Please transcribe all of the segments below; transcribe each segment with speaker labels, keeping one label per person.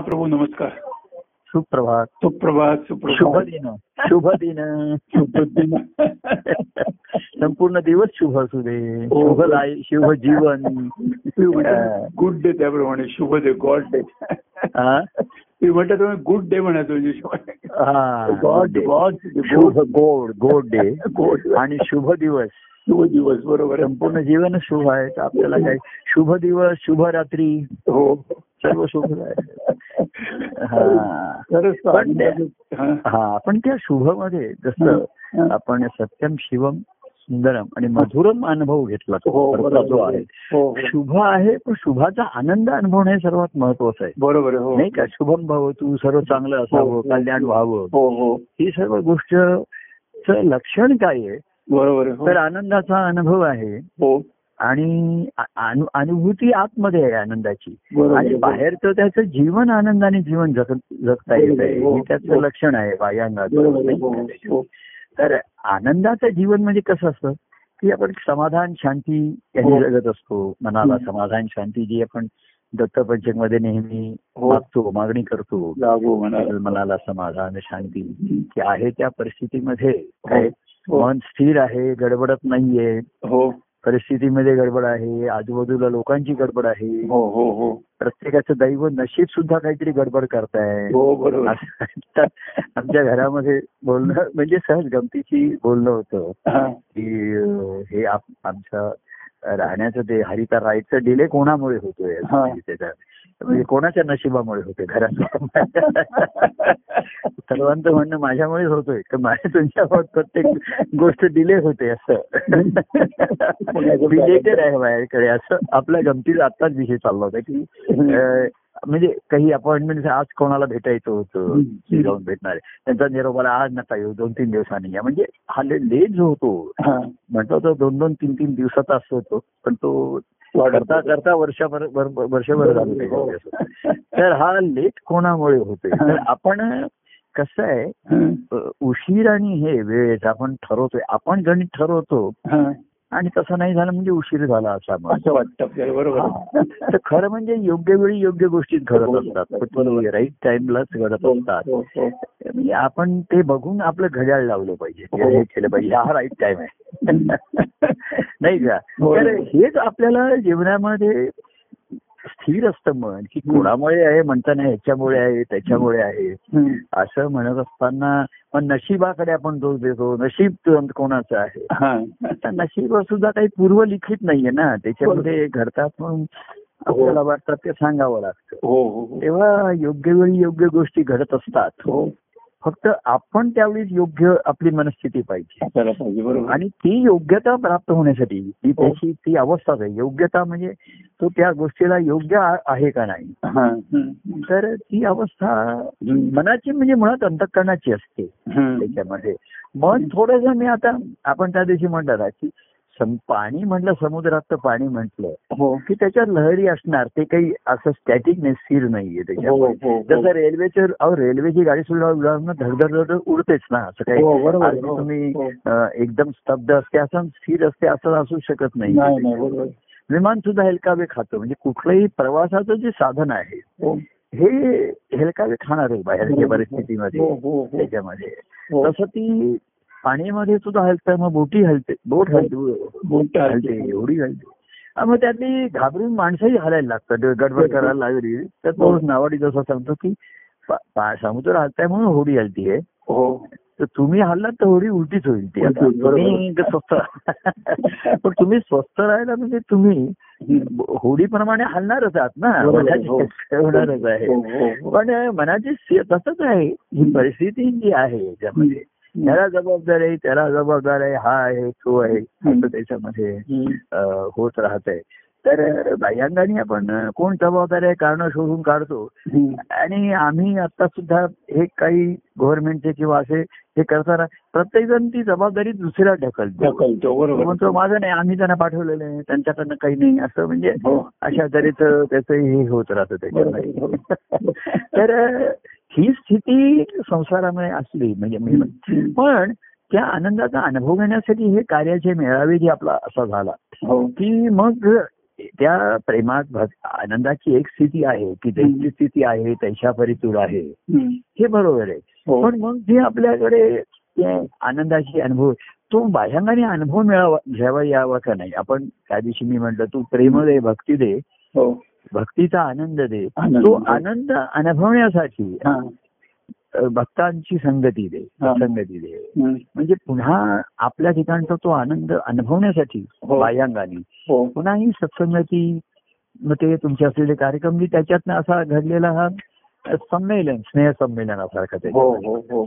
Speaker 1: प्रभू नमस्कार
Speaker 2: सुप्रभात
Speaker 1: सुप्रभात
Speaker 2: शुभ
Speaker 1: सुप्रभात
Speaker 2: दिन शुभ दिन
Speaker 1: शुभ दिन.
Speaker 2: संपूर्ण दिवस शुभ असू दे
Speaker 1: हो.
Speaker 2: शुभ लाय शुभ जीवन
Speaker 1: तुम्ही म्हणता गुड डे त्याप्रमाणे शुभ डे गॉड डे तुम्ही
Speaker 2: हा?
Speaker 1: म्हणता तुम्ही गुड डे म्हणा तुझ्या
Speaker 2: हा.
Speaker 1: गॉड गॉड
Speaker 2: शुभ गोड गोड डे
Speaker 1: गोड.
Speaker 2: आणि शुभ दिवस
Speaker 1: शुभ दिवस बरोबर आहे.
Speaker 2: संपूर्ण जीवन शुभ आहे तर आपल्याला काय शुभ दिवस शुभ रात्री
Speaker 1: हो
Speaker 2: सर्व शुभ आहे हा.
Speaker 1: खरंच तर.
Speaker 2: पण
Speaker 1: हा.
Speaker 2: हा पण त्या शुभ मध्ये जसं
Speaker 1: हा.
Speaker 2: आपण सत्यम शिवम सुंदरम आणि मधुरम अनुभव घेतला तो.
Speaker 1: हो
Speaker 2: खरंच जो
Speaker 1: बरोबर
Speaker 2: आहे
Speaker 1: आहे. हो हो.
Speaker 2: शुभ आहे पण शुभाचा आनंद अनुभवणं हे सर्वात महत्वाचं आहे
Speaker 1: बरोबर आहे, हो
Speaker 2: नाही का शुभम भाव तू सर्व चांगलं
Speaker 1: हो,
Speaker 2: असावं
Speaker 1: हो.
Speaker 2: कल्याण व्हावं
Speaker 1: हो हो
Speaker 2: ही सर्व गोष्ट चं लक्षण काय आहे
Speaker 1: बरोबर आहे, हो.
Speaker 2: तर आनंदाचा अनुभव आहे
Speaker 1: हो
Speaker 2: आणि आ- अनु- अनुभूती आतमध्ये आहे आनंदाची
Speaker 1: बरोबर
Speaker 2: आणि
Speaker 1: आहे. हो.
Speaker 2: बाहेरचं त्याचं जीवन आनंदाने जीवन जगत जगता येत आहे
Speaker 1: हो, हो.
Speaker 2: हे त्याचं लक्षण आहे बाह्यांगाचं.
Speaker 1: बरोबर आहे,
Speaker 2: नाही
Speaker 1: हो,
Speaker 2: का?
Speaker 1: हो.
Speaker 2: तर आनंदाचं जीवन म्हणजे कसं असतं की आपण समाधान शांती याने
Speaker 1: हो.
Speaker 2: जगत असतो मनाला
Speaker 1: हं.
Speaker 2: समाधान शांती जी आपण दत्तपंचकमध्ये नेहमी
Speaker 1: हो.
Speaker 2: मागतो मागणी करतो
Speaker 1: लागू म्हणाला
Speaker 2: मनाला समाधान शांती की आहे त्या परिस्थितीमध्ये काय
Speaker 1: हो.
Speaker 2: मन स्थिर आहे गडबडत नाहीये
Speaker 1: हो
Speaker 2: परिस्थितीमध्ये गडबड आहे आजूबाजूला लोकांची गडबड आहे
Speaker 1: हो हो हो
Speaker 2: प्रत्येकाचं दैव नशीब सुद्धा काहीतरी गडबड करताय
Speaker 1: हो बरोबर आहे.
Speaker 2: असं तर आमच्या घरामध्ये बोलणं म्हणजे सहज गमतीची बोलणं होतं
Speaker 1: हा.
Speaker 2: की अं, हे आप- आमचं राहण्याचं ते हरिता राईटचं डिले कोणामुळे होतोय असं
Speaker 1: हा.
Speaker 2: म्हणजे त्याचं. म्हणजे कोणाच्या नशिबामुळे होते घरात सर्वांचं म्हणणं माझ्यामुळेच होतोय तर माझ्या तुमच्या बाबत प्रत्येक गोष्ट डिले होते असं रिलेटेड आहे माझ्याकडे असं आपल्या गमतीचा आत्ताच विषय चालला होता की अं, म्हणजे काही अपॉइंटमेंट आज कोणाला भेटायचं होतं
Speaker 1: हम्म.
Speaker 2: ते जाऊन भेटणार आहे. त्यांचा निरोप आला आज नका येऊ दोन तीन दिवसांनी या म्हणजे हा लेट जो होतो
Speaker 1: हा.
Speaker 2: म्हणतो तो दोन दोन तीन तीन दिवसाचा असतो तो पण तो करता करता वर्षभर वर- वर्षभर झालं
Speaker 1: हो.
Speaker 2: त्याच्यामध्ये असं. तर हा लेट कोणामुळे होतोय तर आपण कसं आहे
Speaker 1: हं.
Speaker 2: अ, उशीर आणि हे वेळेत आपण ठरवतोय आपण गणित ठरवतो
Speaker 1: हं.
Speaker 2: आणि तसं नाही झालं म्हणजे उशीर झाला असा मग
Speaker 1: असं वाटतं आपल्याला बरोबर हो, आहे.
Speaker 2: तर खरं म्हणजे योग्य वेळी योग्य गोष्टीत घडत असतात राईट टाइमलाच घडत
Speaker 1: हो,
Speaker 2: असतात
Speaker 1: हो, हो.
Speaker 2: म्हणजे आपण ते बघून आपलं घड्याळ लावलं पाहिजे
Speaker 1: हो.
Speaker 2: हे केलं पाहिजे हा राईट टाइम आहे नाही का
Speaker 1: हो.
Speaker 2: तर हेच आपल्याला जीवनामध्ये स्थिर असतं मन की कोणामुळे आहे म्हणता नाही ह्याच्यामुळे आहे त्याच्यामुळे आहे
Speaker 1: हं.
Speaker 2: असं म्हणत असताना मग नशिबाकडे आपण दोष देतो नशीब तुम- कोणाचं आहे
Speaker 1: हा.
Speaker 2: तर नशीब सुद्धा काही पूर्वलिखित नाहीये ना त्याच्यामध्ये घडतात म्हणून आपल्याला वाटतात ते सांगावं लागतं
Speaker 1: हो हो हो.
Speaker 2: तेव्हा योग्य वेळी योग्य गोष्टी घडत असतात
Speaker 1: हो
Speaker 2: फक्त आपण त्यावेळी योग्य आपली मनस्थिती पाहिजे
Speaker 1: असायला पाहिजे बरोबर आहे.
Speaker 2: आणि ती योग्यता प्राप्त होण्यासाठी ती त्याची ती अवस्थाच आहे योग्यता म्हणजे तो त्या गोष्टीला योग्य आ- आहे का नाही
Speaker 1: हा. हं.
Speaker 2: तर ती अवस्था मनाची म्हणजे मुळात अंतकरणाची असते
Speaker 1: हं.
Speaker 2: त्याच्यामध्ये मन थोडस मी आता आपण त्या दिवशी म्हणलं ना की सम- पाणी म्हटलं समुद्रात पाणी म्हटलं
Speaker 1: हो
Speaker 2: की त्याच्यात लहरी असणार ते काही असं स्टॅटिक नाही स्थिर नाहीये
Speaker 1: हो
Speaker 2: त्याच्यामध्ये
Speaker 1: हो
Speaker 2: जसं रेल्वेचे अहो रेल्वेची गाडी सुद्धा उदाहरण धडधड धडधड उडतेच ना असं काही
Speaker 1: हो, बरोबर आहे.
Speaker 2: अगदी
Speaker 1: हो,
Speaker 2: तुम्ही
Speaker 1: हो.
Speaker 2: अ, एकदम स्तब्ध असते असं स्थिर असते असं असू शकत
Speaker 1: नाही नाही
Speaker 2: नाही
Speaker 1: बरोबर आहे.
Speaker 2: विमान सुद्धा हेलकावे खातं म्हणजे कुठलंही प्रवासाचं जे साधन आहे
Speaker 1: हो.
Speaker 2: हे हेलकावे खाणार आहे बाहेरच्या
Speaker 1: बरोबर. हो,
Speaker 2: परिस्थितीमध्ये
Speaker 1: हो, हो.
Speaker 2: त्याच्यामध्ये
Speaker 1: हो.
Speaker 2: तसं ती पाण्यामध्ये सुद्धा हलतं मग बोटी हलते बोट
Speaker 1: हो.
Speaker 2: हलते
Speaker 1: बोट
Speaker 2: हलते एवढी हलते हा, मग त्यातली घाबरून माणसंही हलायला लागतात
Speaker 1: हो.
Speaker 2: गडबड करायला लागली तर तो नावाडी जसा सांगतो की पा- पा- समुद्र हलताय म्हणून होडी हलतीये
Speaker 1: हो
Speaker 2: तर तुम्ही हल्लात तर होडी उलटीच होईल ती आता.
Speaker 1: उलटी, बरोबर.
Speaker 2: तुम्ही ग- स्वस्त पण तुम्ही स्वस्त राहायला म्हणजे तुम्ही
Speaker 1: हं.
Speaker 2: होडीप्रमाणे हलणारच आहात ना
Speaker 1: बरोबर,
Speaker 2: मनाची
Speaker 1: हो.
Speaker 2: ठेवणारच आहे
Speaker 1: हो, हो, हो.
Speaker 2: पण मनाची स्थिर- तसंच आहे ही परिस्थिती जी आहे
Speaker 1: म्हणजे
Speaker 2: याच्यामध्ये त्याला जबाबदार आहे त्याला जबाबदार आहे हा आहे तो आहे असं त्याच्यामध्ये
Speaker 1: हं.
Speaker 2: अं, होत राहत आहे तर बाह्यांगाने आपण अं, कोण जबाबदार आहे कारण शोधून काढतो
Speaker 1: हं.
Speaker 2: आणि आम्ही आता सुद्धा हे काही गव्हर्नमेंटचे किंवा असे हे करताना प्रत्येक जण ती जबाबदारी दुसऱ्या ढकलतो
Speaker 1: ढकलतो
Speaker 2: तो
Speaker 1: बरोबर
Speaker 2: म्हणतो माझं नाही आम्ही त्यांना पाठवलेलं आहे त्यांच्याकडनं काही नाही असं म्हणजे
Speaker 1: हो
Speaker 2: अशा तऱ्हेचं त्याचं हे होत राहतं त्याच्यामध्ये तर अं, ही स्थिती संसारामध्ये असली म्हणजे मी म्हण- पण त्या आनंदाचा अनुभव घेण्यासाठी हे कार्याचे मेळावे जे आपला असा झाला
Speaker 1: हो
Speaker 2: की मग त्या प्रेमात भक्- आनंदाची एक स्थिती आहे की त्यांची स्थिती आहे त्यांच्या परितूर आहे
Speaker 1: हम्म.
Speaker 2: हे बरोबर आहे
Speaker 1: हो.
Speaker 2: पण मग जे आपल्याकडे ते आनंदाची अनुभव तो बाह्यांगाने अनुभव मिळावा घ्यावा यावा का नाही आपण त्या दिवशी मी म्हटलं तू प्रेम दे भक्ती दे
Speaker 1: हो
Speaker 2: भक्तीचा आनंद दे
Speaker 1: आनंद.
Speaker 2: तो आनंद अनुभवण्यासाठी
Speaker 1: हा.
Speaker 2: अ, भक्तांची संगती दे
Speaker 1: हा.
Speaker 2: संगती दे
Speaker 1: हम्म.
Speaker 2: म्हणजे पुन्हा आपल्या ठिकाणचा तो आनंद अनुभवण्यासाठी
Speaker 1: हो.
Speaker 2: बाह्यांगाने
Speaker 1: हो
Speaker 2: पुन्हा ही सत्संगती मग ते तुमचे असलेले कार्यक्रम मी त्याच्यातनं असा घडलेला हा संमेलन स्नेह संमेलनासारखा ते
Speaker 1: हो हो हो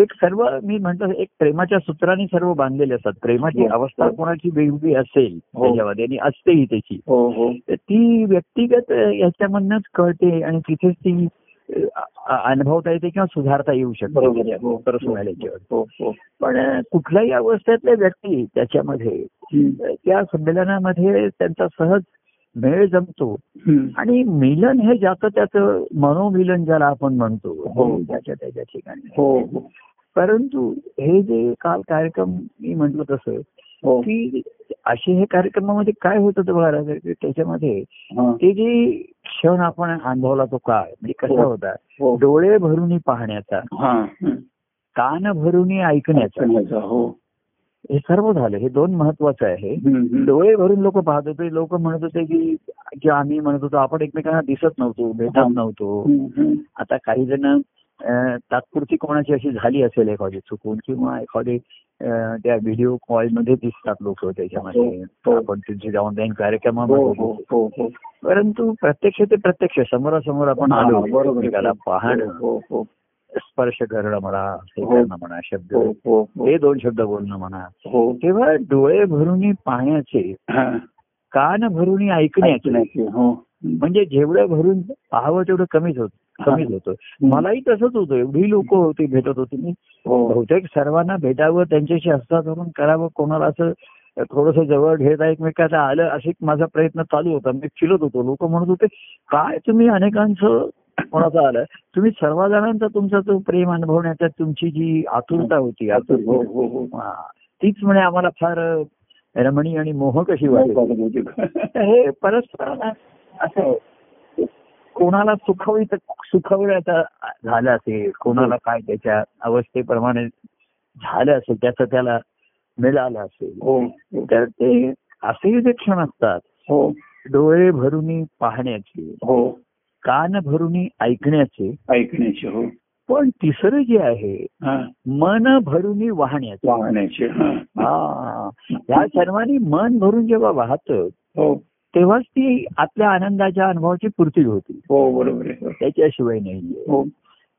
Speaker 2: एक सर्व मी म्हणतो एक प्रेमाच्या सूत्राने सर्व बांधलेले असतात प्रेमाची
Speaker 1: हो.
Speaker 2: अवस्था कोणाची वेगवेगळी असेल
Speaker 1: हो.
Speaker 2: त्याच्यामध्ये आणि असतेही त्याची
Speaker 1: हो हो
Speaker 2: तर ती व्यक्तिगत अ, याच्यामधनच कळते आणि तिथेच ती अ, अ- अनुभवता येते किंवा सुधारता येऊ शकते
Speaker 1: बरोबर आहे. हो
Speaker 2: खरं सांगायचं.
Speaker 1: हो हो
Speaker 2: पण अ, कुठल्याही अवस्थेतल्या व्यक्ती त्याच्यामध्ये
Speaker 1: हम्म.
Speaker 2: त्या संमेलनामध्ये त्यांचा सहज मेळ जमतो
Speaker 1: हम्म.
Speaker 2: आणि मिलन हे ज्याचं त्याचं मनोमिलन ज्याला आपण म्हणतो
Speaker 1: हो.
Speaker 2: हे त्याच्या त्याच्या ठिकाणी
Speaker 1: हो हो
Speaker 2: परंतु हे जे काल कार्यक्रम मी म्हंटल तसं
Speaker 1: हो
Speaker 2: की असे हे कार्यक्रमामध्ये काय होतं ते बघायला गेलं तर त्याच्यामध्ये
Speaker 1: हा.
Speaker 2: ते जे क्षण आपण अनुभवला तो काळ म्हणजे कसा
Speaker 1: हो.
Speaker 2: होता
Speaker 1: हो
Speaker 2: डोळे भरून पाहण्याचा
Speaker 1: हा हम्म.
Speaker 2: कान भरून ऐकण्याचा
Speaker 1: ऐकण्याचा. हो
Speaker 2: हे सर्व झालं हे दोन महत्वाचं आहे
Speaker 1: हम्म, हम्म.
Speaker 2: डोळे भरून लोक पाहत होते लोक म्हणत होते की की आम्ही म्हणत होतो आपण एकमेकांना दिसत नव्हतो भेटत
Speaker 1: हा.
Speaker 2: नव्हतो
Speaker 1: हम्म, हम्म.
Speaker 2: आता काही जण अं, तात्पुरती कोणाची अशी झाली असेल एखादी चुकून किंवा एखादी अं, त्या व्हिडिओ कॉल मध्ये दिसतात लोक त्याच्यामध्ये
Speaker 1: हो.
Speaker 2: आपण त्यांचे ऑनलाईन
Speaker 1: हो
Speaker 2: कार्यक्रमामध्ये
Speaker 1: हो हो हो
Speaker 2: परंतु प्रत्यक्ष ते प्रत्यक्ष समोरासमोर आपण
Speaker 1: हा,
Speaker 2: आलो
Speaker 1: बरोबर आहे.
Speaker 2: एकमेकाला पाहणं
Speaker 1: हो हो
Speaker 2: स्पर्श करणं म्हणा हे
Speaker 1: हो.
Speaker 2: करणं म्हणा शब्द
Speaker 1: हो हो हो
Speaker 2: हे दोन शब्द बोलणं म्हणा
Speaker 1: हो
Speaker 2: तेव्हा डोळे भरून पाहण्याचे
Speaker 1: हा.
Speaker 2: कान भरून ऐकण्याचे
Speaker 1: ऐकण्याचे. हो
Speaker 2: म्हणजे जेवढं भरून पाहावं तेवढं कमीच होत कमीच होतं मलाही तसंच होतं एवढी लोक होती भेटत होती मी
Speaker 1: हो
Speaker 2: बहुतेक सर्वांना भेटावं त्यांच्याशी हस्ता धरून करावं कोणाला असं थोडस जवळ घेता एकमेकाला आलं असे माझा प्रयत्न चालू होता मी फिरत होतो लोक म्हणत होते काय तुम्ही अनेकांचं कोणाचं आलं तुम्ही सर्व जणांचा तुमचा तो प्रेम अनुभवण्याचा तुमची जी आतुरता होती
Speaker 1: हो
Speaker 2: आतुरता
Speaker 1: हो हो
Speaker 2: हा, तीच म्हणे आम्हाला फार रमणीय आणि मोहक अशी
Speaker 1: हो,
Speaker 2: वाटली तर हे परस्परांना असं कोणाला सुखवित सुखवण्याचा झालं असेल कोणाला काय त्याच्या अवस्थेप्रमाणे झालं असेल त्याचं त्याला मिळालं असेल
Speaker 1: हो
Speaker 2: तर ते असेही जे क्षण असतात
Speaker 1: हो
Speaker 2: डोळे भरून पाहण्याचे
Speaker 1: हो
Speaker 2: कान भरून ऐकण्याचे
Speaker 1: ऐकण्याचे हो
Speaker 2: पण तिसरं जे आहे
Speaker 1: हा
Speaker 2: मन भरून वाहण्याचे
Speaker 1: वाहण्याचे हा
Speaker 2: हा या सर्वांनी मन भरून जेव्हा वाहतं
Speaker 1: हो
Speaker 2: तेव्हाच ती आपल्या आनंदाच्या अनुभवाची पूर्ती होती
Speaker 1: हो बरोबर आहे
Speaker 2: त्याच्याशिवाय नाहीये
Speaker 1: हो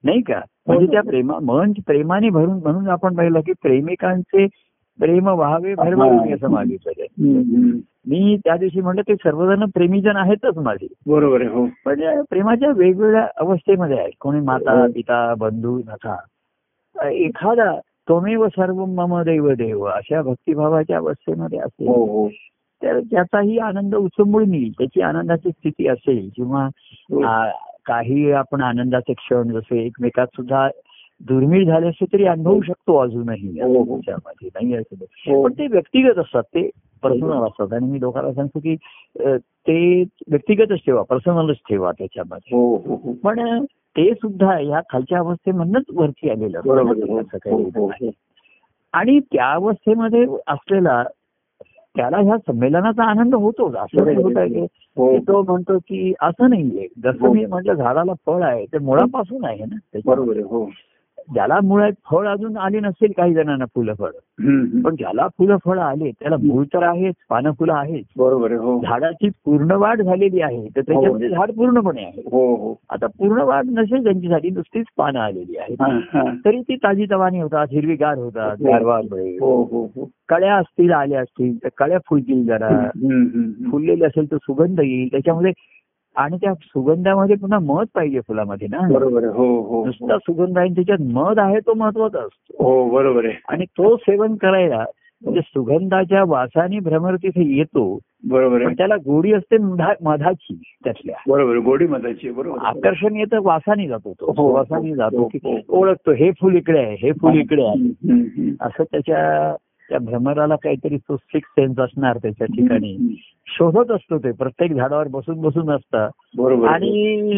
Speaker 2: नाही का म्हणजे त्या प्रेमा मन प्रेमाने भरून म्हणून आपण पाहिलं की प्रेमिकांचे प्रेम व्हावे भरभरून असं मागितलं आहे.
Speaker 1: हम्म, हम्म.
Speaker 2: मी त्या दिवशी म्हटलं ते सर्वजण प्रेमीजण आहेतच माझे
Speaker 1: बरोबर आहे हो
Speaker 2: पण या प्रेमाच्या वेगवेगळ्या अवस्थेमध्ये आहेत कोणी माता
Speaker 1: हो.
Speaker 2: पिता बंधू नका एखादा त्वमेव सर्व मम दैव देव अशा भक्तिभावाच्या अवस्थेमध्ये
Speaker 1: हो
Speaker 2: असेल
Speaker 1: हो
Speaker 2: तर त्याचाही आनंद उचंबळून येईल त्याची आनंदाची स्थिती असेल किंवा
Speaker 1: हो
Speaker 2: आ- काही आपण आनंदाचे क्षण जसे एकमेकात सुद्धा दुर्मिळ झाले असले तरी अनुभवू शकतो अजूनही
Speaker 1: हो, हो.
Speaker 2: त्याच्यामध्ये नाही असं
Speaker 1: हो.
Speaker 2: पण ते व्यक्तिगत असतात ते पर्सनल असतात आणि मी लोकांना सांगतो की अ, ते व्यक्तिगतच ठेवा पर्सनलच ठेवा त्याच्यामध्ये
Speaker 1: हो हो हो
Speaker 2: पण ते सुद्धा या खालच्या अवस्थेमधनच वरती आलेलं असतं.
Speaker 1: बरोबर आहे.
Speaker 2: असं
Speaker 1: हो
Speaker 2: काही
Speaker 1: हो
Speaker 2: नाही.
Speaker 1: हो
Speaker 2: आणि त्या अवस्थेमध्ये असलेला त्याला ह्या संमेलनाचा आनंद होतोच असं नाही होत आहे की
Speaker 1: हो
Speaker 2: की तो म्हणतो की असं नाहीये जसं
Speaker 1: हो.
Speaker 2: मी म्हटलं झाडाला फळ आहे ते मुळापासून आहे ना त्याच्या-
Speaker 1: बरोबर आहे हो
Speaker 2: ज्याला मुळात फळ अजून आली नसेल काही जणांना फुलं फळ
Speaker 1: हम्म, हम्म.
Speaker 2: पण ज्याला फुलं फळ आले त्याला मूळ तर आहेच पानं फुलं आहेच
Speaker 1: बरोबर आहे हो
Speaker 2: झाडाची पूर्ण वाढ झालेली आहे तर त्याच्यामध्ये झाड पूर्णपणे आहे
Speaker 1: हो हो
Speaker 2: आता पूर्ण वाढ नसेल त्यांच्यासाठी नुसतीच पानं आलेली आहेत
Speaker 1: हा, हा.
Speaker 2: तरी ती ताजी तवानी होतात हिरवीगार होतात
Speaker 1: हो.
Speaker 2: गारवामुळे
Speaker 1: हो हो हो
Speaker 2: कळ्या असतील आल्या असतील तर कळ्या फुलतील जरा
Speaker 1: हम्म, हम्म, हम्म.
Speaker 2: फुललेली असेल तर सुगंध येईल त्याच्यामध्ये आणि त्या सुगंधामध्ये पुन्हा मध पाहिजे फुलामध्ये ना
Speaker 1: बरोबर आहे हो हो हो.
Speaker 2: नुसता सुगंध आहे आणि त्याच्यात मध आहे तो महत्वाचा असतो
Speaker 1: हो बरोबर आहे
Speaker 2: आणि तो सेवन करायला म्हणजे सुगंधाच्या वासाने भ्रमर तिथे येतो
Speaker 1: बरोबर
Speaker 2: पण
Speaker 1: आहे
Speaker 2: त्याला गोडी असते मधा- मधाची त्यातल्या
Speaker 1: बरोबर आहे. गोडी मताची आहे. बरोबर आहे.
Speaker 2: आकर्षण येतं वासाने जातो
Speaker 1: हो,
Speaker 2: तो
Speaker 1: हो,
Speaker 2: वासाने जातो
Speaker 1: हो,
Speaker 2: की
Speaker 1: हो.
Speaker 2: ओळखतो हे फुल इकडे आहे हे फुल इकडे आहे
Speaker 1: हम्म, हम्म, हम्म.
Speaker 2: असं त्याच्या त्या भ्रमराला काहीतरी तो सिक्स सेन्स असणार त्याच्या ठिकाणी शोधत असतो ते प्रत्येक झाडावर बसून बसून असतं
Speaker 1: बरोबर
Speaker 2: आणि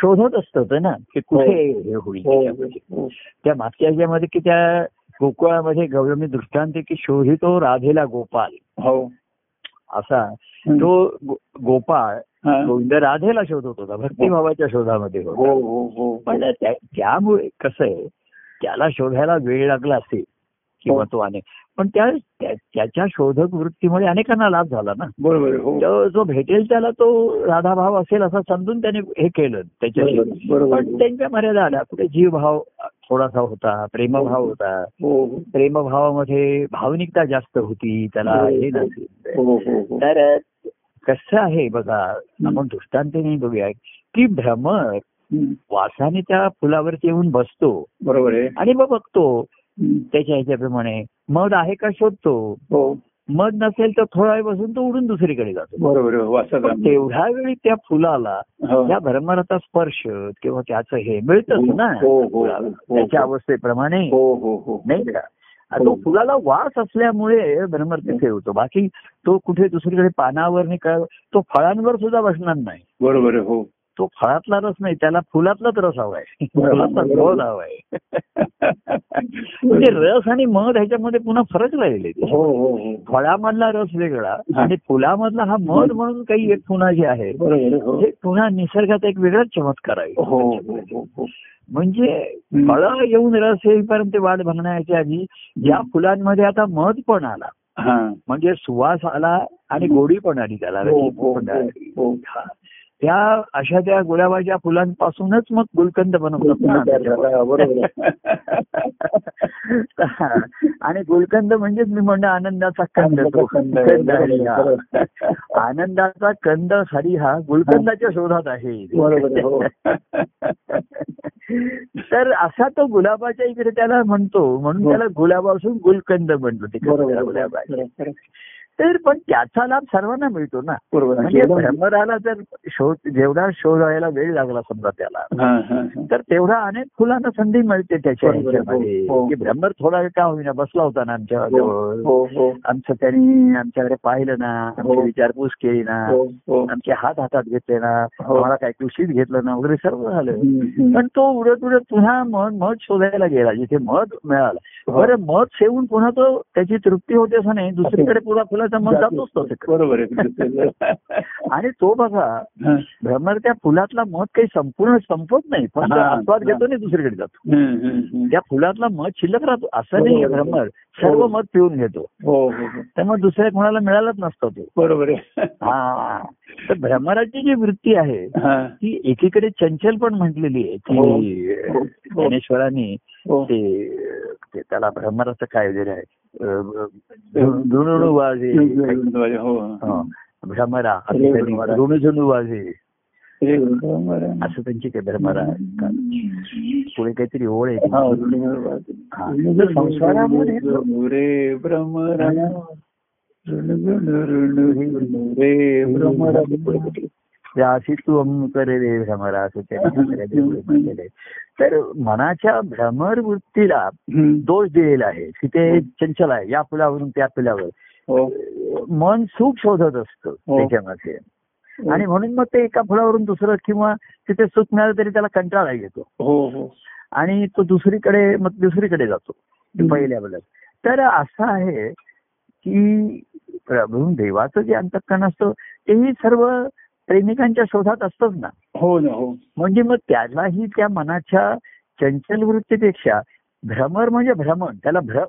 Speaker 2: शोधत असतो ते ना की कुठे हे होईल
Speaker 1: हो, हो.
Speaker 2: त्या मागच्या याच्यामध्ये की त्या गोकुळामध्ये गौरमी दृष्टांत आहे की शोधितो राधेला गोपाल
Speaker 1: हो
Speaker 2: असा तो गो- गोपाळ
Speaker 1: हा.
Speaker 2: गोविंद राधेला शोधत होता भक्तिभावाच्या शोधामध्ये होता
Speaker 1: हो हो हो
Speaker 2: पण त्या- त्यामुळे कसं आहे त्याला शोधायला वेळ लागला असेल किंवा
Speaker 1: हो.
Speaker 2: तो अनेक पण त्या त्या- त्याच्या शोधक वृत्तीमुळे अनेकांना लाभ झाला ना
Speaker 1: बरोबर आहे, हो
Speaker 2: जो जो भेटेल त्याला तो राधाभाव असेल असं समजून त्याने हे केलं त्याच्याशी
Speaker 1: बरोबर बरोबर
Speaker 2: पण त्यांच्या मर्यादा आल्या कुठे जीवभाव थोडासा होता प्रेमभाव होता
Speaker 1: हो
Speaker 2: प्रेमभावामध्ये भावनिकता जास्त होती त्याला हे नसेल
Speaker 1: हो हो हो
Speaker 2: तर कसं आहे बघा आपण दृष्टांताने बघूया की भ्रमर
Speaker 1: हम्म.
Speaker 2: वासाने त्या फुलावरती येऊन बसतो
Speaker 1: बरोबर आहे
Speaker 2: आणि मग बघतो
Speaker 1: हम्म.
Speaker 2: त्याच्या ह्याच्याप्रमाणे मध आहे का शोधतो
Speaker 1: हो
Speaker 2: मध नसेल तर थोडा वेळ बसून तो उडून दुसरीकडे जातो
Speaker 1: बरोबर आहे, हो वाचा
Speaker 2: पण तेवढ्या वेळी त्या फुलाला त्या भ्रमराचा स्पर्श किंवा त्याचं हे मिळतच ना
Speaker 1: हो, हो, हो,
Speaker 2: फुलाला.
Speaker 1: हो.
Speaker 2: त्याच्या अवस्थेप्रमाणे
Speaker 1: हो हो हो
Speaker 2: नाही का आणि तो
Speaker 1: हो.
Speaker 2: फुलाला वास असल्यामुळे भ्रमर तिथे होतो बाकी तो कुठे दुसरीकडे पानावर नाही का तो फळांवर सुद्धा बसणार नाही
Speaker 1: बरोबर आहे, हो
Speaker 2: तो फळातला रस नाही त्याला फुलातलाच रस हवाय फुलातला रस हवाय म्हणजे रस आणि मध ह्याच्यामध्ये पुन्हा फरक राहिले
Speaker 1: हो हो हो
Speaker 2: फळामधला रस वेगळा आणि फुलामधला हा मध म्हणून काही एक पुन्हा जे आहे
Speaker 1: बरोबर आहे, हो
Speaker 2: हे पुन्हा निसर्गात एक वेगळाच चमत्कार आहे
Speaker 1: हो हो हो हो
Speaker 2: म्हणजे
Speaker 1: हम्म.
Speaker 2: फळं येऊन रस येईपर्यंत वाट बघण्याच्या आधी ज्या फुलांमध्ये आता मध पण आला
Speaker 1: हा
Speaker 2: म्हणजे सुवास आला आणि गोडी पण आली त्याला
Speaker 1: हो,
Speaker 2: रसची
Speaker 1: हो,
Speaker 2: पण
Speaker 1: हो,
Speaker 2: आली.
Speaker 1: हो.
Speaker 2: हा. त्या अशा त्या गुलाबाच्या फुलांपासूनच मग गुलकंद बनवतात ना त्याच्यावर.
Speaker 1: बरोबर
Speaker 2: आणि गुलकंद म्हणजेच मी म्हणणं आनंदाचा कंद तो.
Speaker 1: कंद आहे,
Speaker 2: कंद हरी
Speaker 1: बरोबर,
Speaker 2: हा. आनंदाचा कंद हरी हा गुलकंदाच्या शोधात
Speaker 1: बरोबर, हो.
Speaker 2: आहे तर असा तो गुलाबाच्या इकडे त्याला म्हणतो म्हणून
Speaker 1: हो.
Speaker 2: त्याला गुलाबापासून गुलकंद म्हणतो
Speaker 1: बरोबर
Speaker 2: तिकडे
Speaker 1: आहे, हो.
Speaker 2: गुलाबा
Speaker 1: बरोबर आहे.
Speaker 2: तर पण त्याचा लाभ सर्वांना मिळतो ना
Speaker 1: बरोबर
Speaker 2: म्हणजे
Speaker 1: आहे.
Speaker 2: भ्रमराला जर शोध जेवढा शोधायला वेळ लागला समजा त्याला
Speaker 1: हा, हा, हा.
Speaker 2: तर तेवढा अनेक फुलांना संधी मिळते त्याच्या
Speaker 1: बरोबर, हो,
Speaker 2: ह्याच्यामध्ये
Speaker 1: हो.
Speaker 2: की भ्रमर थोडा वेळ का होईना बसला होता ना आमच्या
Speaker 1: हो
Speaker 2: जवळ.
Speaker 1: हो हो
Speaker 2: आमचं त्यांनी आमच्याकडे पाहिलं ना आमची
Speaker 1: हो.
Speaker 2: विचारपूस केली ना
Speaker 1: हो हो
Speaker 2: आमचे हात हातात घेतले ना
Speaker 1: हो.
Speaker 2: आम्हाला काय कुशीत घेतलं ना वगैरे सर्व झालं
Speaker 1: हम्म, हम्म.
Speaker 2: पण तो उडत उडत पुन्हा मध मध शोधायला गेला जिथे मध मिळाला
Speaker 1: हो.
Speaker 2: बरं मध सेवून पुन्हा तो त्याची तृप्ती होते असं नाही दुसरीकडे
Speaker 1: हो.
Speaker 2: पुन्हा फुलाचा मध जातोच तो तिकडे.
Speaker 1: बरोबर आहे
Speaker 2: आणि तो बघा
Speaker 1: हा.
Speaker 2: भ्रमर त्या फुलातला मध काही संपूर्ण संपत नाही पण तो
Speaker 1: हा,
Speaker 2: आस्वाद
Speaker 1: हा.
Speaker 2: घेतो नाही दुसरीकडे जातो
Speaker 1: हम्म, हम्म, हम्म.
Speaker 2: त्या फुलातला मध शिल्लक राहतो असं
Speaker 1: बरोबर.
Speaker 2: नाही भ्रमर सर्व
Speaker 1: हो.
Speaker 2: मध पिऊन घेतो
Speaker 1: हो हो हो.
Speaker 2: त्यामुळे दुसऱ्या कोणाला मिळालाच नसतो तो
Speaker 1: बरोबर आहे
Speaker 2: हा तर भ्रमराची जी वृत्ती आहे
Speaker 1: हा.
Speaker 2: ती एकीकडे चंचल पण म्हटलेली आहे
Speaker 1: हो.
Speaker 2: की
Speaker 1: हो.
Speaker 2: ज्ञानेश्वरांनी
Speaker 1: हो.
Speaker 2: ते ते त्याला भ्रमराचं काय वगैरे आहे झुणू वाजे
Speaker 1: बरोबर, हो.
Speaker 2: हा. भ्रमरा असं
Speaker 1: रे
Speaker 2: त्यांनी,
Speaker 1: भ्रमरा.
Speaker 2: ऋणुझुणू वाजे
Speaker 1: हे बरोबर आहे.
Speaker 2: असं त्यांची काही भ्रमरा आहे का? पुढे काहीतरी ओळ आहे
Speaker 1: हा,
Speaker 2: त्यांची.
Speaker 1: बरोबर.
Speaker 2: हा. तर संसारामध्ये
Speaker 1: रे भ्रमरा रे भ्रमरा
Speaker 2: राशी तू अमुक रे रे भ्रमरा असं त्यांनी दुसऱ्या दिवशी म्हटलेलं आहे. तर मनाच्या भ्रमर वृत्तीला
Speaker 1: हम्म.
Speaker 2: दोष दिलेला आहे की ते चंचल आहे या फुलावरून त्या फुलावर
Speaker 1: हो
Speaker 2: मन सुख शोधत असतं
Speaker 1: हो.
Speaker 2: त्याच्यामध्ये आणि म्हणून मग ते एका फुलावरून दुसरं किंवा तिथे सुख मिळालं तरी त्याला कंटाळा येतो
Speaker 1: हो हो
Speaker 2: आणि तो दुसरीकडे मग दुसरीकडे जातो
Speaker 1: हम्म.
Speaker 2: पहिल्या बदल तर असं आहे की प्रभू देवाचं जे अंतकरण असतं तेही सर्व प्रेमिकांच्या शोधात असतंच ना
Speaker 1: हो ना हो
Speaker 2: म्हणजे मग त्यालाही त्या मनाच्या चंचल वृत्तीपेक्षा भ्रमर म्हणजे भ्रमण त्याला भ्र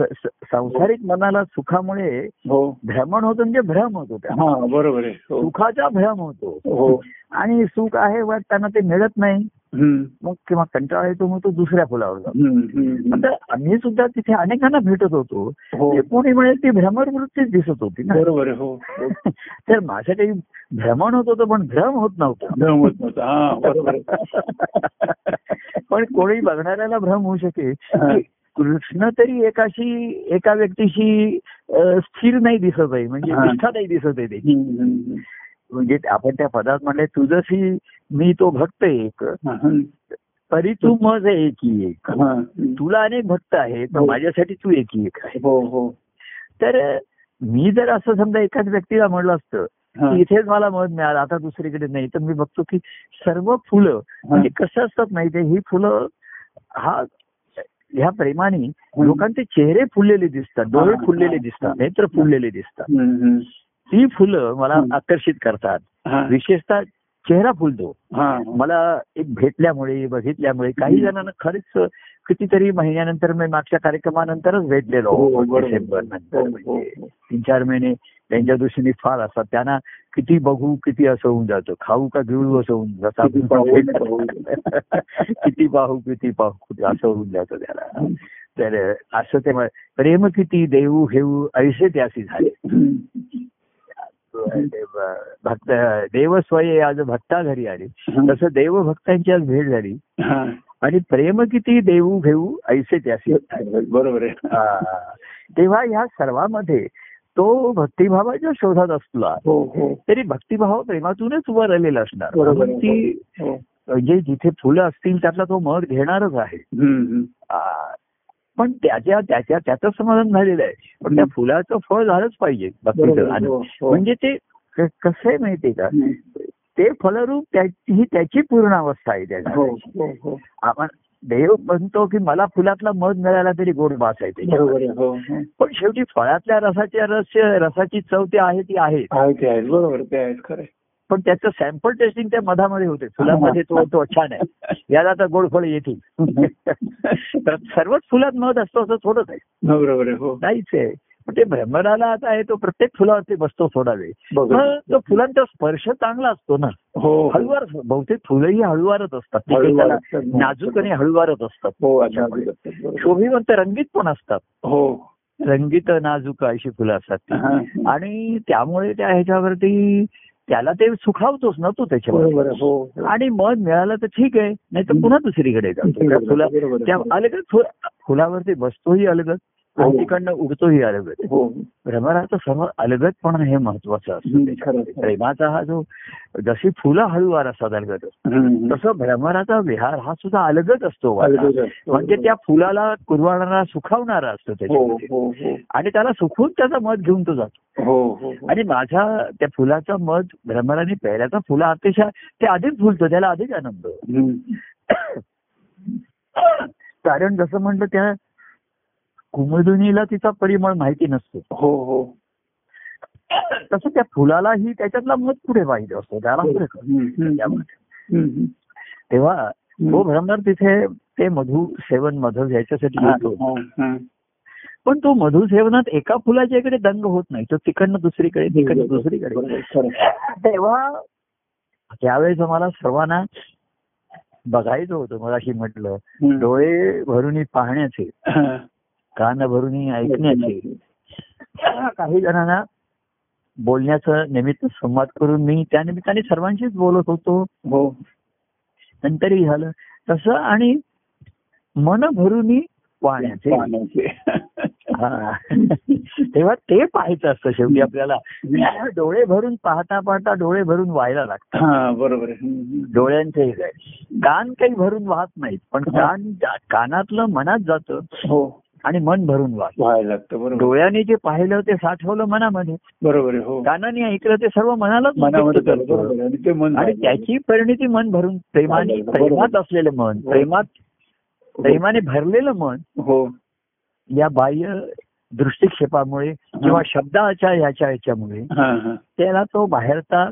Speaker 2: स- स- सांसारिक मनाला सुखामुळे
Speaker 1: हो
Speaker 2: भ्रमण होतं म्हणजे भ्रम होतो त्या
Speaker 1: हा बरोबर आहे हो
Speaker 2: सुखाचा भ्रम होतो
Speaker 1: हो
Speaker 2: आणि सुख आहे वाटताना ते मिळत नाही
Speaker 1: हम्म.
Speaker 2: मग किंवा कंटाळा येतो मग तो दुसऱ्या फुलावर जातो
Speaker 1: हम्म, हम्म, हम्म.
Speaker 2: आता आम्ही सुद्धा तिथे अनेकांना भेटत होतो
Speaker 1: हो
Speaker 2: ते कोणी म्हणेल ती भ्रमर वृत्तीच दिसत होती ना
Speaker 1: बरोबर आहे हो
Speaker 2: तर माझं काही भ्रमण होत होतं पण भ्रम होत नव्हता
Speaker 1: भ्रम होत नव्हता हा बरोबर आहे.
Speaker 2: पण कोणी बघणाऱ्याला भ्रम होऊ शकेल
Speaker 1: हा.
Speaker 2: की कृष्ण तरी एकाशी एका व्यक्तीशी अ, स्थिर नाही दिसत आहे म्हणजे
Speaker 1: हा.
Speaker 2: निष्ठा नाही दिसत आहे त्याची
Speaker 1: हम्म, हम्म,
Speaker 2: म्हणजे आपण त्या पदात म्हणले तुझशी मी तो भक्त एक
Speaker 1: हम्म.
Speaker 2: तरी तू मज एकी एक
Speaker 1: हा.
Speaker 2: तुला अनेक भक्त आहेत पण
Speaker 1: हो.
Speaker 2: माझ्यासाठी तू एकी एक आहे
Speaker 1: हो हो
Speaker 2: तर मी जर असं समजा एकाच व्यक्तीला म्हणलं असतं
Speaker 1: हा.
Speaker 2: की इथेच मला मत मिळालं आता दुसरीकडे नाही तर मी बघतो की सर्व फुलं म्हणजे कसं असतात माहिती आहे, ही फुलं हा ह्या प्रेमाने
Speaker 1: हं.
Speaker 2: लोकांचे चेहरे फुललेले दिसतात डोळे
Speaker 1: हा,
Speaker 2: फुललेले
Speaker 1: हा.
Speaker 2: दिसतात नेत्र फुललेले दिसतात
Speaker 1: हम्म, हम्म.
Speaker 2: ती फुलं मला
Speaker 1: हं.
Speaker 2: आकर्षित करतात
Speaker 1: हा.
Speaker 2: विशेषतः चेहरा फुलतो
Speaker 1: हा.
Speaker 2: मला एक भेटल्यामुळे बघितल्यामुळे काही
Speaker 1: हं.
Speaker 2: जणांना खरंच कितीतरी महिन्यानंतर मी मागच्या कार्यक्रमानंतरच भेटलेलो
Speaker 1: हो, बरोबर.
Speaker 2: डिसेंबर
Speaker 1: हो,
Speaker 2: नंतर
Speaker 1: हो,
Speaker 2: म्हणजे
Speaker 1: हो.
Speaker 2: तीन चार महिने त्यांच्या दृष्टीने फार असतात त्यांना किती बघू किती असं होऊन जातं खाऊ का गिळू असं होऊन जातं
Speaker 1: किती
Speaker 2: आपण
Speaker 1: पाहू,
Speaker 2: भेट-
Speaker 1: पाहू.
Speaker 2: किती पाहू किती पाहू असं होऊन जातं त्याला तर असं ते म्हण- प्रेम किती देऊ घेऊ ऐसे त्यासी झाले भक्त देव स्वय आज भक्ता घरी आले तसं देव भक्तांची आज भेट झाली
Speaker 1: हा.
Speaker 2: आणि प्रेम किती देऊ घेऊ ऐसे त्यासी
Speaker 1: बरोबर आहे
Speaker 2: हा. तेव्हा ह्या सर्वांमध्ये तो भक्तिभावाच्या शोधात असला
Speaker 1: हो हो
Speaker 2: तरी भक्तिभाव प्रेमातूनच वर आलेला असणार
Speaker 1: बरोबर आहे.
Speaker 2: म्हणून ती
Speaker 1: हो.
Speaker 2: म्हणजे जिथे फुलं असतील त्यातला तो मग घेणारच आहे
Speaker 1: हम्म, हम्म.
Speaker 2: आ, पण त्याच्या त्याच्या त्याचं समाधान झालेलं आहे पण त्या फुलाचं फळ झालंच पाहिजे भक्तीचं
Speaker 1: बरोबर आहे.
Speaker 2: आणि
Speaker 1: हो, हो.
Speaker 2: म्हणजे ते क- कसं आहे माहितीये का
Speaker 1: हम्म.
Speaker 2: ते फलरूप त्या- ही त्याची पूर्णावस्था आहे त्याच्या
Speaker 1: हो, हो, हो.
Speaker 2: आपण देव म्हणतो की मला फुलातला मध मिळाला तरी गोड वास आहे त्याच्यामध्ये.
Speaker 1: बरोबर आहे. हो, हो.
Speaker 2: पण शेवटी फळातल्या रसाच्या रस रसाची चव ती आहे ती आहे
Speaker 1: आहे ते आहेत बरोबर ते आहेत खरं आहे.
Speaker 2: पण त्याचं सॅम्पल टेस्टिंग त्या मधामध्ये होते फुलामध्ये तो तो छान आहे याला आता गोड फळ येतील तर सर्वच फुलात मध असतो असं थोडंच आहे
Speaker 1: हो, बरोबर आहे हो
Speaker 2: नाहीच आहे पण ते भ्रमराला आता आहे तो प्रत्येक फुलावरती बसतो थोडा वेळ
Speaker 1: बरोबर
Speaker 2: मग
Speaker 1: आहे.
Speaker 2: तो फुलांचा स्पर्श चांगला असतो ना
Speaker 1: हो हो.
Speaker 2: हळूवार बहुतेक फुलंही हळूवारच असतात ते काही
Speaker 1: हळूवार
Speaker 2: त्याला
Speaker 1: असतात.
Speaker 2: नाजूक आणि हळूवारच असतात
Speaker 1: हो अच्छा
Speaker 2: त्याच्यामुळे.
Speaker 1: बरोबर.
Speaker 2: शोभिवंत रंगीत पण असतात
Speaker 1: हो
Speaker 2: रंगीत नाजूक अशी फुलं असतात ती.
Speaker 1: हा.
Speaker 2: आणि त्यामुळे त्या ह्याच्यावरती त्याला ते सुखावतोच ना तो त्याच्यावर
Speaker 1: बरोबर आहे. हो हो.
Speaker 2: आणि मध मिळालं तर ठीक आहे नाही तर पुन्हा दुसरीकडे जातो
Speaker 1: बरोबर
Speaker 2: त्या
Speaker 1: आहे.
Speaker 2: फुला
Speaker 1: बरोबर आहे.
Speaker 2: त्या अलगच फुल- फुलावरती बसतोही अलगत
Speaker 1: हो.
Speaker 2: आणि तिकडनं उडतोही अलगत
Speaker 1: हो
Speaker 2: भ्रमराचं सर्व अलगदपणा हे महत्वाचं असतं
Speaker 1: हम्म,
Speaker 2: त्याच्यामध्ये.
Speaker 1: खरं, खरं.
Speaker 2: प्रेमाचा हा जो जशी फुलं हळूवार असतात अलगत
Speaker 1: हम्म.
Speaker 2: तसं भ्रमराचा विहार हा सुद्धा अलगत असतो वाटा.
Speaker 1: अलगद असतो.
Speaker 2: म्हणजे त्या फुलाला कुरवाळणारा सुखावणारा असतो
Speaker 1: हो
Speaker 2: त्याच्यामध्ये
Speaker 1: हो हो
Speaker 2: आणि त्याला सुखून त्याचा मध घेऊन तो जातो
Speaker 1: हो हो हो.
Speaker 2: आणि माझा त्या फुलाचा मध भ्रमराने पहिल्याचा फुला अतिशय ते अधिक फुलतो त्याला अधिक आनंद
Speaker 1: हम्म.
Speaker 2: कारण जसं म्हटलं त्या कुमुदिनीला तिचा परिमळ माहिती नसतो
Speaker 1: हो हो
Speaker 2: तसं त्या फुलालाही त्याच्यातला मध पुढे माहिती असतो त्याला
Speaker 1: हो.
Speaker 2: पुढे कळतं.
Speaker 1: हम्म.
Speaker 2: त्यामुळे. हो,
Speaker 1: हम्म.
Speaker 2: तेव्हा तो
Speaker 1: हम्म.
Speaker 2: भ्रमर तिथे ते मधु सेवन मधु याच्यासाठी
Speaker 1: हा, हो,
Speaker 2: येतो
Speaker 1: हा, हा.
Speaker 2: पण तो मधु सेवनात एका फुलाच्या इकडे दंग होत नाही तो तिकडनं दुसरीकडे तिकडनं दुसरीकडे
Speaker 1: हो, बरोबर आहे. खरं आहे.
Speaker 2: तेव्हा त्यावेळेस मला सर्वांना बघायचं होतं मला अशी म्हटलं
Speaker 1: हम्म.
Speaker 2: डोळे भरून पाहण्याचे
Speaker 1: हा.
Speaker 2: कान भरून ऐकण्याचे काही जणांना बोलण्याचं निमित्त संवाद करून मी त्या निमित्ताने सर्वांशीच बोलत होतो
Speaker 1: हो
Speaker 2: नंतरही झालं तसं आणि मन भरून पाहण्याचे
Speaker 1: पाण्याचे.
Speaker 2: हा. तेव्हा ते पाहायचं असतं शेवटी आपल्याला डोळे भरून पाहता पाहता डोळे भरून व्हायला लागतात
Speaker 1: हा बरोबर आहे. हम्म.
Speaker 2: डोळ्यांचे हे काय कान काही भरून वाहत नाहीत पण कान कानातलं मनात जातं
Speaker 1: हो
Speaker 2: आणि मन भरून वाहत
Speaker 1: व्हायला लागतं बरोबर
Speaker 2: डोळ्याने जे पाहिलं ते साठवलं मनामध्ये
Speaker 1: बरोबर आहे हो
Speaker 2: कानाने ऐकलं ते सर्व मनालाच
Speaker 1: मनामध्ये
Speaker 2: व्यक्त
Speaker 1: चालू
Speaker 2: करतं.
Speaker 1: बरोबर आहे. आणि ते मन
Speaker 2: आणि त्याची परिणिती मन भरून प्रेमाने
Speaker 1: बरोबर.
Speaker 2: प्रेमात असलेलं मन
Speaker 1: हो.
Speaker 2: प्रेमात प्रेमाने भरलेलं मन
Speaker 1: हो
Speaker 2: या बाह्य दृष्टिक्षेपामुळे किंवा शब्दाच्या ह्याच्या ह्याच्यामुळे
Speaker 1: हा हा
Speaker 2: त्याला तो बाहेरचा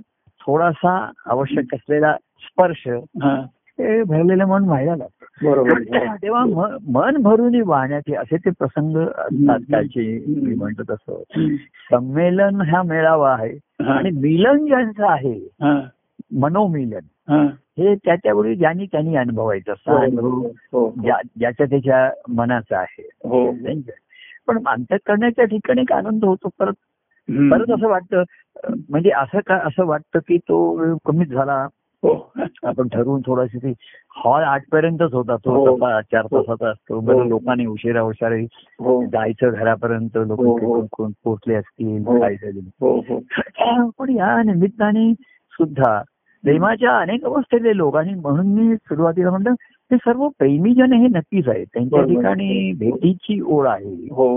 Speaker 2: थोडासा आवश्यक असलेला स्पर्श
Speaker 1: हा
Speaker 2: हे भरलेलं मन व्हायला लागतं
Speaker 1: बरोबर आहे. हो.
Speaker 2: तेव्हा म- मन भरून वाहण्याचे असे ते प्रसंग असतात
Speaker 1: हम्म.
Speaker 2: त्याचे
Speaker 1: हम्म.
Speaker 2: मी म्हणतो तसं
Speaker 1: हम्म.
Speaker 2: संमेलन हा मेळावा आहे
Speaker 1: हा.
Speaker 2: आणि मिलन ज्यांचं आहे
Speaker 1: हा
Speaker 2: मनोमिलन
Speaker 1: हा
Speaker 2: हे त्याच्यावेळी ज्यांनी त्यांनी अनुभवायचं असतं अनुभव
Speaker 1: बरोबर. हो
Speaker 2: ज्या- ज्याच्या त्याच्या मनाचा आहे
Speaker 1: हो
Speaker 2: पण अंतकरणाच्या ठिकाणी एक आनंद होतो परत
Speaker 1: हम्म.
Speaker 2: परत असं वाटतं अ, म्हणजे असं का असं वाटतं की तो कमीच झाला
Speaker 1: हो
Speaker 2: आपण ठरवून थोडाशी ती हॉल आठपर्यंतच होता तो
Speaker 1: हो.
Speaker 2: तपा चार तासाचा असतो बरं लोकांनी उशिरा उशिरा
Speaker 1: हो
Speaker 2: जायचं घरापर्यंत लोक
Speaker 1: हो, हो.
Speaker 2: कोण- कोण पोचले असतील
Speaker 1: हो.
Speaker 2: काय झाले.
Speaker 1: हो हो
Speaker 2: पण या निमित्ताने सुद्धा प्रेमाच्या अनेक अवस्थेतले लोक आणि म्हणून मी सुरुवातीला म्हणलं ते सर्व प्रेमीजन हे नक्कीच आहेत त्यांच्या
Speaker 1: बरोबर.
Speaker 2: ठिकाणी भेटीची ओढ आहे
Speaker 1: हो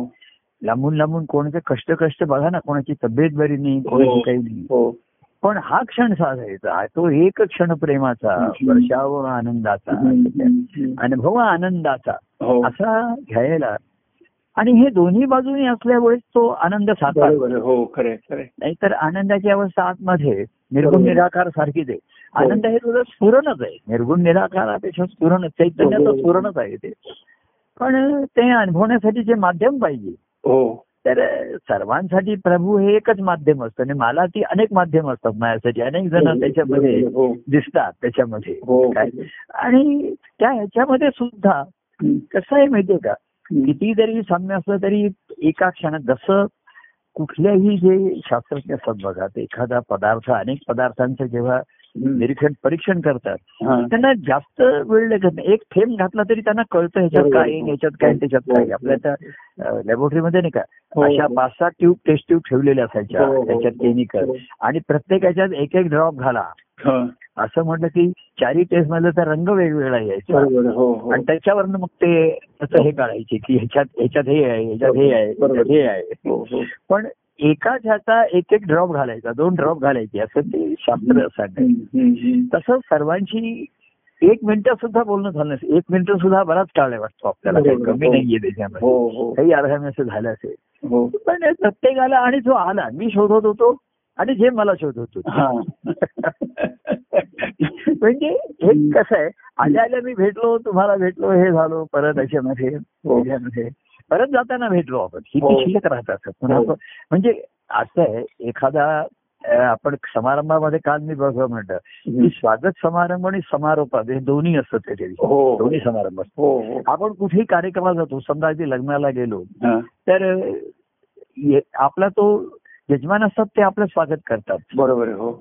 Speaker 2: लांबून लांबून कोणाचे कष्ट कष्ट बघा ना कोणाची तब्येत बरी नाही कोणाची काही नाही
Speaker 1: हो
Speaker 2: पण हा क्षण साधायचा तो एक क्षण प्रेमाचा
Speaker 1: हम्म.
Speaker 2: वर्षावर आनंदाचा अनुभव आनंदाचा
Speaker 1: हो
Speaker 2: असा घ्यायला आणि हे दोन्ही बाजूनी असल्यामुळे तो आनंद साधतात
Speaker 1: बरोबर आहे. हो खरे खरे
Speaker 2: नाहीतर आनंदाची अवस्था आतमध्ये निर्गुण
Speaker 1: बरोबर. हो.
Speaker 2: निराकार सारखीच आहे आनंद हे तुझं स्फुरणच आहे निर्गुण निराकारापेक्षा स्फुरणच चैतन्याचं
Speaker 1: बरोबर.
Speaker 2: स्फुरणच आहे ते पण ते अनुभवण्यासाठी जे माध्यम पाहिजे
Speaker 1: हो
Speaker 2: तर सर्वांसाठी प्रभू हे एकच माध्यम असतं आणि मला ती अनेक माध्यम असतात माझ्यासाठी अनेक जण त्याच्यामध्ये
Speaker 1: हो
Speaker 2: दिसतात त्याच्यामध्ये
Speaker 1: हो
Speaker 2: काय? आणि त्या ह्याच्यामध्ये सुद्धा कसं आहे माहितीये का किती जरी साम्य असलं तरी एका क्षणात जसं कुठल्याही जे शास्त्रज्ञ असतात बघा ते एखादा पदार्थ अनेक पदार्थांचं जेव्हा निरीक्षण परीक्षण करतात
Speaker 1: हा.
Speaker 2: त्यांना जास्त वेळ लागत नाही एक थेंब घातला तरी त्यांना कळतं ह्याच्यात
Speaker 1: बरोबर.
Speaker 2: काय आहे, ह्याच्यात काय आहे, त्याच्यात काय आहे. आपल्या त्या लॅबोरेटरीमध्ये नाही का
Speaker 1: हो,
Speaker 2: अशा
Speaker 1: हो.
Speaker 2: पाच सात ट्यूब टेस्ट ट्यूब ठेवलेल्या असायच्या
Speaker 1: हो, हो.
Speaker 2: त्याच्यात केमिकल
Speaker 1: हो.
Speaker 2: आणि प्रत्येक ह्याच्यात एक एक ड्रॉप घाला
Speaker 1: हा.
Speaker 2: असं म्हटलं की चारी टेस्ट मधलं तर रंग वेगवेगळा यायचा
Speaker 1: बरोबर आहे. हो हो
Speaker 2: आणि त्याच्यावरनं मग ते त्याचं हे काढायचे की ह्याच्यात ह्याच्यात हे आहे ह्याच्यात हे आहे
Speaker 1: बरोबर.
Speaker 2: ह्याच्यात हे आहे
Speaker 1: हो हो
Speaker 2: पण एकाच ह्याचा एक एक ड्रॉप घालायचा दोन ड्रॉप घालायचे असं ते शास्त्र सांगायचं
Speaker 1: हम्म, हम्म, हम्म.
Speaker 2: तसं सर्वांशी एक मिनिटं सुद्धा बोलणं झालं नसेल एक मिनिट सुद्धा बराच काळ आहे वाटतो आपल्याला काही
Speaker 1: बरोबर.
Speaker 2: कमी
Speaker 1: हो.
Speaker 2: नाहीये
Speaker 1: हो
Speaker 2: त्याच्यामध्ये
Speaker 1: हो
Speaker 2: काही अर्धा असं झालं असेल
Speaker 1: हो
Speaker 2: पण प्रत्येकाला आणि जो आला मी शोधत होतो आणि जे मला शोधत होतो
Speaker 1: हा हो,
Speaker 2: म्हणजे हे कसं आहे आल्या आल्या मी भेटलो तुम्हाला भेटलो हे झालो परत याच्यामध्ये
Speaker 1: हो.
Speaker 2: याच्यामध्ये. परत जाताना भेटलो आपण ही
Speaker 1: हो.
Speaker 2: ती शिल्लक राहत असतात पण
Speaker 1: हो.
Speaker 2: आपण- म्हणजे असं आहे एखादा अं, आपण समारंभामध्ये काल मी बघ म्हणलं की स्वागत समारंभ आणि समारोप हे दोन्ही असतात त्या दिवशी
Speaker 1: हो हो
Speaker 2: दोन्ही समारंभ असतात
Speaker 1: हो हो
Speaker 2: आपण कुठेही कार्यक्रमाला जातो समजा अगदी लग्नाला गेलो
Speaker 1: हा.
Speaker 2: तर अं, ये- आपला तो यजमान असतात ते आपलं स्वागत करतात
Speaker 1: बरोबर आहे. हो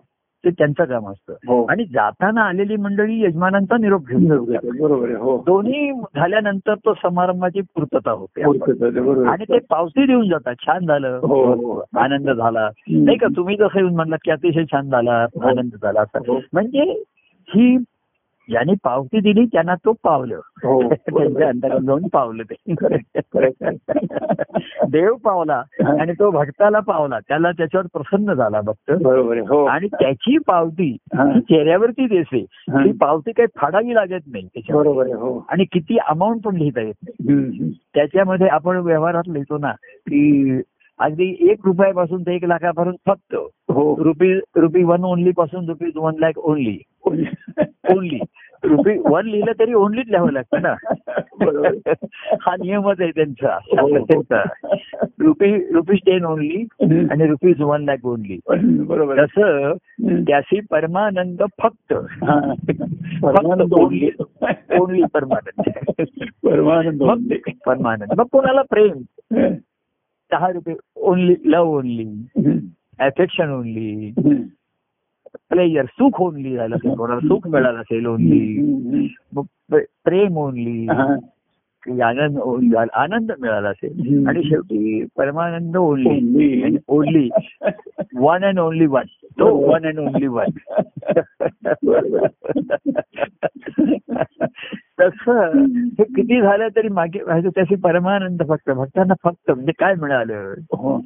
Speaker 2: ते त्यांचं काम असतं
Speaker 1: हो
Speaker 2: आणि जाताना आलेली मंडळी यजमानांचा निरोप घेऊन
Speaker 1: बरोबर
Speaker 2: जातात.
Speaker 1: आहे. बरोबर आहे. हो
Speaker 2: दोन्ही झाल्यानंतर तो समारंभाची पूर्तता होते
Speaker 1: बोलतो तो, ते बरोबर
Speaker 2: आणि ते पावती देऊन जातात छान झालं
Speaker 1: हो, हो.
Speaker 2: आनंद झाला नाही का तुम्ही जसं येऊन म्हणलात की अतिशय छान झाला
Speaker 1: हो.
Speaker 2: आनंद झाला असं
Speaker 1: हो.
Speaker 2: म्हणजे ही ज्यांनी पावती दिली त्यांना तो पावलं
Speaker 1: हो बरोबर
Speaker 2: त्यांच्या
Speaker 1: आहे.
Speaker 2: अंतरात जाऊन पावलं ते
Speaker 1: Correct, correct.
Speaker 2: देव पावला
Speaker 1: हा.
Speaker 2: आणि तो भक्ताला पावला त्याला त्याच्यावर प्रसन्न झाला भक्त
Speaker 1: बरोबर आहे. हो
Speaker 2: आणि त्याची पावती
Speaker 1: हा.
Speaker 2: ती चेहऱ्यावरती दिसते
Speaker 1: हा.
Speaker 2: ती पावती काही फाडावी लागत नाही त्याच्यावर
Speaker 1: बरोबर आहे. हो
Speaker 2: आणि किती अमाऊंट पण लिहिता येत नाही
Speaker 1: हम्म, हम्म.
Speaker 2: त्याच्यामध्ये आपण व्यवहारात लिहितो ना की अगदी एक रुपयापासून ते एक लाखापर्यंत फक्त
Speaker 1: हो
Speaker 2: रुपी रुपी वन ओनली पासून rupees one lakh only only rupee one लिहिलं तरी ओनलीच लिहावं लागतं ना
Speaker 1: बरोबर.
Speaker 2: हा नियमच आहे त्यांचा
Speaker 1: हो, हो.
Speaker 2: त्यांचा रुपी रुपीज टेन ओनली आणि रुपीज वन लॅक ओनली
Speaker 1: बरोबर आहे.
Speaker 2: तसं
Speaker 1: हम्म.
Speaker 2: त्याशी परमानंद फक्त
Speaker 1: हा. परमानंद
Speaker 2: ओनली ओनली परमानंद
Speaker 1: परमानंद
Speaker 2: मग
Speaker 1: ओनली.
Speaker 2: परमानंद मग कोणाला प्रेम दहा रुपये ओनली लव ओनली
Speaker 1: हम्म.
Speaker 2: अफेक्शन ओनली प्लेयर सुख ओनली झालं असेल कोणाला सुख मिळालं असेल ओनली
Speaker 1: हम्म.
Speaker 2: मग प्रे- प्रेम ओनली
Speaker 1: हा.
Speaker 2: आनंद only झाला, आनंद मिळाला असेल
Speaker 1: हम्म.
Speaker 2: आणि शेवटी परमानंद only
Speaker 1: only.
Speaker 2: Only one and only one तो
Speaker 1: बरोबर.
Speaker 2: वन अँड ओनली वन तसं हे किती झालं तरी मागे मागे त्याशी परमानंद फक्त भक्तांना फक्त म्हणजे काय मिळालं
Speaker 1: हो.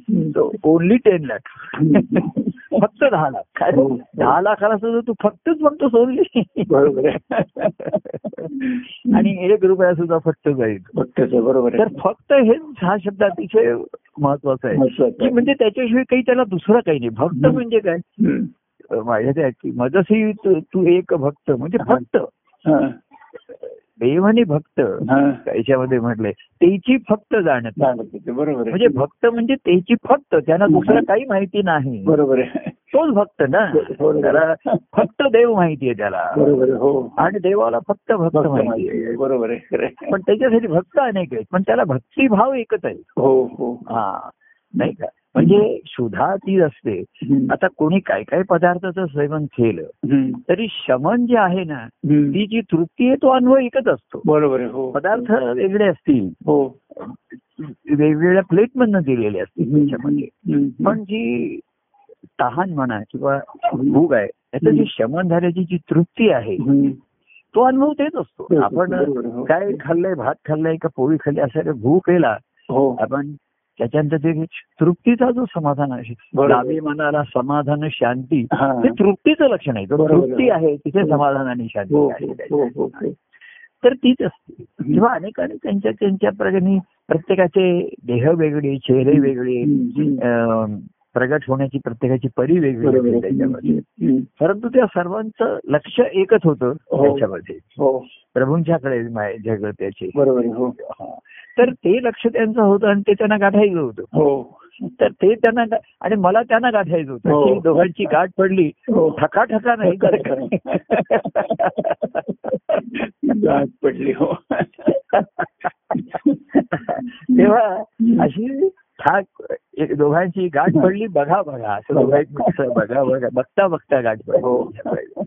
Speaker 2: ओनली टेन लाख फक्त दहा लाख काय
Speaker 1: हो.
Speaker 2: दहा लाखाला सुद्धा तू फक्तच म्हणतो सोडली
Speaker 1: बरोबर आहे.
Speaker 2: आणि एक रुपया सुद्धा फक्त जाईल
Speaker 1: बघतोच आहे, बरोबर
Speaker 2: तर
Speaker 1: आहे.
Speaker 2: फक्त हेच हा शब्द अतिशय महत्वाचा आहे
Speaker 1: महत्वाचं
Speaker 2: की
Speaker 1: आहे.
Speaker 2: म्हणजे त्याच्याशिवाय काही त्याला दुसरा काही नाही भक्त
Speaker 1: हम्म.
Speaker 2: म्हणजे काय
Speaker 1: हम्म.
Speaker 2: माझ्या त्या की मजसी तू तू एक भक्त म्हणजे
Speaker 1: हा.
Speaker 2: फक्त
Speaker 1: हा.
Speaker 2: देवाने भक्त
Speaker 1: हा.
Speaker 2: याच्यामध्ये म्हटले त्याची फक्त जाणत
Speaker 1: चालत होते, बरोबर
Speaker 2: म्हणजे
Speaker 1: आहे.
Speaker 2: भक्त म्हणजे त्याची फक्त त्यांना दुसरं
Speaker 1: हम्म.
Speaker 2: काही माहिती नाही
Speaker 1: बरोबर आहे
Speaker 2: तोच भक्त ना
Speaker 1: बरोबर.
Speaker 2: त्याला फक्त देव माहितीये त्याला
Speaker 1: बरोबर आहे, हो
Speaker 2: आणि देवाला फक्त भक्त
Speaker 1: भक्त माहिती
Speaker 2: माहितीये
Speaker 1: आहे, बरोबर आहे खरं आहे.
Speaker 2: पण त्याच्यासाठी भक्त अनेक आहेत पण त्याला भक्तिभाव एकच आहे
Speaker 1: हो हो
Speaker 2: हा नाही का म्हणजे सुधा ती असते
Speaker 1: हम्म.
Speaker 2: आता कोणी काय काय पदार्थाचं सेवन केलं
Speaker 1: हम्म.
Speaker 2: तरी शमन जे आहे ना
Speaker 1: हम्म.
Speaker 2: ती जी तृप्ती आहे तो अन्वय एकच असतो
Speaker 1: बरोबर आहे हो
Speaker 2: पदार्थ वेगळे असतील
Speaker 1: हो
Speaker 2: वेगवेगळ्या प्लेट मधनं दिलेले असतील
Speaker 1: हम्म.
Speaker 2: त्याच्यामध्ये
Speaker 1: हम्म.
Speaker 2: पण जी तहान म्हणा किंवा भूक आहे त्याचं जे
Speaker 1: हम्म.
Speaker 2: शमन झाल्याची जी तृप्ती आहे
Speaker 1: हम्म.
Speaker 2: तो अनुभव देत असतो
Speaker 1: तेच,
Speaker 2: आपण
Speaker 1: बरोबर, हो.
Speaker 2: काय खाल्लंय भात खाल्लाय का पोळी खाल्ली असा भूक केला
Speaker 1: हो
Speaker 2: आपण त्याच्यानंतर ते तृप्तीचा जो समाधान आहे
Speaker 1: बरोबर.
Speaker 2: लाभी मनाला समाधान शांती
Speaker 1: हा.
Speaker 2: ते तृप्तीचं लक्षण आहे जो
Speaker 1: बरोबर.
Speaker 2: तृप्ती आहे तिथे समाधान आणि
Speaker 1: हो,
Speaker 2: शांती आहे
Speaker 1: हो, हो, हो.
Speaker 2: तर तीच असते किंवा अनेकांनी त्यांच्या त्यांच्या प्रगणी प्रत्येकाचे देह वेगळे चेहरे वेगळे
Speaker 1: हम्म, हम्म.
Speaker 2: अं, प्रगट होण्याची प्रत्येकाची परी वेगळी
Speaker 1: बरोबर
Speaker 2: असते
Speaker 1: आहे.
Speaker 2: त्याच्यामध्ये
Speaker 1: हम्म.
Speaker 2: परंतु त्या सर्वांचं लक्ष एकच होतं
Speaker 1: हो.
Speaker 2: त्याच्यामध्ये
Speaker 1: हो
Speaker 2: प्रभूंच्याकडे माय- जगत्याचे
Speaker 1: बरोबर आहे. हो हा.
Speaker 2: तर ते लक्ष त्यांचं होतं आणि ते त्यांना गाठायचं होतं
Speaker 1: हो
Speaker 2: तर ते त्यांना गा- आणि मला त्यांना गाठायचं होतं
Speaker 1: हो.
Speaker 2: ही दोघांची गाठ पडली
Speaker 1: हो
Speaker 2: ठका ठका नाही तर
Speaker 1: गाठ पडली हो
Speaker 2: तेव्हा अशी ठाक एक दोघांची गाठ पडली बघा बघा असं दोघा एकमेकांचं बघा बघा बघता बघता गाठ
Speaker 1: हो.
Speaker 2: पडली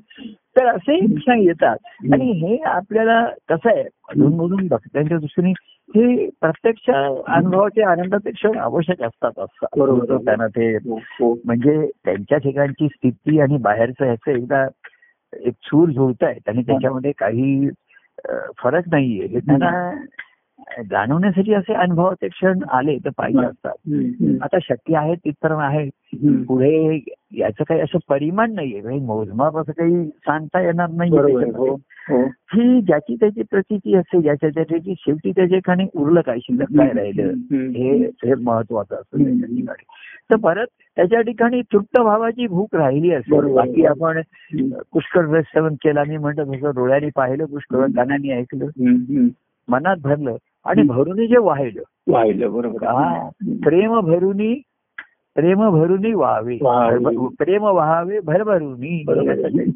Speaker 2: तर असे क्षण येतात आणि हे आपल्याला कसं आहे अजून मधून बघत्यांच्या दृष्टीने हे प्रत्यक्ष अनुभवाचे आनंदाचे क्षण आवश्यक असतात असं
Speaker 1: बरोबर.
Speaker 2: त्यांना ते
Speaker 1: हो, हो.
Speaker 2: म्हणजे त्यांच्या ठिकाणची स्थिती आणि बाहेरचं ह्याचं एकदा एक सूर जुळतायत
Speaker 1: हो.
Speaker 2: आणि त्याच्यामध्ये काही अ, फरक नाहीये हे त्यांना जाणवण्यासाठी असे अनुभवाचे क्षण आले तर पाहिजे असतात
Speaker 1: हो. हम्म,
Speaker 2: आता शक्य आहे तिथपर्यंत आहे
Speaker 1: हम्म.
Speaker 2: पुढे याचं काही असं परिमाण नाहीये काही मोजमाप असं काही सांगता येणार
Speaker 1: बरोबर आहे. हो
Speaker 2: नाही
Speaker 1: हो
Speaker 2: ही ज्याची त्याची प्रचिती असते ज्याच्या त्याची शेवटी त्याच्या खाणी उरलं काय शिल्लक काय राहिलं
Speaker 1: हम्म.
Speaker 2: हे हे महत्वाचं असतं
Speaker 1: हम्म.
Speaker 2: त्याच्या ठिकाणी तर परत त्याच्या ठिकाणी तृप्त भावाची भूक राहिली असेल
Speaker 1: बरोबर.
Speaker 2: बाकी आपण
Speaker 1: हम्म.
Speaker 2: पुष्कळ रस सेवन केला मी म्हणतो तसं डोळ्याने पाहिलं पुष्कळ
Speaker 1: हम्म.
Speaker 2: कानाने ऐकलं
Speaker 1: हम्म, हम्म.
Speaker 2: मनात भरलं आणि
Speaker 1: हम्म.
Speaker 2: भरूनी जे वाहिलं
Speaker 1: वाहिलं बरोबर आहे.
Speaker 2: हा.
Speaker 1: हम्म.
Speaker 2: प्रेम भरूनी प्रेम भरूनी वाहावे
Speaker 1: वाहावे.
Speaker 2: भर- प्रेम वाहावे भरभरूनी
Speaker 1: बरोबर
Speaker 2: असं
Speaker 1: आहे.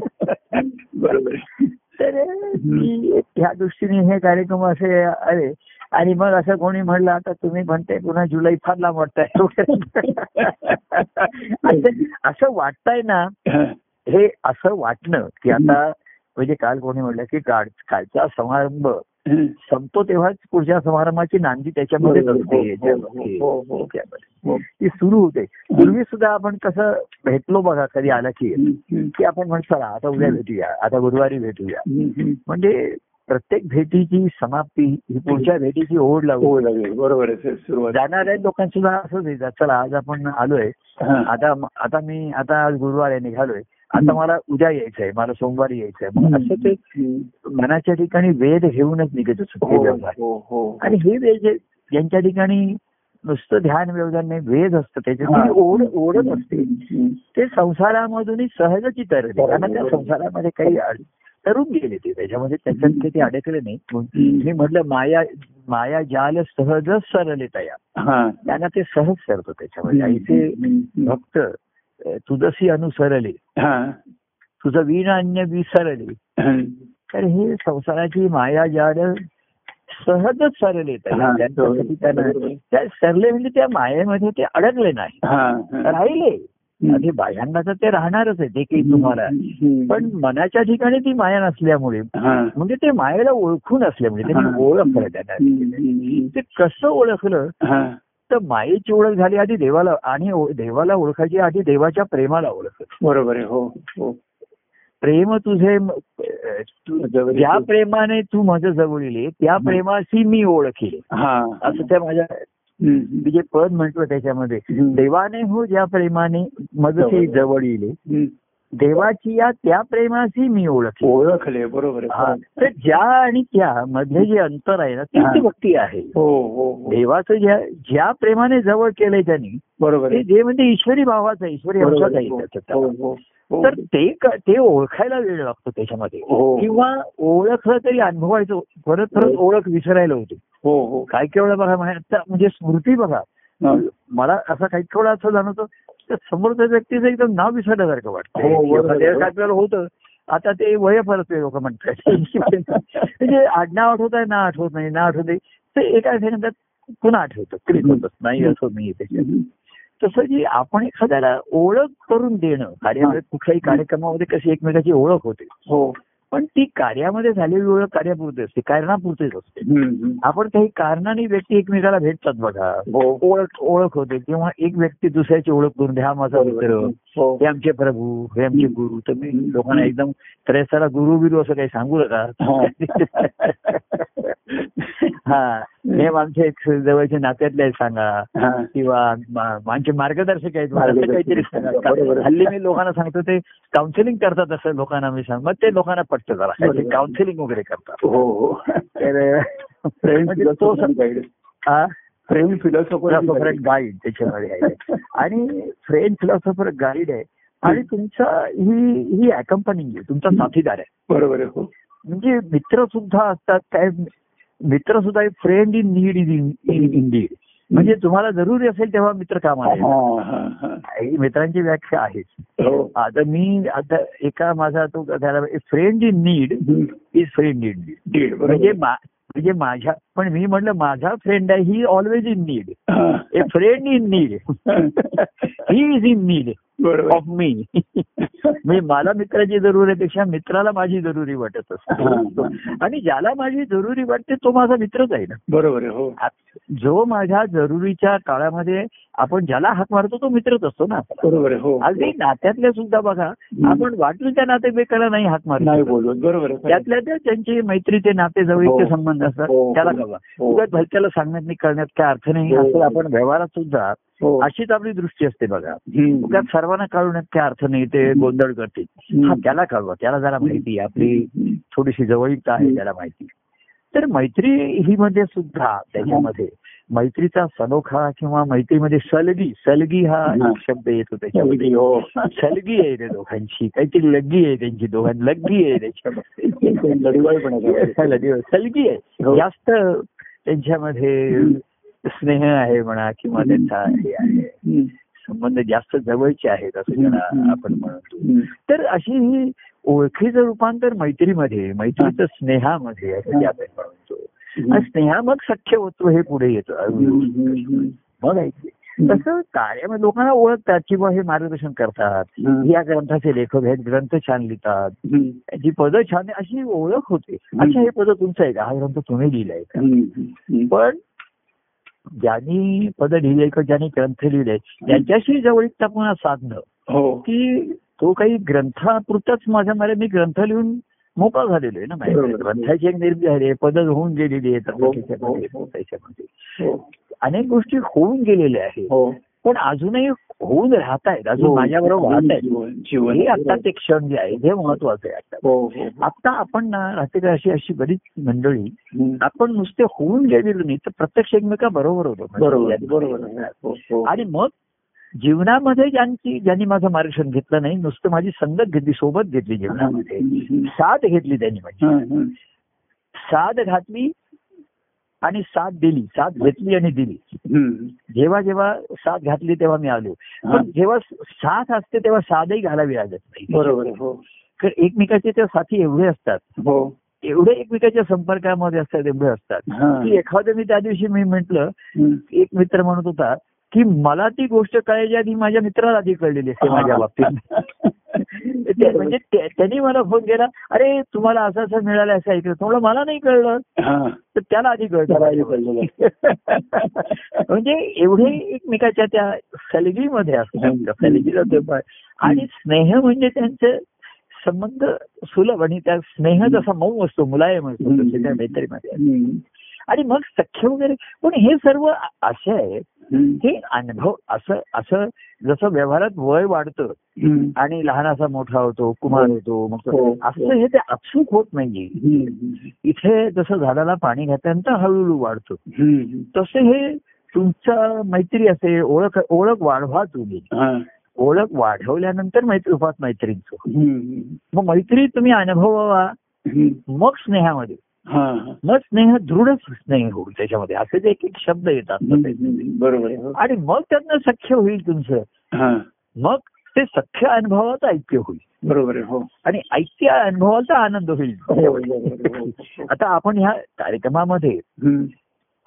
Speaker 2: काही.
Speaker 1: बरोबर आहे.
Speaker 2: तर ती त्या दृष्टीने हे कार्यक्रम असे आले आणि मग असं कोणी म्हणलं आता तुम्ही म्हणताय पुन्हा जुलै फार लांब वाटताय असं- असं वाटतंय ना
Speaker 1: हा.
Speaker 2: हे असं वाटणं की आता म्हणजे काल कोणी म्हटलं की काल कालचा समारंभ
Speaker 1: हम्म.
Speaker 2: संपतो तेव्हाच पुढच्या समारंभाची नांदी त्याच्यामध्ये
Speaker 1: बरोबर.
Speaker 2: असते
Speaker 1: हो, हो,
Speaker 2: याच्यामध्ये.
Speaker 1: हो, हो.
Speaker 2: त्यामध्ये.
Speaker 1: हो.
Speaker 2: ती सुरू होते पूर्वी सुद्धा आपण कसं भेटलो बघा कधी आला की
Speaker 1: हम्म, हम्म.
Speaker 2: की आपण म्हणतो चला आता उद्या
Speaker 1: हं.
Speaker 2: भेटूया आता गुरुवारी भेटूया
Speaker 1: हम्म, हम्म.
Speaker 2: म्हणजे प्रत्येक भेटीची समाप्ती ही पुढच्या भेटीची ओढ लागू
Speaker 1: हो लागेल बरोबर आहे सर, सुरुवात
Speaker 2: जाणाऱ्या लोकांची सुद्धा असंच येतात चला आज आपण आलोय
Speaker 1: हा.
Speaker 2: आता आता मी आता आज गुरुवार आहे निघालोय आता
Speaker 1: हं.
Speaker 2: मला उद्या यायचंय मला सोमवारी यायचंय मग
Speaker 1: हम्म.
Speaker 2: असं ते
Speaker 1: हम्म.
Speaker 2: मनाच्या ठिकाणी वेध घेऊनच निघत असतो ते
Speaker 1: हो,
Speaker 2: व्यवहार.
Speaker 1: हो, हो.
Speaker 2: आणि हे वेध जे- ज्यांच्या ठिकाणी नुसतं ध्यान व्यवधान नाही वेध असतं त्याच्यात
Speaker 1: हा.
Speaker 2: ती ओढ ओढत असते
Speaker 1: हम्म.
Speaker 2: ते संसारामधूनही सहजची तरले
Speaker 1: बरोबर,
Speaker 2: कारण त्या
Speaker 1: बरोबर.
Speaker 2: संसारामध्ये काही अड- तरून गेले ते त्याच्यामध्ये त्याच्यात काही ते अडकले नाही म्हणून मी
Speaker 1: हम्म.
Speaker 2: म्हटलं माया माया जाल सहज सरले तया
Speaker 1: हा.
Speaker 2: त्यांना ते सहज सरतो त्याच्यामध्ये आणि ते
Speaker 1: हम्म.
Speaker 2: म्हणजे भक्त अ, तुझसी अनुसरले
Speaker 1: हा.
Speaker 2: तुझं वीण अन्य विसरले
Speaker 1: हम्म.
Speaker 2: तर हे संसाराची माया जाल सहजच सरले तया
Speaker 1: हा,
Speaker 2: त्यांच्यासाठी त्यांना
Speaker 1: बरोबर.
Speaker 2: त्या सरले म्हणजे त्या मायेमध्ये ते अडकले नाही
Speaker 1: हा, हा.
Speaker 2: राहिले
Speaker 1: हम्म.
Speaker 2: आणि बाह्यांना तर ते राहणारच आहे ते की तुम्हाला
Speaker 1: हम्म.
Speaker 2: पण मनाच्या ठिकाणी ती माया नसल्यामुळे
Speaker 1: हा.
Speaker 2: म्हणजे ते मायेला ओळखून असल्यामुळे
Speaker 1: हा.
Speaker 2: त्यांनी ओळखलं त्यांना
Speaker 1: हम्म.
Speaker 2: ते कसं ओळखलं
Speaker 1: हा.
Speaker 2: तर मायेची ओळख झाली आधी देवाला आणि ओ- देवाला ओळखायची आधी देवाच्या प्रेमाला ओळखलं
Speaker 1: बरोबर आहे हो हो
Speaker 2: प्रेम तुझे म- अ, तू-
Speaker 1: जवळील.
Speaker 2: ज्या प्रेमाने तू माझं जवळीले त्या प्रेमाशी मी ओळखले
Speaker 1: हा
Speaker 2: असं त्या माझ्या
Speaker 1: हम्म.
Speaker 2: मी जे पद म्हटलं त्याच्यामध्ये
Speaker 1: हम्म.
Speaker 2: देवाने हो ज्या प्रेमाने मजशी
Speaker 1: जवळ.
Speaker 2: जवळ येले
Speaker 1: हम्म.
Speaker 2: देवाची या त्या प्रेमाशी मी ओळखले
Speaker 1: ओळखले बरोबर आहे
Speaker 2: हा. तर ज्या आणि त्या मधले जे अंतर आहे ना तीच
Speaker 1: हा.
Speaker 2: ती भक्ती आहे
Speaker 1: हो हो हो
Speaker 2: देवाचं ज्या ज्या प्रेमाने जवळ केलंय त्यांनी
Speaker 1: बरोबर
Speaker 2: ते
Speaker 1: आहे
Speaker 2: जे म्हणजे ईश्वरी भावाचं आहे, ईश्वरी
Speaker 1: बरोबर
Speaker 2: अंशाचं
Speaker 1: आहे.
Speaker 2: आहे
Speaker 1: हो,
Speaker 2: त्याच्यात.
Speaker 1: हो, हो, हो.
Speaker 2: तर ते क- ते ओळखायला वेळ लागतो त्याच्यामध्ये
Speaker 1: हो.
Speaker 2: किंवा ओळखलं तरी अनुभवायचं परत परत
Speaker 1: हो.
Speaker 2: ओळख विसरायला होते
Speaker 1: हो हो
Speaker 2: काय केवळ बघा माहिती आहे, आता म्हणजे स्मृती बघा
Speaker 1: हा.
Speaker 2: मला असं काही केवळ असं जाणवतं तर समोरच्या व्यक्तीचं एकदम नाव विसरल्यासारखं वाटतं
Speaker 1: हो, बरोबर.
Speaker 2: एखाद्या वेळेस आपल्याला होतं आता ते वय परत लोक म्हणतात म्हणजे आडनाव आठवत आहे ना आठवत नाही ना आठवत नाही ते एका सेकंदात पुन्हा आठवतं क्लिक होतं नाही असं नाही ते
Speaker 1: हम्म.
Speaker 2: तसं की आपण एखाद्याला ओळख करून देणं कार्य
Speaker 1: हा.
Speaker 2: कुठल्याही कार्यक्रमामध्ये कशी एकमेकाची ओळख होते
Speaker 1: हो
Speaker 2: पण ती कार्यामध्ये झालेली ओळख कार्यापुरती असते कारणापुरतीच असते
Speaker 1: हम्म.
Speaker 2: आपण काही कारणाने व्यक्ती एकमेकाला भेटतात बघा
Speaker 1: हो
Speaker 2: ओळख ओळख होते किंवा एक व्यक्ती दुसऱ्याची ओळख करून द्या माझा मित्र
Speaker 1: हो.
Speaker 2: हे आमचे प्रभू हे आमचे
Speaker 1: हं.
Speaker 2: गुरु तर मी लोकांना एकदम त्रेसाला गुरु बिरू असं काही सांगू नका हा हे आमचे एक जवळचे नात्यातले आहेत सांगा
Speaker 1: हा.
Speaker 2: किंवा मा- आमचे मार्गदर्शक आहेत मला असं
Speaker 1: मार्गदर्शक.
Speaker 2: काहीतरी सांगा.
Speaker 1: बरोबर.
Speaker 2: हल्ली मी लोकांना सांगतो ते काउन्सिलिंग करतात असं लोकांना मी सांग मग ते लोकांना पटतं जरा काहीतरी
Speaker 1: बरोबर.
Speaker 2: काउन्सिलिंग वगैरे करतात
Speaker 1: हो हो
Speaker 2: तर म्हणजे
Speaker 1: फ्रेंड
Speaker 2: तो सं- हा?
Speaker 1: Friend philosopher
Speaker 2: philosopher and guide त्याच्यामध्ये आहे आणि फ्रेंच फिलॉसॉफर गाईड आहे आणि तुमचा ही ही अकंपनिंग आहे तुमचा साथीदार आहे
Speaker 1: बरोबर आहे हो
Speaker 2: म्हणजे मित्र सुद्धा असतात काय मित्र सुद्धा friend in need is in in need म्हणजे तुम्हाला जरुरी असेल तेव्हा मित्र कामाला येतात.
Speaker 1: हा, हा, हा.
Speaker 2: ही मित्रांची व्याख्या आहे
Speaker 1: हो
Speaker 2: आता मी आता एका माझा तो त्याला फ्रेंड इन नीड
Speaker 1: हम्म.
Speaker 2: Is friend in need
Speaker 1: deed
Speaker 2: म्हणजे
Speaker 1: बरोबर
Speaker 2: मा- म्हणजे माझ्या पण मी म्हटलं माझा फ्रेंड आहे ही ऑलवेज इन नीड
Speaker 1: हा.
Speaker 2: A friend in need he is in need
Speaker 1: बरोबर
Speaker 2: ऑफ मी म्हणजे मला मित्राची जरुरीपेक्षा मित्राला माझी जरुरी वाटत असते
Speaker 1: हा.
Speaker 2: आणि ज्याला माझी जरुरी वाटते तो माझा मित्रच आहे ना
Speaker 1: बरोबर आहे हो
Speaker 2: आप- जो माझ्या जरुरीच्या काळामध्ये आपण ज्याला हाक मारतो तो मित्रच असतो ना आपला.
Speaker 1: बरोबर आहे हो
Speaker 2: अगदी नात्यातल्या सुद्धा बघा आपण वाटलं त्या नातेवाईकाला नाही हाक
Speaker 1: नाही
Speaker 2: मारतो
Speaker 1: बोलवत बरोबर आहे
Speaker 2: त्यातल्या त्यात त्यांची मैत्री ते नाते
Speaker 1: हो.
Speaker 2: जवळचे संबंध असतात
Speaker 1: हो.
Speaker 2: त्याला कळवा
Speaker 1: हो.
Speaker 2: उगाच भलत्याला सांगण्यात नाही करण्यात काय अर्थ नाही
Speaker 1: हो.
Speaker 2: असं आपण व्यवहारात सुद्धा
Speaker 1: हो.
Speaker 2: अशीच आपली दृष्टी असते बघा
Speaker 1: हम्म.
Speaker 2: उगाच सर्वांना कळवण्यात काय अर्थ नाही ते
Speaker 1: हम्म.
Speaker 2: गोंधळ करतील
Speaker 1: हम्म.
Speaker 2: हा त्याला कळवा त्याला जरा माहिती आहे. आपली
Speaker 1: हम्म.
Speaker 2: थोडीशी जवळीकता आहे
Speaker 1: हम्म.
Speaker 2: त्याला माहिती तर मैत्री ही मध्ये सुद्धा त्याच्यामध्ये मैत्रीचा सलोखा किंवा मैत्रीमध्ये सलगी सलगी हा
Speaker 1: हा.
Speaker 2: एक शब्द येतो त्याच्यामध्ये
Speaker 1: अगदी हो
Speaker 2: सलगी आहे त्या दोघांची काहीतरी लग्गी आहे त्यांची दोघांची लग्गी आहे त्याच्यामध्ये
Speaker 1: लढीवाई पण आहे त्यामध्ये.
Speaker 2: लग्गी आहे. सलगी आहे
Speaker 1: हो.
Speaker 2: जास्त त्यांच्यामध्ये
Speaker 1: हम्म.
Speaker 2: स्नेह आहे म्हणा किंवा त्यांचा हे आहे
Speaker 1: हम्म.
Speaker 2: संबंध जास्त जवळचे आहेत असं
Speaker 1: हम्म.
Speaker 2: त्याला आपण म्हणतो
Speaker 1: हम्म.
Speaker 2: तर अशी ही ओळखीचं रूपांतर मैत्रीमध्ये मैत्रीचं स्नेहामध्ये असं जे आपण म्हणतो आणि स्नेहा मग सख्य होतो हे पुढे येतं
Speaker 1: हम्म. हम्म.
Speaker 2: मग ऐकते तसं कार्यामध्ये लोकांना ओळखतात किंवा हे मार्गदर्शन करतात
Speaker 1: हम्म.
Speaker 2: या ग्रंथाचे लेखक आहेत ग्रंथ छान लिहितात
Speaker 1: हम्म.
Speaker 2: जी पदं छान आहे, अशी ओळख होते अच्छा हे पद तुमचं आहे का हा ग्रंथ तुम्ही लिहिलाय का
Speaker 1: हम्म.
Speaker 2: पण ज्यांनी पद लिहिले किंवा ज्यांनी ग्रंथ लिहिले त्यांच्याशी जवळीकता पुन्हा साधणं
Speaker 1: हो
Speaker 2: की तो काही ग्रंथापुरताच माझ्या मला मी ग्रंथ लिहून मोकळा झालेलो आहे ना माझ्या
Speaker 1: बरोबर.
Speaker 2: ग्रंथाची एक निर्मिती झाली आहे पद होऊन गेलेली आहेत
Speaker 1: हो,
Speaker 2: आता त्याच्यामध्ये
Speaker 1: हो, हो.
Speaker 2: त्याच्यामध्ये
Speaker 1: हो
Speaker 2: अनेक गोष्टी होऊन गेलेल्या आहेत
Speaker 1: हो
Speaker 2: पण अजूनही होऊन राहत आहेत अजून
Speaker 1: हो.
Speaker 2: माझ्याबरोबर राहत आहेत
Speaker 1: जीवन जीवन
Speaker 2: हे आता ते क्षण जे आहे हे महत्वाचं आहे आता
Speaker 1: हो हो
Speaker 2: आता आपण ना रात्री अशी अशी बरीच मंडळी
Speaker 1: हम्म.
Speaker 2: आपण नुसते होऊन गेलेलो नाही तर प्रत्यक्ष एकमेका बरोबर होतो म्हणजे
Speaker 1: बरोबर बरोबर आहे. हो, हो.
Speaker 2: आणि मग जीवनामध्ये ज्यांची ज्यांनी माझं मार्गदर्शन घेतलं नाही नुसतं माझी संगत घेतली सोबत घेतली जीवनामध्ये
Speaker 1: हम्म.
Speaker 2: साथ घेतली त्यांनी माझी
Speaker 1: हम्म. हम्म.
Speaker 2: साथ घातली आणि साथ दिली साथ घेतली आणि दिली
Speaker 1: हम्म.
Speaker 2: जेव्हा जेव्हा साथ घातली तेव्हा मी आलो
Speaker 1: हा.
Speaker 2: पण जेव्हा साथ असते तेव्हा साधही घालावी लागत नाही
Speaker 1: बरोबर आहे. हो
Speaker 2: कारण एकमेकाचे त्या साथी एवढे असतात
Speaker 1: हो
Speaker 2: एवढे एकमेकाच्या संपर्कामध्ये असतात एवढे असतात
Speaker 1: हा.
Speaker 2: की एखादं मी त्या दिवशी मी म्हंटल
Speaker 1: हम्म.
Speaker 2: एक मित्र म्हणत होता की मला ती गोष्ट कळायची आधी माझ्या मित्राला आधी कळलेली असते माझ्या बाबतीत ते- म्हणजे ते- त्यांनी मला फोन केला अरे तुम्हाला असं असं मिळालं असं ऐकलं तुम्हाला मला नाही कळलं
Speaker 1: हा.
Speaker 2: तर त्याला आधी
Speaker 1: त्याला आधी
Speaker 2: कळलं
Speaker 1: कळलेलं आहे.
Speaker 2: म्हणजे एवढे एकमेकाच्या त्या सलगीमध्ये असतात सलगीला ते पण. आणि स्नेह म्हणजे त्यांचे संबंध सुलभ आणि त्या स्नेह जसा मऊ असतो मुलायम असतो तसे त्या मैत्रीमध्ये
Speaker 1: हम्म.
Speaker 2: आणि मग सख्य वगैरे पण हे सर्व असे आहे
Speaker 1: हम्म.
Speaker 2: हे अनुभव असं असं जसं व्यवहारात वय वाढतं
Speaker 1: हम्म.
Speaker 2: आणि लहानाचा मोठा होतो कुमार होतो मग तो-
Speaker 1: हो.
Speaker 2: असं हे ते अचूक होत नाहीये
Speaker 1: हम्म.
Speaker 2: इथे जसं झाडाला पाणी घातल्यानंतर हळूहळू वाढतो
Speaker 1: हम्म.
Speaker 2: तसे हे तुमचा मैत्री असे ओळख ओळख वाढवा तुम्ही
Speaker 1: हा.
Speaker 2: ओळख वाढवल्यानंतर मैत्री उपात मैत्रीचं
Speaker 1: हम्म.
Speaker 2: मग मैत्री तुम्ही अनुभवावा
Speaker 1: हम्म.
Speaker 2: मग स्नेहामध्ये
Speaker 1: हा.
Speaker 2: मग स्नेह दृढ स्नेह होईल त्याच्यामध्ये असे जे एक एक शब्द येतात ना ते.
Speaker 1: हम्म. बरोबर आहे. हो.
Speaker 2: आणि मग त्यातनं सख्य होईल तुमचं
Speaker 1: हा.
Speaker 2: मग ते सख्य अनुभवाचं ऐक्य होईल
Speaker 1: बरोबर आहे. हो
Speaker 2: आणि ऐक्य अनुभवाचा आनंद
Speaker 1: हो,
Speaker 2: होईल
Speaker 1: बरोबर आहे. हो.
Speaker 2: आता आपण ह्या कार्यक्रमामध्ये
Speaker 1: हम्म.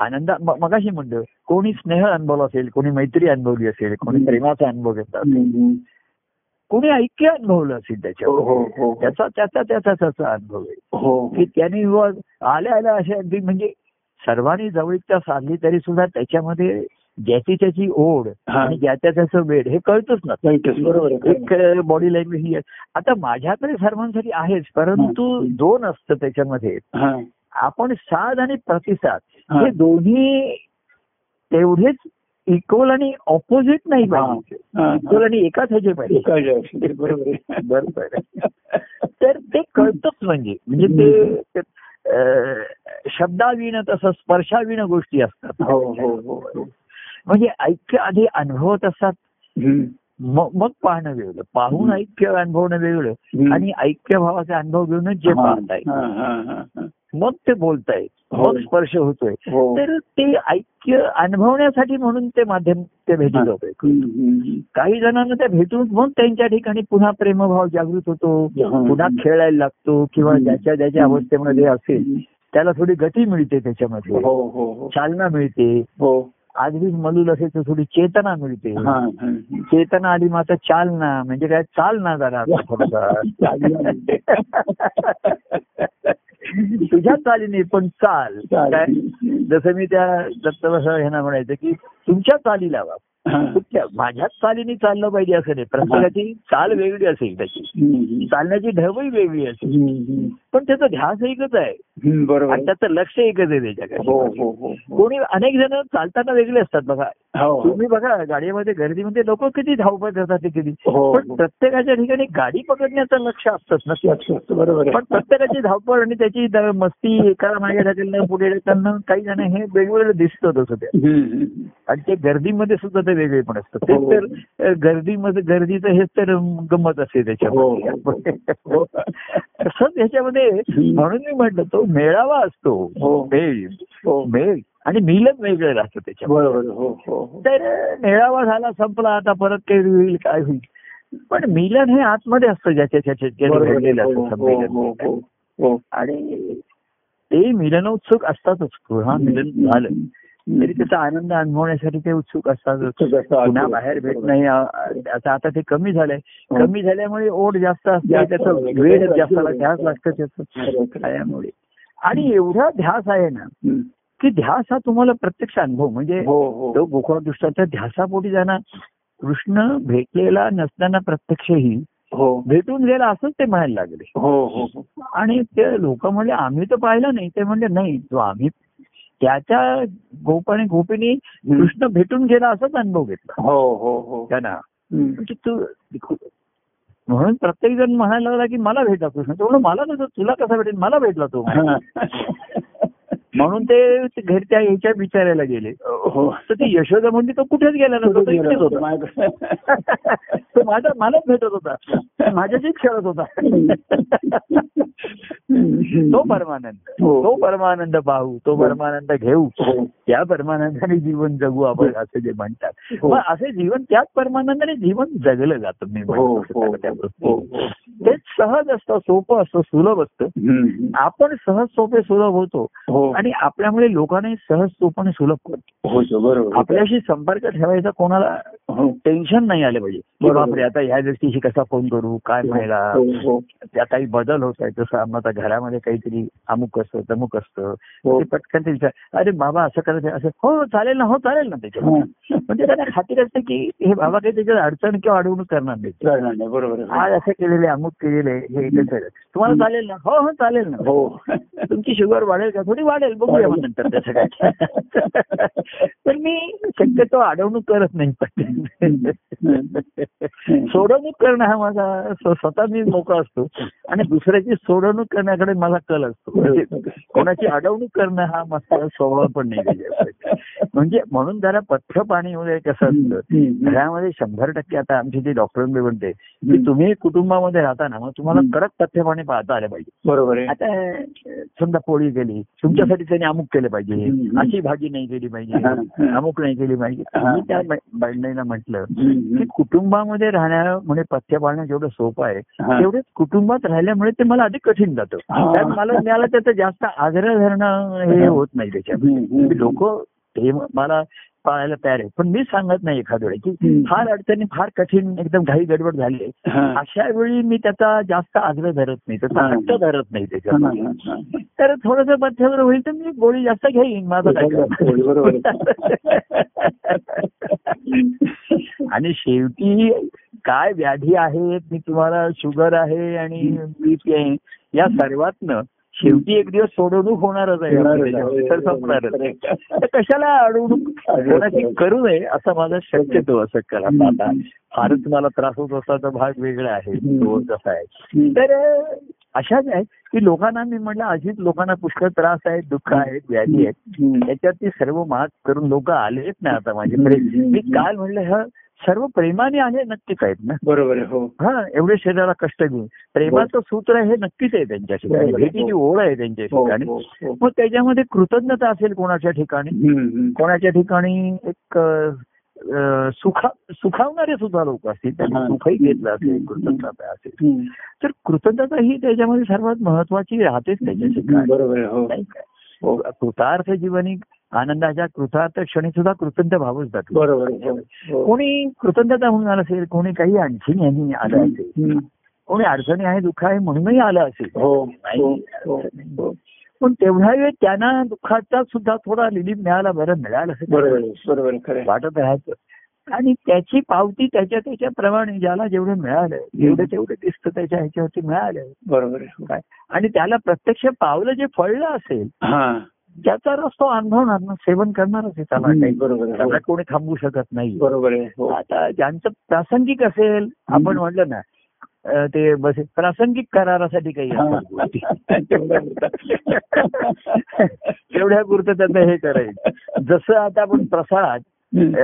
Speaker 2: आनंद म- मगाशी म्हणलं कोणी स्नेह अनुभवला असेल कोणी मैत्री अनुभवली असेल कोणी
Speaker 1: हम्म.
Speaker 2: प्रेमाचा अनुभव घेतला असेल.
Speaker 1: हम्म.
Speaker 2: कोणी ऐक्य अनुभवलं असेल
Speaker 1: हो
Speaker 2: त्याच्यावर
Speaker 1: हो हो
Speaker 2: त्याचा त्याचा त्याचा त्याचा अनुभव आहे
Speaker 1: हो
Speaker 2: की त्यांनी व आल्या आल्या अशा अगदी म्हणजे सर्वांनी जवळीकता साधली तरी सुद्धा त्याच्यामध्ये ज्याची त्याची ओढ
Speaker 1: हा.
Speaker 2: आणि ज्याच्या त्याचं वेळ हे कळतच ना
Speaker 1: राईटच, बरोबर आहे.
Speaker 2: एक बॉडी लँग्वेज ही आहे. आता माझ्याकडे सर्वांसाठी आहेच परंतु
Speaker 1: हा.
Speaker 2: दोन असतं त्याच्यामध्ये
Speaker 1: हा,
Speaker 2: आपण साध आणि प्रतिसाद
Speaker 1: हा.
Speaker 2: हे दोन्ही तेवढेच इक्वल आणि ऑपोजिट नाही पाहिजे
Speaker 1: हा, हा.
Speaker 2: इक्वल आणि एकाच ह्याचे पाहिजे
Speaker 1: एकाच औषध आहे, बरोबर आहे.
Speaker 2: बरोबर आहे. तर ते कळतच म्हणजे म्हणजे ते- ते अं, शब्दाविण तसं स्पर्शाविण गोष्टी असतात
Speaker 1: हो हो हो हो.
Speaker 2: म्हणजे ऐक्य आधी अनुभवत असतात
Speaker 1: हम्म,
Speaker 2: मग मग पाहणं वेगळं पाहून
Speaker 1: हम्म.
Speaker 2: ऐक्य अनुभवणं वेगळं
Speaker 1: हम्म.
Speaker 2: आणि ऐक्य भावाचा अनुभव घेऊनच जे
Speaker 1: हा,
Speaker 2: पाहताय
Speaker 1: हा, हा, हा, हा.
Speaker 2: मग ते बोलताय
Speaker 1: हो.
Speaker 2: मग स्पर्श होतोय
Speaker 1: हो.
Speaker 2: तर ते ऐक्य अनुभवण्यासाठी म्हणून ते माध्यम ते भेटत होते
Speaker 1: हम्म, हम्म,
Speaker 2: काही जणांना ते भेटून मग त्यांच्या ठिकाणी पुन्हा प्रेमभाव जागृत होतो
Speaker 1: हम्म.
Speaker 2: पुन्हा खेळायला लागतो किंवा
Speaker 1: हम्म.
Speaker 2: ज्याच्या ज्याच्या
Speaker 1: हम्म.
Speaker 2: अवस्थेमध्ये असेल
Speaker 1: हम्म.
Speaker 2: त्याला थोडी गती मिळते त्याच्यामध्ये
Speaker 1: हो हो हो
Speaker 2: चालना मिळते
Speaker 1: हो
Speaker 2: अगदीच मलूल असेल तर थोडी चेतना मिळते
Speaker 1: हा, हा, हा.
Speaker 2: चेतना आली मग आता चालना म्हणजे काय चालना जरा आता थोडासा तुझ्या चालीने पण चाल काय जसं मी त्या दत्तवस ह्यांना म्हणायचं की तुमच्या चाली लावा
Speaker 1: हा.
Speaker 2: तुमच्या माझ्याच चालीने चाललं पाहिजे असं नाही प्रत्येकाची चाल वेगळी असेल त्याची
Speaker 1: हम्म,
Speaker 2: चालण्याची ढवही वेगळी असेल
Speaker 1: हम्म, हम्म.
Speaker 2: पण त्याचा ध्यास एकच आहे
Speaker 1: हम्म, बरोबर
Speaker 2: आणि
Speaker 1: आहे.
Speaker 2: त्याचं लक्ष एकच आहे
Speaker 1: हो
Speaker 2: त्याच्याकडे
Speaker 1: हो हो हो
Speaker 2: कोणी अनेक जण चालताना वेगळे असतात बघा
Speaker 1: हो
Speaker 2: तुम्ही बघा गाडीमध्ये गर्दीमध्ये लोक किती धावपळ करतात ते किती
Speaker 1: हो.
Speaker 2: पण प्रत्येकाच्या ठिकाणी गाडी पकडण्याचं लक्ष असतंच ना
Speaker 1: लक्ष असतं, बरोबर
Speaker 2: पण
Speaker 1: आहे.
Speaker 2: प्रत्येकाची धावपळ आणि त्याची द- मस्ती एकाला मागे ढकलणं पुढे ढकलणं काही जण हे वेगवेगळं दिसतं तसं ते
Speaker 1: हम्म, हम्म.
Speaker 2: आणि ते गर्दीमध्ये सुद्धा ते वेगळे पण असतं ते
Speaker 1: हो.
Speaker 2: तर अ, गर्दीमध्ये गर्दीचं हेच तर गंमत असते
Speaker 1: हो,
Speaker 2: त्याच्यामध्ये
Speaker 1: हो. हो.
Speaker 2: तसंच याच्यामध्ये म्हणून मी म्हटलं तो मेळावा असतो
Speaker 1: हो.
Speaker 2: मेळ
Speaker 1: हो.
Speaker 2: मेळ आणि मिलन वेगळं राहतं त्याच्यामध्ये
Speaker 1: बरोबर आहे. हो हो हो
Speaker 2: तर मेळावा झाला संपला आता परत काही होईल काय होईल पण मिलन हे आतमध्ये असतं ज्याच्या ज्याच्या ज्याने
Speaker 1: बरोबर आहे.
Speaker 2: घडलेलं
Speaker 1: हो,
Speaker 2: असतं
Speaker 1: हो,
Speaker 2: संमेलन
Speaker 1: हो, हो.
Speaker 2: आणि ते मिलन उत्सुक असतातच पुन्हा मिलन झालं तरी त्याचा आनंद अनुभवण्यासाठी ते उत्सुक असतातच
Speaker 1: उत्सुक असतात. हो.
Speaker 2: पुन्हा बाहेर भेट नाही आता आता ते कमी झालंय कमी झाल्यामुळे ओढ जास्त असते
Speaker 1: जास्त
Speaker 2: त्याचा
Speaker 1: झालंय.
Speaker 2: वेळ जास्त लागतो, ध्यास लागतो
Speaker 1: बरोबर.
Speaker 2: त्याचा त्यामुळे आणि एवढा ध्यास आहे ना
Speaker 1: हम्म.
Speaker 2: की ध्यास हा तुम्हाला प्रत्यक्ष अनुभव म्हणजे
Speaker 1: हो हो
Speaker 2: तो गोकुळ दृष्टांत ध्यासापोटी जाणार कृष्ण भेटलेला नसताना प्रत्यक्षही
Speaker 1: हो
Speaker 2: भेटून गेला असंच ते म्हणायला लागले
Speaker 1: हो हो हो.
Speaker 2: आणि ते लोक म्हणले आम्ही तर पाहिला नाही ते म्हणले नाही तो आम्ही त्याच्या गोप आणि गोपीनी कृष्ण भेटून गेला असाच अनुभव घेतला
Speaker 1: हो हो हो
Speaker 2: त्यांना
Speaker 1: हम्म.
Speaker 2: म्हणजे तू म्हणून प्रत्येक जण म्हणायला लागला की मला भेटला कृष्ण तो म्हणून मला नसतो तुला कसा भेटेल मला भेटला तो
Speaker 1: हा.
Speaker 2: म्हणून ते ते घरी त्या ह्याच्या विचारायला गेले
Speaker 1: हो
Speaker 2: तर ती यशोदा म्हणली तो कुठेच गेला नव्हता तो इकडेच होता तो माझा मलाच भेटत होता माझ्याशीच खेळत होता तो परमानंद
Speaker 1: हो.
Speaker 2: तो परमानंद पाहू तो परमानंद घेऊ त्या परमानंदाने जीवन जगू आपण असं जे म्हणतात
Speaker 1: हो.
Speaker 2: मग असे जीवन त्याच परमानंदाने जीवन जगलं जातं मी
Speaker 1: हो, हो,
Speaker 2: म्हणतो
Speaker 1: हो,
Speaker 2: त्याला त्या
Speaker 1: हो,
Speaker 2: गोष्टी.
Speaker 1: हो.
Speaker 2: ते सहज असतं सोपं असतं सुलभ असतं
Speaker 1: हम्म.
Speaker 2: आपण सहज सोपे सुलभ होतो
Speaker 1: हो
Speaker 2: आणि आपल्यामुळे लोकांनी सहज सोपं आणि सुलभ करतो
Speaker 1: हो सर, बरोबर
Speaker 2: आपल्याशी संपर्क ठेवायचा कोणाला
Speaker 1: हो.
Speaker 2: टेन्शन नाही आलं पाहिजे की
Speaker 1: बरोबर.
Speaker 2: बापरे आता ह्या व्यक्तीशी कसा फोन करू काय
Speaker 1: हो,
Speaker 2: म्हणायला
Speaker 1: हो,
Speaker 2: त्या काही बदल होत आहेत जसं आम्ही आता घरामध्ये काहीतरी अमुक असतं तमुक असतं
Speaker 1: हो.
Speaker 2: ते पटकन ते विचार अरे बाबा असं करायचं असं हो चालेल ना हो चालेल ना त्याच्यामध्ये
Speaker 1: हा.
Speaker 2: म्हणजे त्यांना खात्री असते की हे बाबा काही त्याच्यात अडचण किंवा अडवणूक करणार नाही
Speaker 1: चालणार नाही, बरोबर आहे.
Speaker 2: आज असं केलेले अमुक केलेले हे एकच आहे. तुम्हाला चालेल ना हो हो चालेल ना
Speaker 1: हो
Speaker 2: तुमची शुगर वाढेल का थोडी वाढेल बघूया मग नंतर त्याचं काय पण मी शक्यतो अडवणूक करत नाही पटकन सोडवणूक करणं हा माझा स्व- स्वतः मी मोका असतो आणि दुसऱ्याची सोडवणूक करण्याकडे माझा कल असतो म्हणजे कोणाची अडवणूक करणं हा माझा स्वभाव पण नाही त्याच्यात. म्हणजे म्हणून जरा पथ्य पाणी वगैरे कसं असतं घरामध्ये शंभर टक्के आता आमची जी डॉक्टरांनी म्हणते की तुम्ही कुटुंबामध्ये राहता ना मग तुम्हाला
Speaker 1: हम्म.
Speaker 2: कडक पथ्य पाणी पाहता आलं पाहिजे
Speaker 1: बरोबर आहे
Speaker 2: आता अं, समजा पोळी केली तुमच्यासाठी त्यांनी अमुक केलं पाहिजे
Speaker 1: हम्म.
Speaker 2: अशी भाजी नाही केली
Speaker 1: हा,
Speaker 2: पाहिजे
Speaker 1: हा.
Speaker 2: अमुक नाही केली पाहिजे
Speaker 1: हा.
Speaker 2: मी त्या बंडाईला म्हटलं की
Speaker 1: हम्म.
Speaker 2: कुटुंबामध्ये राहण्या म्हणजे पथ्य पाळणं जेवढं सोपं आहे
Speaker 1: हा.
Speaker 2: तेवढेच कुटुंबात राहिल्यामुळे ते मला अधिक कठीण जातं
Speaker 1: हा.
Speaker 2: कारण मला मला त्याचं जास्त आग्रह धरणं हे होत नाही त्याच्यामध्ये
Speaker 1: हम्म.
Speaker 2: लोक हे म- मला पाळायला तयार आहे पण मी सांगत नाही एखाद्या वेळी की
Speaker 1: हम्म.
Speaker 2: फार अडचणी फार कठीण एकदम घाई गडबड झाली आहे.
Speaker 1: हा.
Speaker 2: अशा वेळी मी त्याचा जास्त आग्रह धरत नाही त्याचा
Speaker 1: हा.
Speaker 2: हट्ट धरत नाही
Speaker 1: हा,
Speaker 2: त्याच्यावर
Speaker 1: हा, हा.
Speaker 2: तर थोडस मध्यवर होईल तर मी गोळी जास्त घेईन माझा काय
Speaker 1: होईल, बरोबर
Speaker 2: करणार? आणि शेवटी काय व्याधी आहेत मी तुम्हाला शुगर आहे आणि बीपी आहे या सर्वातनं शेवटी एक दिवस सोडवणूक होणारच आहे आपली त्याच्यावर. तर संपणारच आहे. तर कशाला अडवणूक कोणाची करू नये असा माझा शक्यतो असं करा आता फारच मला त्रास होत असता तर भाग वेगळा आहे तो तसा आहे तर अ, अशाच आहे की लोकांना मी म्हटलं अशीच लोकांना पुष्कळ त्रास आहेत दुःख आहेत व्याधी आहेत त्याच्यात ते सर्व मात करून लोक आलेच ना आता माझ्याकडे मी काल म्हणलं ह सर्व प्रेमाने आले नक्कीच आहेत ना
Speaker 1: बरोबर आहे हो
Speaker 2: हा एवढे शरीराला कष्ट घेऊन प्रेमाचं सूत्र हे नक्कीच आहे त्यांच्या ठिकाणी
Speaker 1: बरोबर.
Speaker 2: भेटीची ओढ आहे त्यांच्या
Speaker 1: हो,
Speaker 2: ठिकाणी
Speaker 1: हो, हो.
Speaker 2: मग त्याच्यामध्ये कृतज्ञता असेल कोणाच्या ठिकाणी
Speaker 1: हम्म, हम्म.
Speaker 2: कोणाच्या ठिकाणी एक अ, अ, सुखा सुखावणारे सुद्धा लोक असतील त्यांनी
Speaker 1: हा.
Speaker 2: सुखही घेतलं असेल
Speaker 1: हम्म.
Speaker 2: कृतज्ञता असेल
Speaker 1: हम्म.
Speaker 2: तर कृतज्ञता ही त्याच्यामध्ये सर्वात महत्वाची राहतेच त्याच्या ठिकाणी
Speaker 1: बरोबर आहे हो
Speaker 2: नाही काय? कृतार्थ जीवनी आनंदाच्या कृतार्थ क्षणी सुद्धा कृतज्ञ भावच दाखवतो
Speaker 1: बरोबर आहे, हो, हो.
Speaker 2: कोणी कृतज्ञता म्हणून आलं असेल कोणी काही आणखीन यांनी आलं असेल
Speaker 1: हम्म.
Speaker 2: कोणी अडचणी आहे दुःख आहे म्हणूनही आलं असेल
Speaker 1: हो, हो, हो, हो.
Speaker 2: पण तेवढ्या वेळ त्यांना दुःखाचा सुद्धा थोडा रिलीफ मिळाला बरं मिळालं
Speaker 1: बरोबर
Speaker 2: असेल
Speaker 1: आहे, बरोबर आहे, खरं आहे.
Speaker 2: वाटत राहायचं आणि त्याची पावती त्याच्या त्याच्याप्रमाणे ज्याला जेवढं मिळालं जेवढं तेवढं दिसतं त्याच्या ह्याच्यावरती मिळालं
Speaker 1: बरोबर आहे, हो.
Speaker 2: काय आणि त्याला प्रत्यक्ष पावलं जे फळलं असेल
Speaker 1: हा
Speaker 2: त्याचा रस तो अनुभवणार ना सेवन करणारच आहे त्याला काही
Speaker 1: हम्म, बरोबर आहे,
Speaker 2: त्याला
Speaker 1: हो.
Speaker 2: कोणी थांबू शकत नाही
Speaker 1: बरोबर आहे हो
Speaker 2: आता ज्यांचं प्रासंगिक असेल आपण म्हटलं ना अ, ते बस प्रासंगिक करारासाठी काही
Speaker 1: हा.
Speaker 2: असतात गोष्टी.
Speaker 1: तेवढं होतं.
Speaker 2: तेवढ्या पुरतं त्यांना हे करायचं जसं आता आपण प्रसाद
Speaker 1: हम्म.
Speaker 2: अ,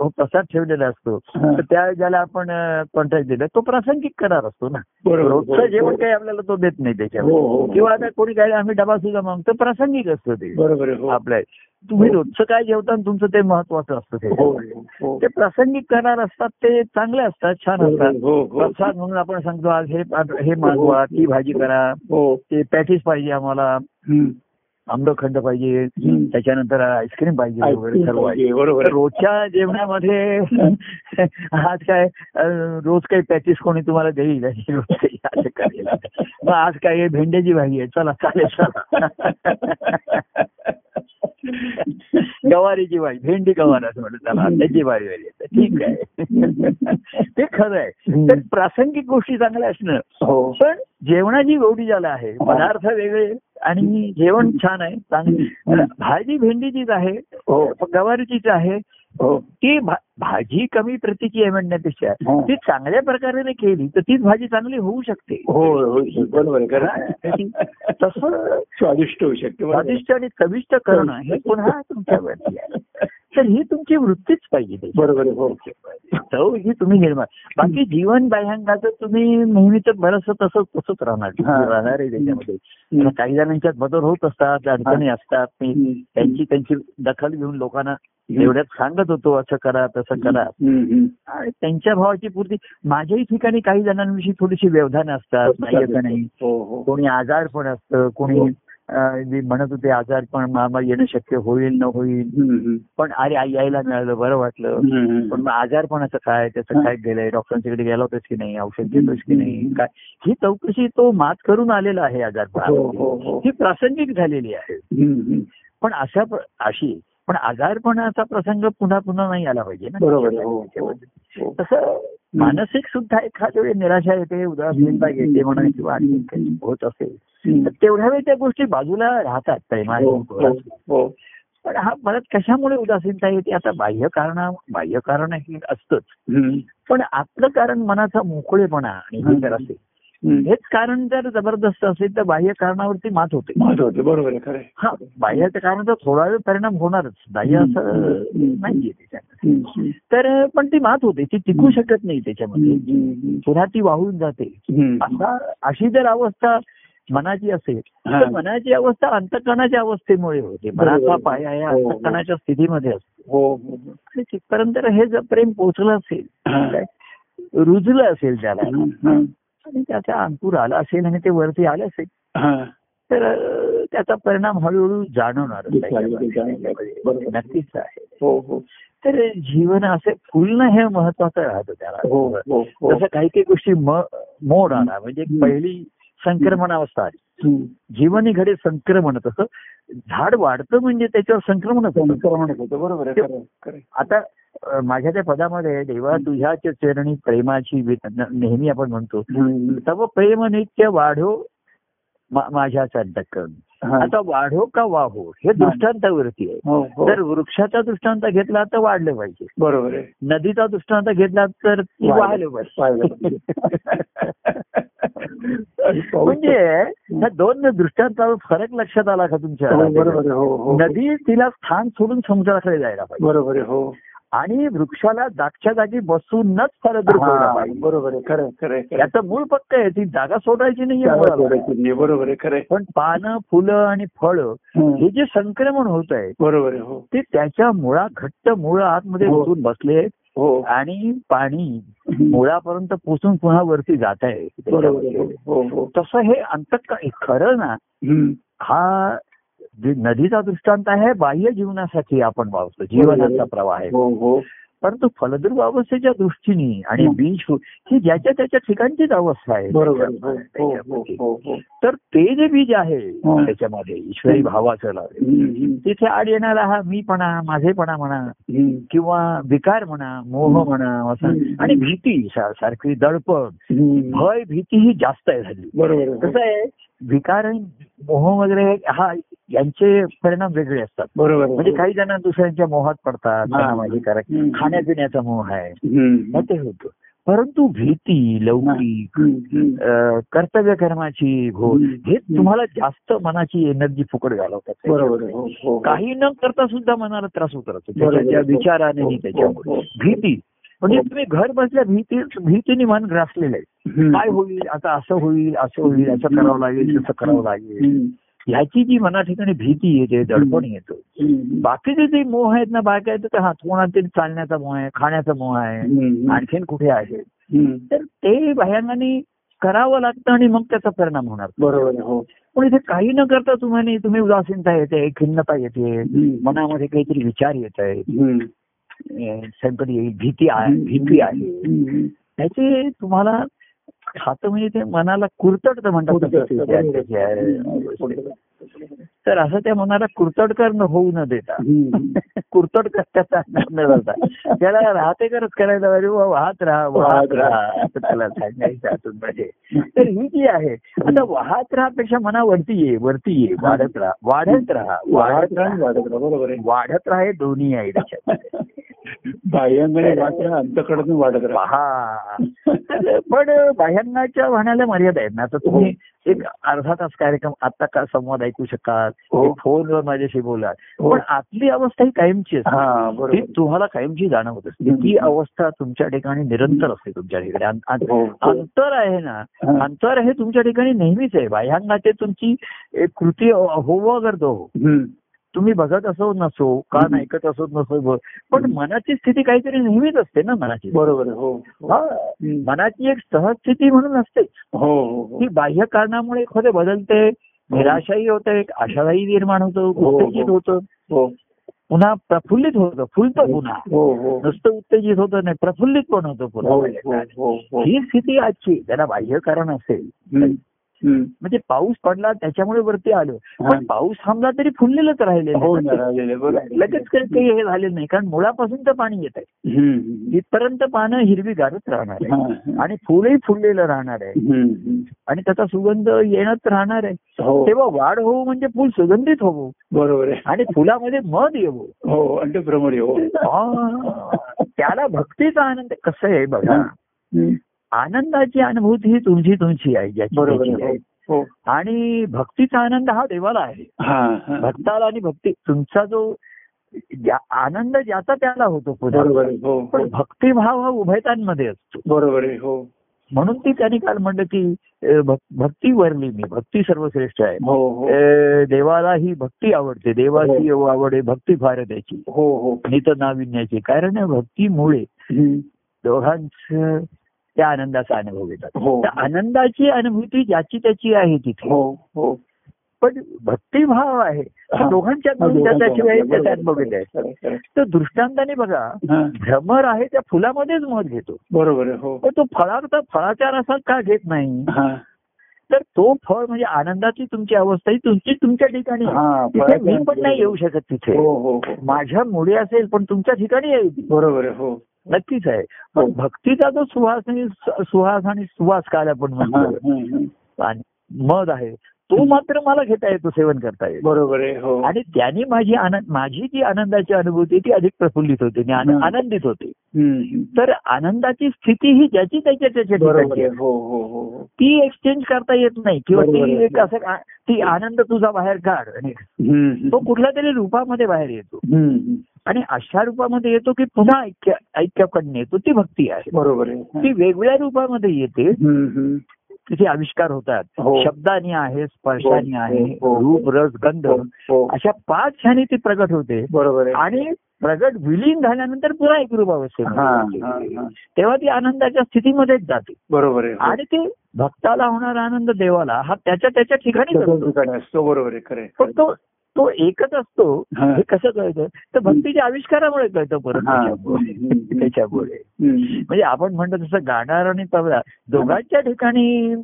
Speaker 2: हो, प्रसाद ठेवलेला असतो
Speaker 1: हा.
Speaker 2: तर त्या ज्याला आपण कॉन्ट्रॅक्ट दिला तो प्रासंगिक करार असतो ना
Speaker 1: बरोबर हो,
Speaker 2: रोजचं जेवण
Speaker 1: हो.
Speaker 2: काही आपल्याला तो देत नाही
Speaker 1: हो,
Speaker 2: त्याच्यावर
Speaker 1: हो, हो.
Speaker 2: किंवा आता कोणी काय आम्ही डबा सुद्धा मागतो प्रासंगिक असतो ते
Speaker 1: बरोबर आहे, हो.
Speaker 2: आपल्या तुम्ही
Speaker 1: हो.
Speaker 2: रोजचं काय जेवता आणि तुमचं ते महत्वाचं असतं
Speaker 1: हो,
Speaker 2: ते
Speaker 1: हो.
Speaker 2: ते प्रासंगिक करार असतात ते चांगले असतात छान
Speaker 1: बरोबर,
Speaker 2: असतात
Speaker 1: हो, हो.
Speaker 2: प्रसाद म्हणून आपण सांगतो आज हे पाठ- हे मागवा ती भाजी करा
Speaker 1: हो.
Speaker 2: ते पॅटीस पाहिजे आम्हाला
Speaker 1: हम्म.
Speaker 2: आम्रखंड पाहिजे
Speaker 1: हम्म.
Speaker 2: त्याच्यानंतर आईस्क्रीम पाहिजे वगैरे सर्व आहे.
Speaker 1: पाहिजे, बरोबर
Speaker 2: तर
Speaker 1: आहे.
Speaker 2: रोजच्या जेवणामध्ये आज काय अं, रोज काही पॅटीस कोणी तुम्हाला देईल आणि रोज काही असं करेल. मग आज काय आहे, भेंड्याची भाजी आहे चला चालेल चला गवारीची भाजी भेंडी गवार असं म्हणलं चला त्याची भाजी भाजी आहे. ठीक आहे ते खरं आहे तर प्रासंगिक गोष्टी चांगल्या असणं
Speaker 1: हो
Speaker 2: पण जेवणाची गोडी ज्याला आहे पदार्थ वेगळे आणि जेवण छान आहे चांगली भाजी भेंडीचीच आहे
Speaker 1: हो
Speaker 2: गवारीचीच आहे
Speaker 1: हो
Speaker 2: ती भा- भाजी कमी प्रतीची आहे म्हणण्यापेक्षा
Speaker 1: हो.
Speaker 2: ती चांगल्या प्रकारे केली तर तीच भाजी चांगली होऊ शकते
Speaker 1: हो हो बरोबर आहे, खरं आहे.
Speaker 2: तसं
Speaker 1: स्वादिष्ट होऊ शकते बरोबर आहे.
Speaker 2: स्वादिष्ट आणि चविष्ट करणं हे पुन्हा तुमच्यावरती आहे तर ही तुमची वृत्तीच पाहिजे त्याची.
Speaker 1: बरोबर आहे, हो
Speaker 2: चव ही तुम्ही निर्माण बाकी जीवन बाह्यांगाचं तुम्ही नेहमी तर बरंच तसंच तसंच राहणार
Speaker 1: हा.
Speaker 2: राहणार आहे त्याच्यामध्ये
Speaker 1: हम्म.
Speaker 2: आता काही जणांच्यात बदल होत असतात अडचणी असतात मी
Speaker 1: हम्म.
Speaker 2: त्यांची त्यांची दखल घेऊन लोकांना एवढ्यात सांगत होतो असं करा तसं करा
Speaker 1: हम्म, हम्म.
Speaker 2: आणि त्यांच्या भावाची पूर्ती माझ्याही ठिकाणी काही जणांविषयी थोडीशी व्यवधान असतात नाही असं नाही
Speaker 1: हो हो
Speaker 2: कोणी आजार पण असतं कोणी अं, जे म्हणत होते आजार पण मामा येणं शक्य होईल न होईल
Speaker 1: हम्म, हम्म.
Speaker 2: पण अरे आई यायला मिळालं बरं वाटलं
Speaker 1: हम्म, हम्म.
Speaker 2: पण मग आजारपणाचं काय त्याचं
Speaker 1: हा.
Speaker 2: काय गेलंय डॉक्टरांच्याकडे गेला होतास की नाही औषध घेतोस की नाही काय ही चौकशी तो मात करून आलेला आहे
Speaker 1: हो, हो,
Speaker 2: आजारपणा
Speaker 1: हो.
Speaker 2: ही प्रासंगिक झालेली आहे
Speaker 1: हम्म, हम्म.
Speaker 2: पण अशा प्र- अशी पण आजारपणाचा प्रसंग पुन्हा पुन्हा नाही आला पाहिजे ना
Speaker 1: बरोबर आहे, हो, हो, हो.
Speaker 2: तसं मानसिक सुद्धा एखाद्या वेळी निराशा येते उदासीनता येते म्हणा किंवा आणखी काही
Speaker 1: हो,
Speaker 2: होत असेल तर
Speaker 1: हम्म.
Speaker 2: तेवढ्या वेळी त्या गोष्टी बाजूला
Speaker 1: हो,
Speaker 2: राहतात
Speaker 1: हो,
Speaker 2: प्रेमाने
Speaker 1: हो.
Speaker 2: पण हा परत कशामुळे उदासीनता येते आता बाह्य कारण बाह्य कारण हे असतंच
Speaker 1: हम्म,
Speaker 2: पण आतलं कारण मनाचा मोकळेपणा आणि हे जर असेल
Speaker 1: हम्म.
Speaker 2: हेच कारण जर जबरदस्त असेल तर बाह्य कारणावरती मात होते
Speaker 1: महत्वाचं बरोबर आहे खरं आहे.
Speaker 2: हा बाह्य कारणाचा थोडा वेळ परिणाम होणारच बाह्य असं
Speaker 1: हम्म.
Speaker 2: नाहीये त्याच्यात
Speaker 1: हम्म, हम्म.
Speaker 2: तर पण ती मात होते ती टिकू शकत नाही त्याच्यामध्ये
Speaker 1: हम्म, हम्म.
Speaker 2: पुन्हा ती वाहून जाते
Speaker 1: हम्म.
Speaker 2: असा अशी जर अवस्था मनाची असेल
Speaker 1: हा.
Speaker 2: तर मनाची अवस्था अंतकणाच्या अवस्थेमुळे होते मनाचा
Speaker 1: बरोबर.
Speaker 2: पाया या
Speaker 1: हो, हो.
Speaker 2: अंतकणाच्या स्थितीमध्ये असतो
Speaker 1: हो हो, हो.
Speaker 2: आणि तिथपर्यंत हे जर प्रेम पोचलं असेल
Speaker 1: हा.
Speaker 2: काय? रुजलं असेल त्याला
Speaker 1: हा, हा.
Speaker 2: आणि त्याचा अंकुर आला असेल आणि ते वरती आलं असेल
Speaker 1: हा.
Speaker 2: तर अं, त्याचा परिणाम हळूहळू जाणवणार
Speaker 1: बरोबर.
Speaker 2: म्हणजे नक्कीच आहे
Speaker 1: हो हो
Speaker 2: तर जीवन असे फुलणं हे महत्वाचं राहतं
Speaker 1: हो
Speaker 2: त्याला
Speaker 1: हो हो
Speaker 2: जसं काही काही गोष्टी म- मोड आला म्हणजे
Speaker 1: हम्म.
Speaker 2: पहिली संक्रमण अवस्था आली
Speaker 1: हम्म.
Speaker 2: जीवन ही घडे संक्रमण तसं झाड वाढतं म्हणजे त्याच्यावर संक्रमण होतं
Speaker 1: संक्रमण होतं बरोबर आहे खरं आहे, खरं आहे.
Speaker 2: आता अं, माझ्या त्या पदामध्ये देवा तुझ्या चरणी प्रेमाची वेद- न- नेहमी आपण म्हणतो
Speaker 1: हम्म.
Speaker 2: तव प्रेम नित्य वाढो मा- माझ्या संतकन
Speaker 1: हा.
Speaker 2: आता वाढो का वाहो हे दृष्टांतावरती आहे
Speaker 1: हो हो
Speaker 2: तर वृक्षाचा दृष्टांत घेतला तर वाढलं पाहिजे
Speaker 1: बरोबर आहे
Speaker 2: नदीचा दृष्टांत घेतला तर ती
Speaker 1: वाढलं.
Speaker 2: वाहलं
Speaker 1: वाढलं
Speaker 2: पाहिजे
Speaker 1: आणि पाऊस-
Speaker 2: म्हणजे ह्या दोन दृष्टांतावर फरक लक्षात आला का तुमच्या
Speaker 1: हो, बरोबर आहे हो हो
Speaker 2: नदी तिला स्थान सोडून समुद्राकडे जायला पाहिजे
Speaker 1: बरोबर आहे हो
Speaker 2: आणि वृक्षाला जागच्या जागी बसूनच फलद्रूप व्हायला
Speaker 1: हा,
Speaker 2: पाहिजे
Speaker 1: बरोबर आहे खरं आहे, खरं आहे, खरं आहे.
Speaker 2: याचं मूळ पक्क आहे ती जागा सोडायची
Speaker 1: त्या
Speaker 2: नाही
Speaker 1: बरोबर आहे, बरोबर आहे खरं आहे.
Speaker 2: पण पानं फुलं आणि फळं हे
Speaker 1: हं.
Speaker 2: जे संक्रमण होत आहे
Speaker 1: बरोबर आहे हो
Speaker 2: ते त्याच्या मुळा घट्ट मुळ आतमध्ये
Speaker 1: हो.
Speaker 2: घुसून बसले आहेत
Speaker 1: हो
Speaker 2: आणि पाणी
Speaker 1: हं.
Speaker 2: मुळापर्यंत पोचून पुन्हा वरती जात
Speaker 1: बरोबर आहे,
Speaker 2: आहे
Speaker 1: हो हो हो.
Speaker 2: तसं हे अंत खरं ना
Speaker 1: हं.
Speaker 2: हा जे नदीचा दृष्टांत आहे बाह्य जीवनासाठी आपण वावतो जीवनाचा प्रवाह आहे
Speaker 1: हो हो
Speaker 2: परंतु फलद्रूप अवस्थेच्या दृष्टीने आणि
Speaker 1: हं.
Speaker 2: बीज फु- ही ज्याच्या त्याच्या ठिकाणचीच अवस्था आहे
Speaker 1: बरोबर आहे, हो, हो हो
Speaker 2: त्याच्यामध्ये.
Speaker 1: हो हो
Speaker 2: तर ते जे बीज आहे
Speaker 1: हं.
Speaker 2: त्याच्यामध्ये ईश्वरी भावाचं लावले
Speaker 1: हं, हं,
Speaker 2: तिथे आड येणारा हा मीपणा माझेपणा म्हणा
Speaker 1: हं.
Speaker 2: किंवा विकार म्हणा मोह म्हणा असा
Speaker 1: हं.
Speaker 2: आणि भीती सा- सारखी दडपण
Speaker 1: हं.
Speaker 2: भय भीती ही जास्त आहे झाली
Speaker 1: बरोबर आहे,
Speaker 2: कसं
Speaker 1: हो.
Speaker 2: आहे विकार आणि मोह वगैरे हा यांचे परिणाम वेगळे असतात
Speaker 1: बरोबर आहे,
Speaker 2: म्हणजे
Speaker 1: हो.
Speaker 2: काही जण दुसऱ्यांच्या मोहात पडतात
Speaker 1: हा.
Speaker 2: त्यांना माझी करा
Speaker 1: हं.
Speaker 2: खाण्यापिण्याचा मोह आहे
Speaker 1: हं,
Speaker 2: मग ते होतं परंतु भीती लौकिक
Speaker 1: हं, हं.
Speaker 2: अ, कर्तव्य कर्माची घोळ
Speaker 1: हं.
Speaker 2: हे तुम्हाला जास्त मनाची एनर्जी फुकट घालवतात
Speaker 1: बरोबर आहे, हो हो
Speaker 2: काही न करता सुद्धा मनाला त्रास होत राहतो
Speaker 1: बरोबर.
Speaker 2: त्याच्या त्या विचाराने
Speaker 1: हो,
Speaker 2: आणि
Speaker 1: हो,
Speaker 2: त्याच्यामुळे
Speaker 1: हो.
Speaker 2: भीती म्हणजे तुम्ही घर बसल्या भीती भीतीने मन ग्रासलेलं आहे
Speaker 1: हं.
Speaker 2: काय होईल आता असं होईल असं होईल असं करावं लागेल तसं करावं लागेल
Speaker 1: हं,
Speaker 2: ह्याची जी मना ठिकाणी भीती येते दडपण येतो
Speaker 1: हं, हं.
Speaker 2: बाकीचे जे मोह आहेत ना बाकी आहेत तर हा कोणातरी चालण्याचा मोह आहे खाण्याचा मोह आहे
Speaker 1: हं, हं.
Speaker 2: आणखीन कुठे आहे
Speaker 1: हं.
Speaker 2: तर ते भयांगाने करावं लागतं आणि मग त्याचा परिणाम होणार
Speaker 1: बरोबर आहे, हो
Speaker 2: पण इथे काही न करता तुम्हाला तुम्ही उदासीनता येते खिन्नता येते
Speaker 1: हं.
Speaker 2: मनामध्ये काहीतरी विचार येत आहे
Speaker 1: हं.
Speaker 2: अं, संकट येईल भीती आहे भीती आहे
Speaker 1: हं, हं.
Speaker 2: त्याचे तुम्हाला खातं म्हणजे ते मनाला कुरतडतं म्हणतात ना, त्याचे विचार, त्याचे आहे. तर असं त्या मनाला कुरतडकर न होऊ न देता
Speaker 1: हम्म.
Speaker 2: कुरतड कष्टाचा न करता त्याला राहते करत करायला पाहिजे वा वाहत राहा वाहत
Speaker 1: वाहत राहा.
Speaker 2: राहा असं त्याला सांगायचं अजून म्हणजे तर ही जी आहे आता वाहत राहापेक्षा मना वरती ये वरती ये वाढत राहा वाढत राहा
Speaker 1: वाढत
Speaker 2: वाढत
Speaker 1: राहा
Speaker 2: राहा
Speaker 1: वाढत राहा बरोबर आहे
Speaker 2: वाढत राहा हे दोन्ही आहे त्याच्यात
Speaker 1: बाह्यांकडे वाढत राहा अंतकडून वाढत राहा
Speaker 2: पहा तर पण बाह्यांच्या वाहण्याला मर्यादा आहेत ना आता तुम्ही एक अर्धा तास कार्यक्रम आता का संवाद ऐकू शकाल
Speaker 1: हो.
Speaker 2: एक फोनवर माझ्याशी बोला
Speaker 1: हो.
Speaker 2: पण आतली अवस्था ही कायमची असते
Speaker 1: हा
Speaker 2: ती
Speaker 1: बरोबर
Speaker 2: तुम्हाला कायमची जाणवत असते
Speaker 1: हम्म.
Speaker 2: ती अवस्था तुमच्या ठिकाणी निरंतर असते तुमच्या ठिकाणी अं- अं-
Speaker 1: हो, हो.
Speaker 2: अंतर आहे ना
Speaker 1: हा.
Speaker 2: अंतर हे तुमच्या ठिकाणी नेहमीच आहे बाह्यांगाचे तुमची एक कृती होवं करतो
Speaker 1: हम्म.
Speaker 2: हो. तुम्ही बघत असो नसो कान
Speaker 1: हम्म.
Speaker 2: ऐकत असो नसो ब- पण मनाची स्थिती काहीतरी नेहमीच असते ना मनाची
Speaker 1: बरोबर आहे, हो हो.
Speaker 2: हा.
Speaker 1: हम्म.
Speaker 2: मनाची एक सहज स्थिती म्हणून असते
Speaker 1: हो हो हो.
Speaker 2: ती बाह्य कारणामुळे खरे बदलते निराशाही होते एक आशाही निर्माण होतो
Speaker 1: हो, हो.
Speaker 2: उत्तेजित होतं
Speaker 1: हो
Speaker 2: पुन्हा प्रफुल्लित होतं फुलतं पुन्हा
Speaker 1: हो हो
Speaker 2: नुसतं उत्तेजित होतं नाही प्रफुल्लित पण होतं
Speaker 1: हो, हो,
Speaker 2: पुन्हा
Speaker 1: हो, हो.
Speaker 2: ही स्थिती आजची त्याला बाह्य कारण असेल
Speaker 1: हम्म. हम्म.
Speaker 2: म्हणजे पाऊस पडला त्याच्यामुळे वरती आलो
Speaker 1: हा.
Speaker 2: पण पाऊस थांबला तरी फुललेलंच
Speaker 1: हो ना,
Speaker 2: राहिलेलं आहे. म्हणजे
Speaker 1: राहिलेले, बरोबर.
Speaker 2: लगेच काही काही हे झालेलं नाही कारण मुळापासून तर पाणी येत आहे
Speaker 1: हम्म, हम्म.
Speaker 2: तिथपर्यंत पानं हिरवीगारच राहणार आहे
Speaker 1: हा, हा.
Speaker 2: आणि फुलही फुललेलं राहणार आहे
Speaker 1: हम्म, हम्म.
Speaker 2: आणि त्याचा सुगंध येणंच राहणार आहे
Speaker 1: हो
Speaker 2: तेव्हा वाढ होऊ म्हणजे फुल सुगंधित होवो
Speaker 1: बरोबर आहे
Speaker 2: आणि फुलामध्ये मध येवो
Speaker 1: हो आणि भ्रमण हो
Speaker 2: आ, त्याला भक्तीचा आनंद कसं आहे बघा
Speaker 1: हम्म.
Speaker 2: आनंदाची अनुभूती ही तुमची तुमची आहे ज्याची
Speaker 1: बरोबर
Speaker 2: त्याची
Speaker 1: आहे,
Speaker 2: आहे.
Speaker 1: हो हो.
Speaker 2: आणि भक्तीचा आनंद हा देवाला आहे
Speaker 1: हा हा
Speaker 2: भक्ताला आणि भक्ती तुमचा जो ज्या- आनंद ज्याचा त्याला होतो पुन्हा
Speaker 1: बरोबर आहे, हो हो.
Speaker 2: पण भक्तिभाव हा उभयतांमध्ये असतो
Speaker 1: बरोबर आहे हो
Speaker 2: म्हणून ती त्यांनी काल म्हणलं की अ, भक- भक्ती वरली मी भक्ती सर्वश्रेष्ठ आहे
Speaker 1: हो हो
Speaker 2: अ, देवाला ही भक्ती आवडते देवाची आवड आहे भक्ती फार त्याची
Speaker 1: हो हो
Speaker 2: नित नाविन्याची कारण या भक्तीमुळे
Speaker 1: हम्म.
Speaker 2: दोघांचं त्या आनंदाचा अनुभव येतात
Speaker 1: हो.
Speaker 2: त्या आनंदाची अनुभूती ज्याची त्याची आहे तिथे
Speaker 1: हो हो
Speaker 2: पण भक्तिभाव आहे
Speaker 1: हा.
Speaker 2: दोघांच्या
Speaker 1: हा,
Speaker 2: गुण
Speaker 1: दोघांचा
Speaker 2: त्याच्याशिवाय
Speaker 1: बरोबर,
Speaker 2: त्याच्यात
Speaker 1: बरोबर.
Speaker 2: बघितलंय
Speaker 1: खरं, खरं.
Speaker 2: तर दृष्टांताने बघा
Speaker 1: हा,
Speaker 2: भ्रमर आहे त्या फुलामध्येच मध घेतो
Speaker 1: बरोबर आहे हो
Speaker 2: पण तो फळार्थ फळाच्या रसात का घेत नाही
Speaker 1: हा
Speaker 2: तर तो फळ म्हणजे आनंदाची तुमची अवस्था ही तुमची तुमच्या ठिकाणी आहे.
Speaker 1: हा,
Speaker 2: तिथे
Speaker 1: फळाच्या
Speaker 2: मी पण
Speaker 1: रसात
Speaker 2: नाही येऊ शकत तिथे
Speaker 1: हो हो हो
Speaker 2: माझ्या मुळे असेल पण तुमच्या ठिकाणी येईल ती.
Speaker 1: बरोबर आहे हो
Speaker 2: नक्कीच आहे पण भक्तीचा जो सुहास आणि सु- सुहास आणि सुवास काल आपण
Speaker 1: हा,
Speaker 2: म्हणतो
Speaker 1: हा, हा.
Speaker 2: आणि मध आहे तो मात्र मला घेता येतो सेवन करता येतो
Speaker 1: बरोबर आहे हो
Speaker 2: आणि त्याने माझी आनंद माझी जी आनंदाची अनुभूती ती अधिक प्रफुल्लित होते आणि आन-
Speaker 1: हं.
Speaker 2: आनंदित होते
Speaker 1: हम्म, हम्म.
Speaker 2: तर आनंदाची स्थिती ही ज्याची त्याच्या त्याच्या
Speaker 1: बरोबर
Speaker 2: ठिकाणी
Speaker 1: आहे
Speaker 2: आहे.
Speaker 1: हो हो हो हो.
Speaker 2: ती एक्सचेंज करता येत नाही किंवा
Speaker 1: बरोबर
Speaker 2: ती
Speaker 1: आहे.
Speaker 2: एक असं का- ती आनंद तुझा बाहेर काढ आणि
Speaker 1: हम्म, हम्म.
Speaker 2: तो कुठल्या तरी रूपामध्ये बाहेर येतो
Speaker 1: हम्म, हम्म.
Speaker 2: आणि अशा रूपामध्ये येतो की पुन्हा ऐक्य ऐक्याकडनं येतो ती भक्ती आहे
Speaker 1: बरोबर आहे
Speaker 2: ती वेगळ्या रूपामध्ये येते
Speaker 1: हम्म, हम्म.
Speaker 2: तिथे आविष्कार होतात
Speaker 1: हो.
Speaker 2: शब्दाने आहे स्पर्शाने
Speaker 1: हो,
Speaker 2: आहे
Speaker 1: हो, हो.
Speaker 2: रूप रस गंध
Speaker 1: हो, हो.
Speaker 2: अशा पाच क्षणी ती प्रगट होते
Speaker 1: बरोबर आहे
Speaker 2: आणि प्रगट विलीन झाल्यानंतर पुन्हा एक रूप
Speaker 1: हा, हा,
Speaker 2: अवस्थेमध्ये
Speaker 1: हा.
Speaker 2: तेव्हा ती आनंदाच्या स्थितीमध्येच जाते
Speaker 1: बरोबर आहे हो.
Speaker 2: आणि ते भक्ताला होणारा आनंद देवाला हा त्याच्या त्याच्या ठिकाणी
Speaker 1: दोन
Speaker 2: असतो
Speaker 1: ठिकाणी असतो बरोबर आहे खरं आहे,
Speaker 2: पण
Speaker 1: खरं
Speaker 2: तो तो एकच असतो
Speaker 1: हा.
Speaker 2: हे कसं कळतं तर भक्तीच्या आविष्कारामुळे कळतं परत
Speaker 1: हा.
Speaker 2: त्याच्यामुळे. त्याच्यामुळे
Speaker 1: हम्म.
Speaker 2: म्हणजे आपण म्हणतो तसं गाणार आणि तबला दोघांच्या ठिकाणी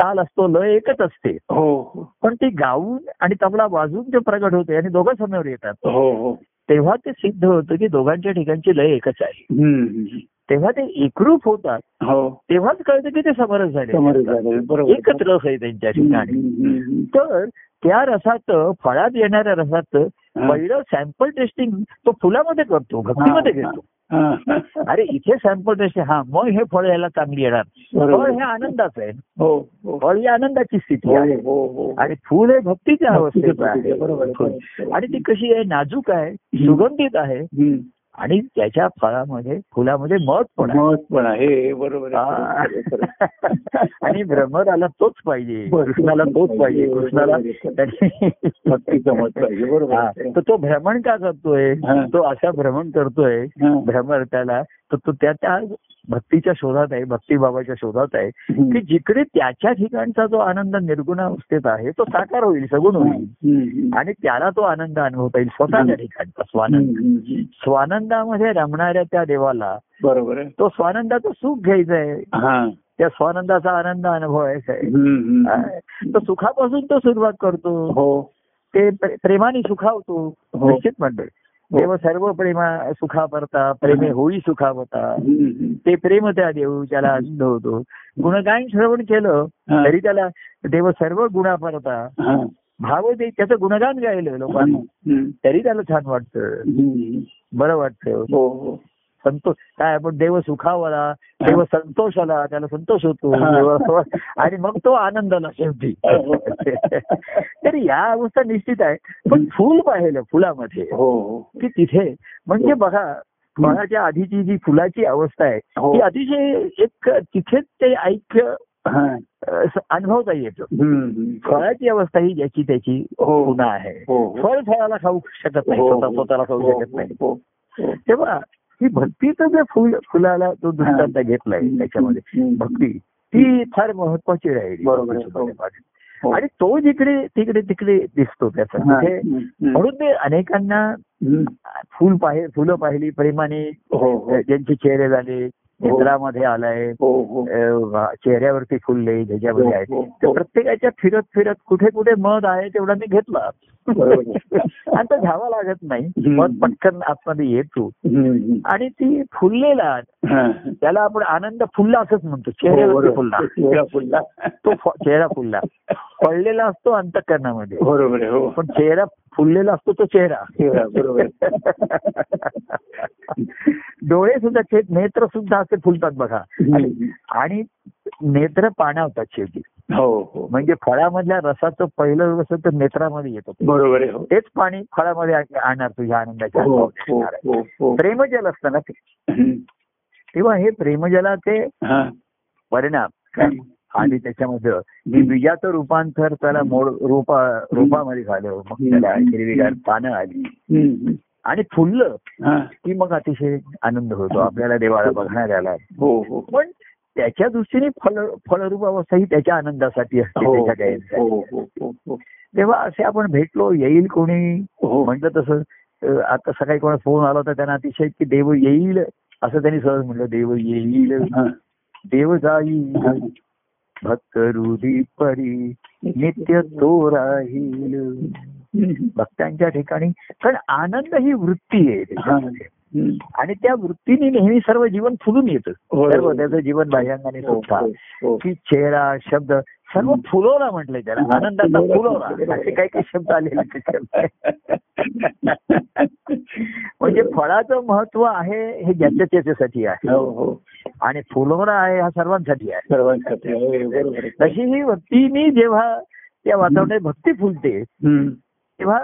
Speaker 2: ताल असतो लय एकच असते
Speaker 1: हो हो
Speaker 2: पण ती गाऊन आणि तबला वाजून ते प्रगट होते आणि दोघं समोर येतात
Speaker 1: हो हो
Speaker 2: तेव्हा ते सिद्ध होतं की दोघांच्या ठिकाणची लय एकच आहे
Speaker 1: हम्म, हम्म.
Speaker 2: तेव्हा ते एकरूप होतात
Speaker 1: हो
Speaker 2: तेव्हाच कळतं की ते समरस झाले
Speaker 1: समोर झालं, बरोबर
Speaker 2: एकच रस आहे त्यांच्या
Speaker 1: हम्म,
Speaker 2: ठिकाणी
Speaker 1: हम्म, हम्म.
Speaker 2: तर त्या रसात फळात येणाऱ्या रसात
Speaker 1: हा.
Speaker 2: पहिलं सॅम्पल टेस्टिंग तो फुलामध्ये करतो भक्तीमध्ये
Speaker 1: हा,
Speaker 2: घेतो
Speaker 1: हा.
Speaker 2: अरे इथे सॅम्पल टेस्टिंग हा मग हे फळ याला चांगली येणार फळ
Speaker 1: बरोबर
Speaker 2: हे आनंदाचं आहे
Speaker 1: हो हो
Speaker 2: फळ ही आनंदाची स्थिती आहे
Speaker 1: हो, हो, हो.
Speaker 2: आणि फुल हे भक्तीच्या
Speaker 1: भक्तीचं
Speaker 2: अवस्थेत
Speaker 1: प्रतीक आहे, बरोबर आहे,
Speaker 2: आहे
Speaker 1: बरोबर.
Speaker 2: आणि ती कशी आहे नाजूक आहे सुगंधित आहे
Speaker 1: हम्म.
Speaker 2: आणि त्याच्या फळामध्ये फुलामध्ये मध पण आहे
Speaker 1: मत पण आहे बरोबर आहे,
Speaker 2: आ.
Speaker 1: खरं आहे, खरं आहे, खरं आहे.
Speaker 2: आणि भ्रमराला तोच पाहिजे
Speaker 1: बरोबर.
Speaker 2: कृष्णाला तोच पाहिजे
Speaker 1: बरोबर.
Speaker 2: कृष्णाला
Speaker 1: भक्तीचं मत पाहिजे बरोबर
Speaker 2: हा,
Speaker 1: आहे.
Speaker 2: तर तो भ्रमण का करतोय
Speaker 1: हा.
Speaker 2: तो असा भ्रमण करतोय
Speaker 1: हा.
Speaker 2: भ्रमर त्याला तर तो त्या त्या भक्तीच्या शोधात आहे भक्तीबाबाच्या शोधात आहे
Speaker 1: हम्म.
Speaker 2: की जिकडे त्याच्या ठिकाणचा जो आनंद निर्गुणावस्थेत आहे तो साकार होईल सगुण होईल
Speaker 1: हम्म.
Speaker 2: आणि त्याला तो आनंद अनुभवता येईल स्वतःच्या ठिकाणचा स्वानंद
Speaker 1: हम्म, हम्म.
Speaker 2: स्वानंदामध्ये रमणाऱ्या त्या देवाला
Speaker 1: बरोबर आहे
Speaker 2: तो स्वानंदाचं सुख घ्यायचं आहे
Speaker 1: हा
Speaker 2: त्या स्वानंदाचा आनंद अनुभवायचा आहे
Speaker 1: हम्म, हम्म.
Speaker 2: तर सुखापासून तो सुरुवात करतो
Speaker 1: हो
Speaker 2: ते प्रे- प्रेमाने सुखावतो
Speaker 1: हो.
Speaker 2: निश्चित म्हणतोय देव सर्व प्रेमा सुखापरता प्रेमे होई सुखावता
Speaker 1: हम्म, हम्म.
Speaker 2: ते प्रेम त्या देऊ त्याला आनंद होतो गुणगायन श्रवण केलं
Speaker 1: हा.
Speaker 2: तरी त्याला देव सर्व गुणापरता
Speaker 1: हा.
Speaker 2: भाव दे त्याचं गुणगान गायलं लोकांनी
Speaker 1: हम्म.
Speaker 2: तरी त्याला छान वाटतं
Speaker 1: हम्म.
Speaker 2: बरं वाटतं
Speaker 1: हो हो
Speaker 2: संतोष काय आपण देव सुखावला देव संतोषाला त्याला संतोष होतो
Speaker 1: हा.
Speaker 2: देव आणि मग तो आनंदाला शेवटी
Speaker 1: हो.
Speaker 2: तर या अवस्था निश्चित आहे पण फुल पाहिलं फुलामध्ये
Speaker 1: हो हो
Speaker 2: की तिथे म्हणजे बघा फळाच्या आधीची जी फुलाची अवस्था आहे
Speaker 1: हो.
Speaker 2: ती अतिशय एक तिथेच ते ऐक्य
Speaker 1: हा.
Speaker 2: अ, स- अनुभवता येतं
Speaker 1: हम्म, हम्म.
Speaker 2: फळाची अवस्था ही ज्याची त्याची
Speaker 1: हो.
Speaker 2: गुन्हा आहे
Speaker 1: हो, हो.
Speaker 2: फळ फळाला खाऊ शकत नाही
Speaker 1: हो, हो.
Speaker 2: स्वतः स्वतःला खाऊ
Speaker 1: हो,
Speaker 2: शकत नाही
Speaker 1: हो, हो.
Speaker 2: तेव्हा ही भक्तीचं जे फुल फुलाला जो दृष्टांत घेतलाय
Speaker 1: Mm,
Speaker 2: त्याच्यामध्ये
Speaker 1: हम्म.
Speaker 2: भक्ती ती फार महत्वाची राहिली
Speaker 1: बरोबर.
Speaker 2: भक्तीसंबंधी पाठ.
Speaker 1: हो.
Speaker 2: आणि तो जिकडे तिकडे तिकडे दिसतो त्याचा
Speaker 1: हा.
Speaker 2: तिथे
Speaker 1: हम्म.
Speaker 2: म्हणून ते अनेकांना
Speaker 1: हम्म.
Speaker 2: फुल पाहि फुलं पाहिली प्रेमाने
Speaker 1: हो हो
Speaker 2: ज्यांचे चेहरे झाले चित्रामध्ये आलाय
Speaker 1: हो हो
Speaker 2: अ, चेहऱ्यावरती फुलले ज्याच्यामध्ये
Speaker 1: हो,
Speaker 2: आहे
Speaker 1: हो,
Speaker 2: तर
Speaker 1: हो.
Speaker 2: प्रत्येकाच्या फिरत फिरत कुठे कुठे मध आहे तेवढा मी घेतला
Speaker 1: बरोबर.
Speaker 2: आणि तो घ्यावा लागत नाही
Speaker 1: हम्म.
Speaker 2: मध पटकन आतमध्ये येतो
Speaker 1: हम्म, हम्म.
Speaker 2: आणि ती फुललेला
Speaker 1: हा.
Speaker 2: त्याला आपण आनंद फुलला असंच म्हणतो
Speaker 1: हो,
Speaker 2: चेहऱ्यावरती
Speaker 1: बरोबर.
Speaker 2: फुलला
Speaker 1: चेहरा फुलला.
Speaker 2: तो फ- चेहरा फुलला पडलेला असतो अंतकरणामध्ये
Speaker 1: बरोबर आहे, हो
Speaker 2: पण चेहरा फुललेला असतो तो चेहरा
Speaker 1: चेहरा, बरोबर
Speaker 2: डोळे सुद्धा चे- नेत्र सुद्धा असे फुलतात बघा
Speaker 1: हम्म.
Speaker 2: आणि नेत्र पाणावतात शेवटी
Speaker 1: हो हो
Speaker 2: म्हणजे फळामधल्या रसाचं पहिलं रस तर नेत्रामध्ये येतो
Speaker 1: बरोबर आहे हो
Speaker 2: तेच पाणी फळामध्ये आण- आणणार तुझ्या आनंदाच्या
Speaker 1: हो हो
Speaker 2: अनुभवात.
Speaker 1: हो हो
Speaker 2: प्रेमजल असतं ना ते
Speaker 1: हम्म.
Speaker 2: तेव्हा हे प्रेमजलाचे
Speaker 1: हा.
Speaker 2: परिणाम आणि त्याच्यामध्ये की
Speaker 1: Mm,
Speaker 2: बीजाचं रूपांतर त्याला मोड रोपा रोपामध्ये झालं मग त्याला हिरवीगार पानं आली
Speaker 1: हम्म.
Speaker 2: आणि फुललं
Speaker 1: हा. Oh,
Speaker 2: की मग अतिशय आनंद होतो आपल्याला देवाला बघणाऱ्याला
Speaker 1: हो हो
Speaker 2: पण त्याच्या दृष्टीने फल फलरूप अवस्था ही त्याच्या आनंदासाठी असते
Speaker 1: हो,
Speaker 2: त्याच्या गायनसाठी.
Speaker 1: हो, हो, हो, हो.
Speaker 2: तेव्हा असे आपण भेटलो येईल कोणी
Speaker 1: हो.
Speaker 2: म्हटलं तसं अ, आता सकाळी कोणा फोन आला होता त्यांना अतिशय की देव येईल असं त्यांनी सहज म्हटलं देव येईल
Speaker 1: हा,
Speaker 2: देव जाईल
Speaker 1: हा.
Speaker 2: भक्त हृदी परी नित्य तो राहील
Speaker 1: हम्म,
Speaker 2: भक्तांच्या ठिकाणी कारण आनंद ही वृत्ती आहे त्याच्यामध्ये.
Speaker 1: हम्म.
Speaker 2: आणि त्या वृत्तीने नेहमी सर्व जीवन फुलून येतं
Speaker 1: होय,
Speaker 2: सर्व
Speaker 1: होय.
Speaker 2: त्याचं जीवन बाह्यांगाने
Speaker 1: हो,
Speaker 2: सुद्धा
Speaker 1: हो, हो.
Speaker 2: की चेहरा शब्द सर्व
Speaker 1: हम्म.
Speaker 2: फुलवला म्हटलंय त्याला
Speaker 1: हा,
Speaker 2: आनंदाचा
Speaker 1: फुलवला,
Speaker 2: फुलवला
Speaker 1: फुलवला.
Speaker 2: असे काही काही शब्द आलेले त्याच्यामध्ये म्हणजे फळाचं महत्व आहे हे ज्याच्या त्याच्यासाठी आहे
Speaker 1: हो, हो.
Speaker 2: आणि फुलवणं आहे हा सर्वांसाठी आहे
Speaker 1: सर्वांसाठी होय, हो, बरोबर आहे.
Speaker 2: तशी ही भक्तीने जेव्हा त्या वातावरणात भक्ती फुलते
Speaker 1: हम्म.
Speaker 2: तेव्हा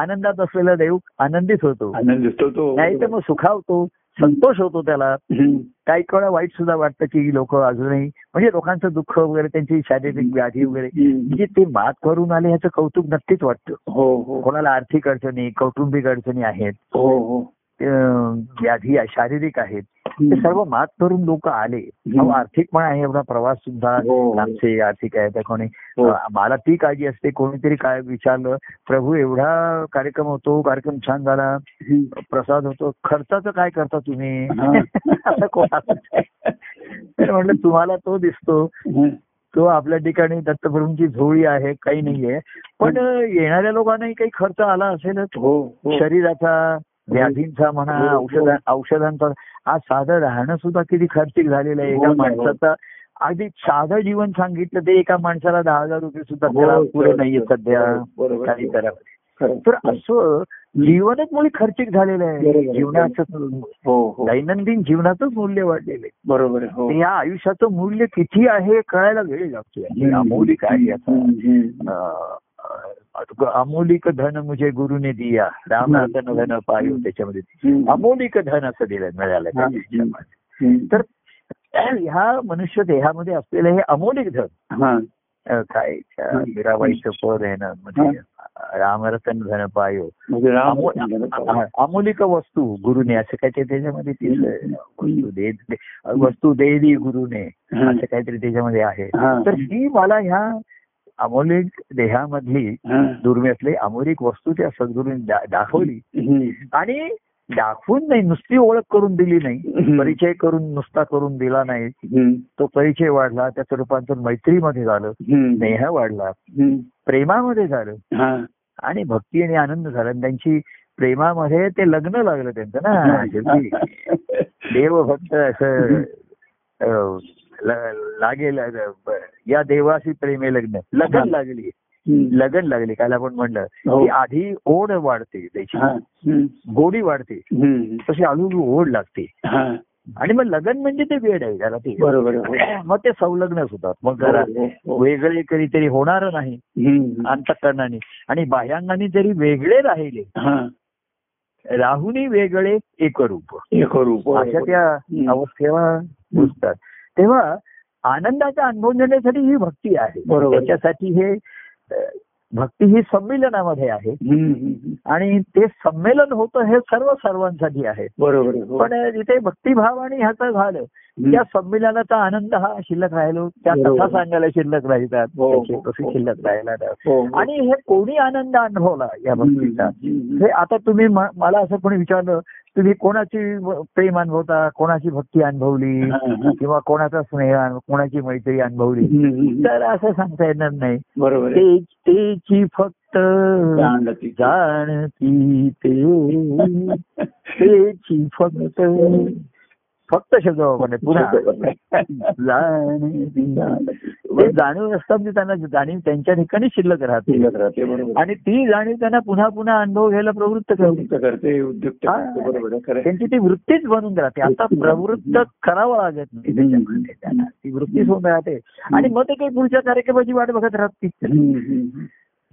Speaker 2: आनंदात असलेला देव आनंदित होतो
Speaker 1: आनंद दिसतो तो
Speaker 2: नाही तर मग सुखावतो संतोष होतो त्याला
Speaker 1: हम्म.
Speaker 2: काही वेळा वाईट सुद्धा वाटतं की लोक अजूनही म्हणजे लोकांचं दुःख वगैरे त्यांची शारीरिक व्याधी वगैरे
Speaker 1: हम्म.
Speaker 2: म्हणजे ते मात करून आले ह्याचं कौतुक नक्कीच वाटतं
Speaker 1: हो हो
Speaker 2: कोणाला आर्थिक अडचणी कौटुंबिक अडचणी आहेत
Speaker 1: हो हो
Speaker 2: अं, व्याधी आहे, शारीरिक आहेत ते
Speaker 1: हम्म.
Speaker 2: सर्व मात करून लोक आले अहो, आर्थिक पण आहे एवढा प्रवास सुद्धा
Speaker 1: हो, हो.
Speaker 2: आमचे आर्थिक आहे त्या कोणी
Speaker 1: हो.
Speaker 2: अं, मला ती काळजी असते कोणीतरी काय विचारलं प्रभू एवढा कार्यक्रम होतो कार्यक्रम छान झाला
Speaker 1: हम्म.
Speaker 2: प्रसाद होतो खर्चाचं काय करता तुम्ही
Speaker 1: हा.
Speaker 2: असं कोणाला तर म्हटलं तुम्हाला तो दिसतो
Speaker 1: हम्म.
Speaker 2: तो आपल्या ठिकाणी दत्तप्रभूंची झोळी आहे काही नाहीये पण येणाऱ्या लोकांनाही काही खर्च आला असेलच
Speaker 1: हो हो
Speaker 2: शरीराचा व्याधींचा म्हणा
Speaker 1: हो, हो.
Speaker 2: औषध औषधांचा आज साधं राहणं सुद्धा किती खर्चिक झालेलं आहे
Speaker 1: हो
Speaker 2: एका
Speaker 1: ना, हो.
Speaker 2: माणसाचा अगदी साधं जीवन सांगितलं ते एका माणसाला दहा हजार रुपये सुद्धा त्याला
Speaker 1: हो,
Speaker 2: पुरे
Speaker 1: सर,
Speaker 2: नाहीये
Speaker 1: सर.
Speaker 2: सध्या
Speaker 1: बरोबर
Speaker 2: काही करावं
Speaker 1: खरं.
Speaker 2: तर असं जीवनच मुळे खर्चिक झालेलं
Speaker 1: बरोबर,
Speaker 2: आहे
Speaker 1: बरोबर.
Speaker 2: जीवनाचं
Speaker 1: हो हो
Speaker 2: दैनंदिन जीवनाचंच मूल्य वाढलेलं आहे
Speaker 1: बरोबर आहे, हो
Speaker 2: तर या आयुष्याचं मूल्य किती आहे हे कळायला वेळ लागतो हे अमौलिक आहे याचा
Speaker 1: हम्म.
Speaker 2: अं, अं, अमौलिक धन मुझे गुरुने दिया रामनाथन धन पायो त्याच्यामध्ये
Speaker 1: हम्म.
Speaker 2: अमौलिक धन असं दिलं मिळालं त्या
Speaker 1: हा.
Speaker 2: त्याच्यामध्ये.
Speaker 1: हम्म.
Speaker 2: तर ह्या मनुष्य देहामध्ये असलेलं हे अमौलिक धन
Speaker 1: हा.
Speaker 2: अं, काय अं, मीराबाईचं पर आहे ना म्हणजे रामरतन धन पायो
Speaker 1: म्हणजे राम
Speaker 2: अमो- अ- अ- अमूलिक वस्तू गुरुने असं काहीतरी त्याच्यामध्ये तिथलं वस्तू दे दे- वस्तू देवी गुरुने
Speaker 1: हा.
Speaker 2: असं काहीतरी त्याच्यामध्ये आहे
Speaker 1: हा.
Speaker 2: तर ही मला ह्या अमोलिक देहामधली
Speaker 1: हा.
Speaker 2: दुर्मिळ असली अमोलिक वस्तू त्या सद्गुरूने दा- दाखवली
Speaker 1: हम्म.
Speaker 2: आणि दाखवून नाही नुसती ओळख करून दिली नाही
Speaker 1: हम्म.
Speaker 2: परिचय करून नुसता करून दिला नाही
Speaker 1: हम्म.
Speaker 2: तो परिचय वाढला त्याचं रूपांतर मैत्रीमध्ये झालं
Speaker 1: हम्म.
Speaker 2: स्नेह वाढला
Speaker 1: हम्म.
Speaker 2: प्रेमामध्ये झालं
Speaker 1: हा.
Speaker 2: आणि भक्ती आणि आनंद झाला आणि त्यांची प्रेमामध्ये ते लग्न लागलं त्यांचं ना शेवटी देव भक्त असं अं, ल- लागेल अं, ब- या देवाशी प्रेमे लग्न लगन लागली
Speaker 1: हम्म.
Speaker 2: लगन लागली काल आपण म्हणलं
Speaker 1: हो.
Speaker 2: की आधी ओढ वाढते त्याची
Speaker 1: हा. हम्म.
Speaker 2: गोडी वाढते
Speaker 1: हम्म.
Speaker 2: तशी हळूहळू ओढ लागते
Speaker 1: हा.
Speaker 2: आणि मग लगन म्हणजे ते वेळ आहे त्याला ते
Speaker 1: बरोबर आहे, हो.
Speaker 2: मग ते संलग्नच होतात मग जरा
Speaker 1: हो.
Speaker 2: वेगळे कधीतरी होणार नाही
Speaker 1: हम्म.
Speaker 2: अंतकरणाने आणि बाह्यांगाने जरी वेगळे राहिले
Speaker 1: हा.
Speaker 2: राहुनी वेगळे एकरूप
Speaker 1: एक रूप हो.
Speaker 2: अशा त्या
Speaker 1: हम्म.
Speaker 2: अवस्थेवा पोचतात तेव्हा आनंदाचा अनुभव घेण्यासाठी ही भक्ती आहे
Speaker 1: बरोबर.
Speaker 2: त्याच्यासाठी हे अ, भक्ती ही संमेलनामध्ये आहे
Speaker 1: हम्म. हम्म.
Speaker 2: आणि ते संमेलन होतं हे सर्व सर्वांसाठी आहे
Speaker 1: बरोबर आहे, हो.
Speaker 2: पण जिथे भक्तिभाव आणि ह्याचं झालं
Speaker 1: हम्म.
Speaker 2: त्या संमेलनाचा आनंद हा शिल्लक राहिलो त्या
Speaker 1: बरोबर.
Speaker 2: कथा सांगायला शिल्लक राहतात
Speaker 1: हो, हो,
Speaker 2: त्याचे कसे
Speaker 1: हो.
Speaker 2: शिल्लक राहिला
Speaker 1: हो, हो.
Speaker 2: आणि हे कोणी आनंद अनुभवला या भक्तीचा
Speaker 1: हम्म.
Speaker 2: हे आता तुम्ही म- मला असं कोणी विचारलं तुम्ही कोणाची व- प्रेम अनुभवता कोणाची भक्ती अनुभवली
Speaker 1: हा, हा.
Speaker 2: किंवा कोणाचा स्नेह अनु- कोणाची मैत्री अनुभवली
Speaker 1: हम्म. हम्म.
Speaker 2: तर असं सांगता येणार नाही
Speaker 1: बरोबर आहे.
Speaker 2: ते तेची फक्त
Speaker 1: जाणलं ती.
Speaker 2: जाणती ते तेची फक्त फक्त शब्द वापरले पुन्हा
Speaker 1: बरोबर आहे.
Speaker 2: जाणती
Speaker 1: जाणलं ती.
Speaker 2: ते जाणीव असताना त्यांना जाणीव त्यांच्या ठिकाणी शिल्लक राहते
Speaker 1: शिल्लक राहते, बरोबर आहे.
Speaker 2: आणि ती जाणीव त्यांना पुन्हा पुन्हा अनुभव घ्यायला प्रवृत्त करते
Speaker 1: उद्युक्त करते उद्युक्त
Speaker 2: हा.
Speaker 1: करते, बरोबर आहे, खरं आहे.
Speaker 2: त्यांची ती वृत्तीच बनून राहते आता प्रवृत्त करावं लागत नाही त्याच्यामध्ये त्यांना ती वृत्तीच होऊन राहते आणि मग ते काही पुढच्या कार्यक्रमाची वाट बघत राहतील
Speaker 1: हम्म, हम्म.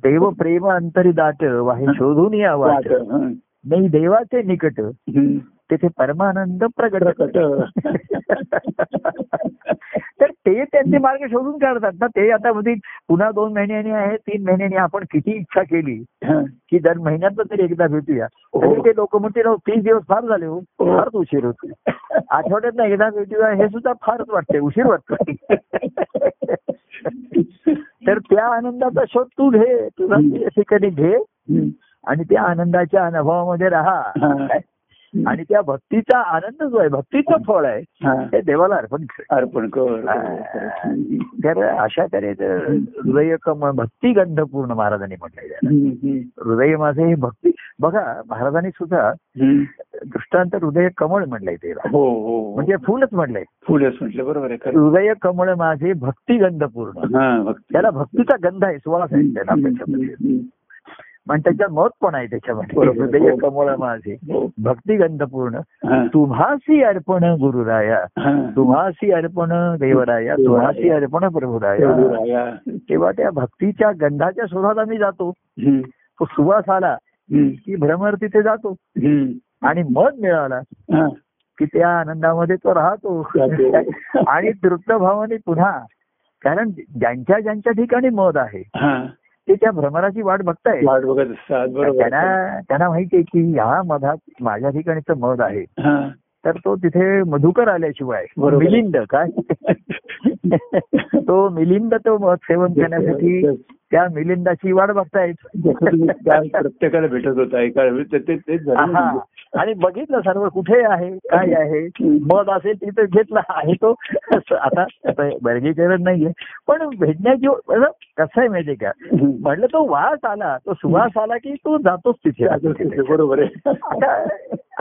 Speaker 2: देव प्रेम अंतरी दाट वाहे शोधून या वाट
Speaker 1: वाटं, हं.
Speaker 2: नाही देवाचे निकट
Speaker 1: हम्म.
Speaker 2: तेथे परमानंद प्रगट
Speaker 1: प्रकट.
Speaker 2: तर ते त्यांचे मार्ग शोधून काढतात ना ते आता मध्ये पुन्हा दोन महिन्याने आहे तीन महिन्याने आपण किती इच्छा केली की दर महिन्यातनं तरी एकदा भेटूया
Speaker 1: हो.
Speaker 2: तरी ते लोक म्हणतील "अहो, तीस दिवस फार झाले हो
Speaker 1: हो.
Speaker 2: फारच उशीर होतो आठवड्यातनं एकदा भेटूया हे सुद्धा फारच वाटते उशीर वाटतो तर त्या आनंदाचा शोध तू घे तुला
Speaker 1: हम्म.
Speaker 2: त्या ठिकाणी घे आणि त्या आनंदाच्या अनुभवामध्ये राहा
Speaker 1: हा. हो.
Speaker 2: आणि त्या भक्तीचा आनंद जो आहे भक्तीचं फळ आहे
Speaker 1: हा.
Speaker 2: हे देवाला अर्पण कर
Speaker 1: अर्पण कर
Speaker 2: तर अशा तऱ्हेचं हृदय कम भक्तिगंध पूर्ण महाराजांनी म्हटलंय
Speaker 1: हम्म, हम्म,
Speaker 2: हृदय माझे हे भक्ती बघा महाराजांनी सुद्धा
Speaker 1: हम्म.
Speaker 2: दृष्टांत हृदय कमळ म्हटलंय त्याला
Speaker 1: हो हो
Speaker 2: म्हणजे फुलच म्हटलंय
Speaker 1: फुलंच म्हटलं बरोबर आहे खरं
Speaker 2: हृदय कमळ माझे भक्तिगंध पूर्ण
Speaker 1: हा भक्ती
Speaker 2: त्याला भक्तीचा गंध आहे सुवास आहे
Speaker 1: हम्म,
Speaker 2: त्याला
Speaker 1: हम्म,
Speaker 2: त्याच्यामध्ये
Speaker 1: हम्म,
Speaker 2: आणि त्याच्यात मत पण आहे त्याच्यामध्ये
Speaker 1: बरोबर. हो.
Speaker 2: हृदय कमळ माझे
Speaker 1: हम्म. हो.
Speaker 2: भक्तिगंध पूर्ण
Speaker 1: हा.
Speaker 2: तुम्हासी अर्पण गुरुराया
Speaker 1: हा.
Speaker 2: तुम्हासी अर्पण देवराया तुम्हासी अर्पण प्रभुराया
Speaker 1: देवराया.
Speaker 2: तेव्हा त्या भक्तीच्या गंधाच्या शोधात आम्ही जातो
Speaker 1: हम्म,
Speaker 2: तो सुवास आला
Speaker 1: हम्म,
Speaker 2: की भ्रमर तिथे जातो
Speaker 1: हम्म.
Speaker 2: आणि मध मिळाला
Speaker 1: हा.
Speaker 2: की त्या आनंदामध्ये तो राहतो
Speaker 1: राहतो.
Speaker 2: आणि तृप्त भावाने पुन्हा कारण ज्यांच्या ज्यांच्या ठिकाणी मध आहे
Speaker 1: हा.
Speaker 2: ते त्या भ्रमराची वाट बघताय
Speaker 1: वाट बघत असतात बरोबर आहे.
Speaker 2: त्यांना त्यांना माहितीये की ह्या मधात माझ्या ठिकाणीचं मध आहे
Speaker 1: हा.
Speaker 2: तर तो तिथे मधुकर आल्याशिवाय
Speaker 1: बरोबर.
Speaker 2: मिलिंद काय तो मिलिंद तो मध सेवन करण्यासाठी त्या मिलिंदाची वाट
Speaker 1: जसं तुम्ही काल
Speaker 2: बघतायत
Speaker 1: प्रत्येकाला भेटत होता एका वेळी ते- ते- तेच झालं ना
Speaker 2: हा.
Speaker 1: म्हणजे.
Speaker 2: आणि बघितलं सर्व कुठे आहे काय आहे मध असेल तिथे घेतला आहे तो असं आता आता वर्गीकरण नाहीये पण भेटण्याची बरं, कसं आहे माहितीये का
Speaker 1: हम्म.
Speaker 2: म्हटलं तो वास आला तो सुवास आला की तो जातोच तिथे
Speaker 1: जातच तिथे, बरोबर आहे
Speaker 2: आता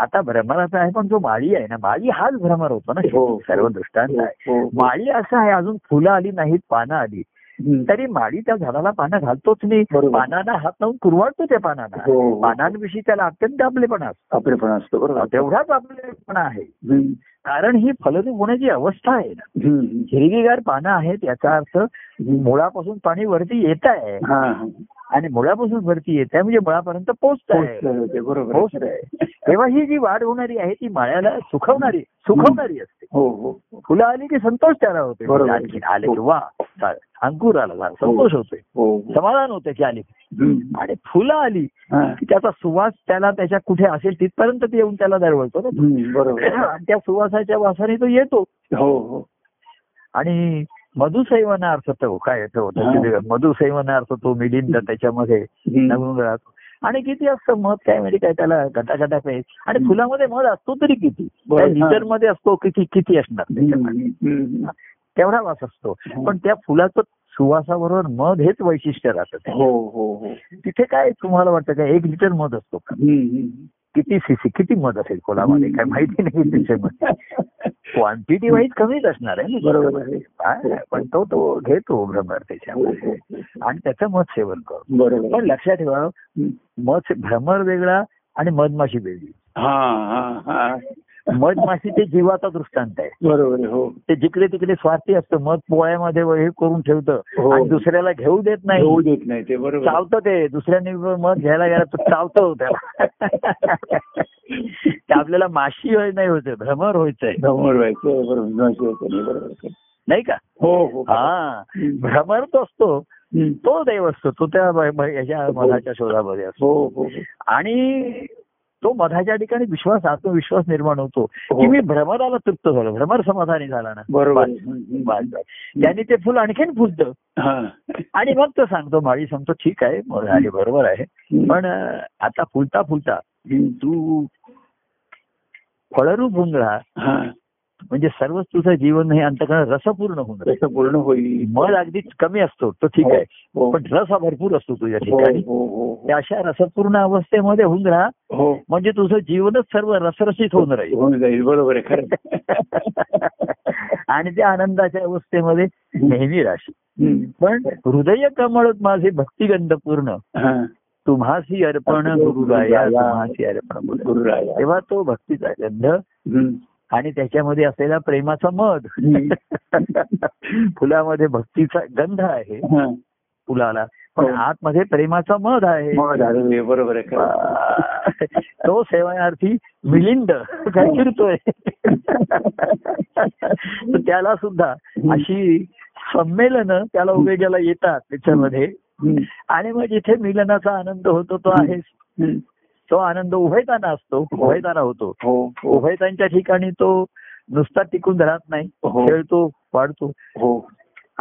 Speaker 2: आता भ्रमराचा आहे पण जो माळी आहे ना माळी हाच भ्रमर होतो ना
Speaker 1: हो.
Speaker 2: सर्व दृष्टांत आहे
Speaker 1: हो, हो.
Speaker 2: माळी असं आहे अजून फुलं आली नाहीत पानं आली
Speaker 1: हम्म.
Speaker 2: तरी माळी त्या झाडाला पानं घालतोच नाही
Speaker 1: बरोबर.
Speaker 2: पानांना हात लावून कुरवाडतो त्या पानांना
Speaker 1: हो, हो.
Speaker 2: पानांविषयी त्याला अत्यंत आपलेपणा असतो
Speaker 1: आपलेपण असतो बरोबर
Speaker 2: तेवढाच आपलेपणा आहे
Speaker 1: हम्म.
Speaker 2: कारण ही फलरूप होण्याची अवस्था आहे ना
Speaker 1: हम्म.
Speaker 2: हिरवीगार पानं आहेत याचा अर्थ मुळापासून पाणी वरती येत आहे
Speaker 1: हा, हा.
Speaker 2: आणि मुळापासून वरती येत आहे म्हणजे मुळापर्यंत पोहोचत आहे
Speaker 1: पोहोचलं ते, बरोबर आहे.
Speaker 2: पोहोचत आहे तेव्हा ही जी वाढ होणारी आहे ती माळ्याला सुखवणारी सुखवणारी असते
Speaker 1: हो हो
Speaker 2: फुलं आली की संतोष त्याला होतो
Speaker 1: बरोबर.
Speaker 2: आणखी आले की वा चा- अंकुर आला वा, संतोष होतोय
Speaker 1: हो
Speaker 2: समाधान होतं की आली
Speaker 1: हम्म.
Speaker 2: आणि फुलं आली की
Speaker 1: हा.
Speaker 2: त्याचा सुवास त्याला त्याच्या कुठे असेल तिथपर्यंत ते येऊन त्याला दरवळतो ना
Speaker 1: हम्म, बरोबर
Speaker 2: आणि त्या सुवासाच्या वासाने तो येतो
Speaker 1: हो हो
Speaker 2: आणि मधुसैवनार्थ तो हो, काय तो
Speaker 1: हा.
Speaker 2: मधुसैवनार्थ तो मिलिंद त्याच्यामध्ये
Speaker 1: हम्म.
Speaker 2: नगून राहतो आणि किती असतं मध काय म्हणजे काय त्याला गटागटा काय आणि फुलामध्ये मध असतो तरी किती
Speaker 1: बरोबर.
Speaker 2: लिटर मध्ये असतो किती किती असणार त्याच्यामध्ये.
Speaker 1: हम्म, हो. हम्म.
Speaker 2: तेवढा वास असतो
Speaker 1: हा.
Speaker 2: पण त्या फुलाचं सुवासाबरोबर मध हेच वैशिष्ट्य राहतं
Speaker 1: हो हो हो
Speaker 2: तिथे काय तुम्हाला वाटतं का एक लिटर मध असतो का
Speaker 1: हम्म, हम्म.
Speaker 2: किती सीसी किती मध असेल फुलामध्ये काय माहिती नाही त्याच्यामध्ये क्वांटिटी वाईज कमीच असणार आहे ना.
Speaker 1: बरोबर आहे
Speaker 2: हा, पण तो तो घेतो भ्रमर
Speaker 1: हो,
Speaker 2: त्याच्यामध्ये आणि त्याचं मध सेवन करतो
Speaker 1: बरोबर
Speaker 2: पण लक्षात ठेवा मध भ्रमर वेगळा आणि मधमाशी वेगळी
Speaker 1: हा हा हा
Speaker 2: मधमाशी ते जीवाचा दृष्टांत आहे
Speaker 1: बरोबर आहे, हो
Speaker 2: ते जिकडे तिकडे स्वार्थी असतं मध पोळ्यामध्ये हे करून
Speaker 1: हो.
Speaker 2: ठेवतं आणि दुसऱ्याला घेऊ देत
Speaker 1: होऊ
Speaker 2: नाही
Speaker 1: देत नाही ते बरोबर आहे.
Speaker 2: चावतं ते दुसऱ्याने मध घ्यायला गेला तर चावतं हो त्याला ते आपल्याला माशी होय नाही होत भ्रमर व्हायचंय
Speaker 1: समोर व्हायचं बरोबर नशी होतं नाही, बरोबर आहे.
Speaker 2: नाही का
Speaker 1: हो हो
Speaker 2: हा
Speaker 1: हम्म.
Speaker 2: भ्रमर तो असतो
Speaker 1: हम्म.
Speaker 2: तो देव असतो तो त्या ब- ब- याच्या मधाच्या शोधामध्ये असतो
Speaker 1: हो हो हो.
Speaker 2: आणि तो मधाच्या ठिकाणी विश्वास आत्मविश्वास निर्माण होतो की
Speaker 1: हो.
Speaker 2: मी भ्रमराला तृप्त झालो भ्रमर समाधानी झाला ना
Speaker 1: बरोबर आहे.
Speaker 2: बस,
Speaker 1: हम्म,
Speaker 2: बस,
Speaker 1: हम्म.
Speaker 2: बस. त्यांनी ते फुल आणखीन फुलतं
Speaker 1: हा.
Speaker 2: आणि मग तो सांगतो माळी सांगतो ठीक आहे मग आहे बरोबर आहे पण अं, आता फुलता फुलता
Speaker 1: हम्म.
Speaker 2: तू फळरूप होऊन राहा
Speaker 1: हा
Speaker 2: म्हणजे सर्वच तुझं जीवन हे अंतकरण रसपूर्ण होऊन राहील
Speaker 1: तसं पूर्ण होईल
Speaker 2: मध अगदीच कमी असतो तो ठीक आहे
Speaker 1: हो.
Speaker 2: पण रस हा भरपूर असतो तुझ्या
Speaker 1: हो
Speaker 2: ठिकाणी
Speaker 1: हो हो
Speaker 2: त्या अशा रसपूर्ण अवस्थेमध्ये होऊन राहा
Speaker 1: हो
Speaker 2: म्हणजे तुझं जीवनच सर्व रसरसित होऊन राहील
Speaker 1: होऊन जाईल बरोबर आहे खरं आहे.
Speaker 2: आणि त्या आनंदाच्या अवस्थेमध्ये नेहमी राहशील
Speaker 1: हम्म.
Speaker 2: पण हृदय कमळ माझे भक्तिगंध पूर्ण
Speaker 1: हा.
Speaker 2: तुम्हासी अर्पण गुरुराया तुम्हासी अर्पण गुरुराया.
Speaker 1: गुरुराया
Speaker 2: तेव्हा तो भक्तीचा गंध
Speaker 1: हम्म.
Speaker 2: आणि त्याच्यामध्ये असलेला प्रेमाचा मध फुलामध्ये भक्तीचा गंध आहे
Speaker 1: हा.
Speaker 2: फुलाला पण
Speaker 1: हो.
Speaker 2: आतमध्ये प्रेमाचा मध आहे
Speaker 1: मग झालं हे, बरोबर आहे खरं आहे.
Speaker 2: हो. तो सेवनार्थी मिलिंद काय फिरतोय तर त्याला सुद्धा अशी संमेलनं त्याला उभेजाला येतात त्याच्यामध्ये
Speaker 1: हम्म.
Speaker 2: आणि मग जिथे मिलनाचा आनंद होतो तो आहेच
Speaker 1: हम्म.
Speaker 2: तो आनंद उभयताना असतो उभयताना होतो
Speaker 1: हो हो
Speaker 2: उभयतांच्या ठिकाणी तो नुसता टिकून राहत नाही
Speaker 1: हो.
Speaker 2: खेळतो वाढतो
Speaker 1: हो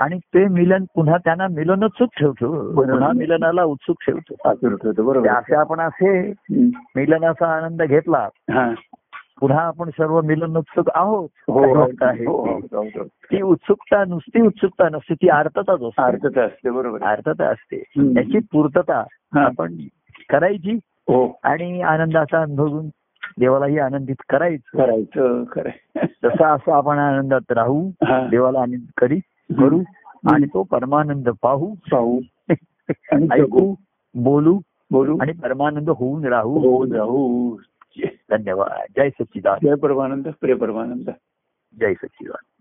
Speaker 2: आणि ते मिलन पुन्हा त्यांना मिलन उत्सुक ठेवतो पुन्हा मिलनाला उत्सुक ठेवतो
Speaker 1: आतुर होतं
Speaker 2: ते
Speaker 1: बरोबर
Speaker 2: असे आपण असे
Speaker 1: हम्म.
Speaker 2: मिलनाचा आनंद घेतला
Speaker 1: हा.
Speaker 2: पुन्हा आपण सर्व मिलन उत्सुक आहोत
Speaker 1: हो
Speaker 2: अशी
Speaker 1: हो
Speaker 2: गोष्ट आहे.
Speaker 1: हो, हो, हो.
Speaker 2: ती उत्सुकता नुसती उत्सुकता नसते ती अर्थताच असते
Speaker 1: अर्थच असते बरोबर आहे.
Speaker 2: अर्थता असते
Speaker 1: हम्म.
Speaker 2: त्याची पूर्तता
Speaker 1: हा.
Speaker 2: आपण करायची
Speaker 1: हो
Speaker 2: आणि आनंदाचा अनुभवून देवालाही आनंदित करायचं
Speaker 1: करायचं खरं
Speaker 2: जसं असं आपण आनंदात राहू
Speaker 1: हा.
Speaker 2: देवाला आनंद करी करू आणि तो परमानंद पाहू
Speaker 1: पाहू आणि
Speaker 2: ऐकू
Speaker 1: जगू.
Speaker 2: बोलू
Speaker 1: बोलू
Speaker 2: आणि परमानंद होऊन राहू
Speaker 1: हो जाऊ
Speaker 2: धन्यवाद जय सच्चिदानंद
Speaker 1: जय परमानंद प्रिय परमानंद
Speaker 2: जय सच्चिदानंद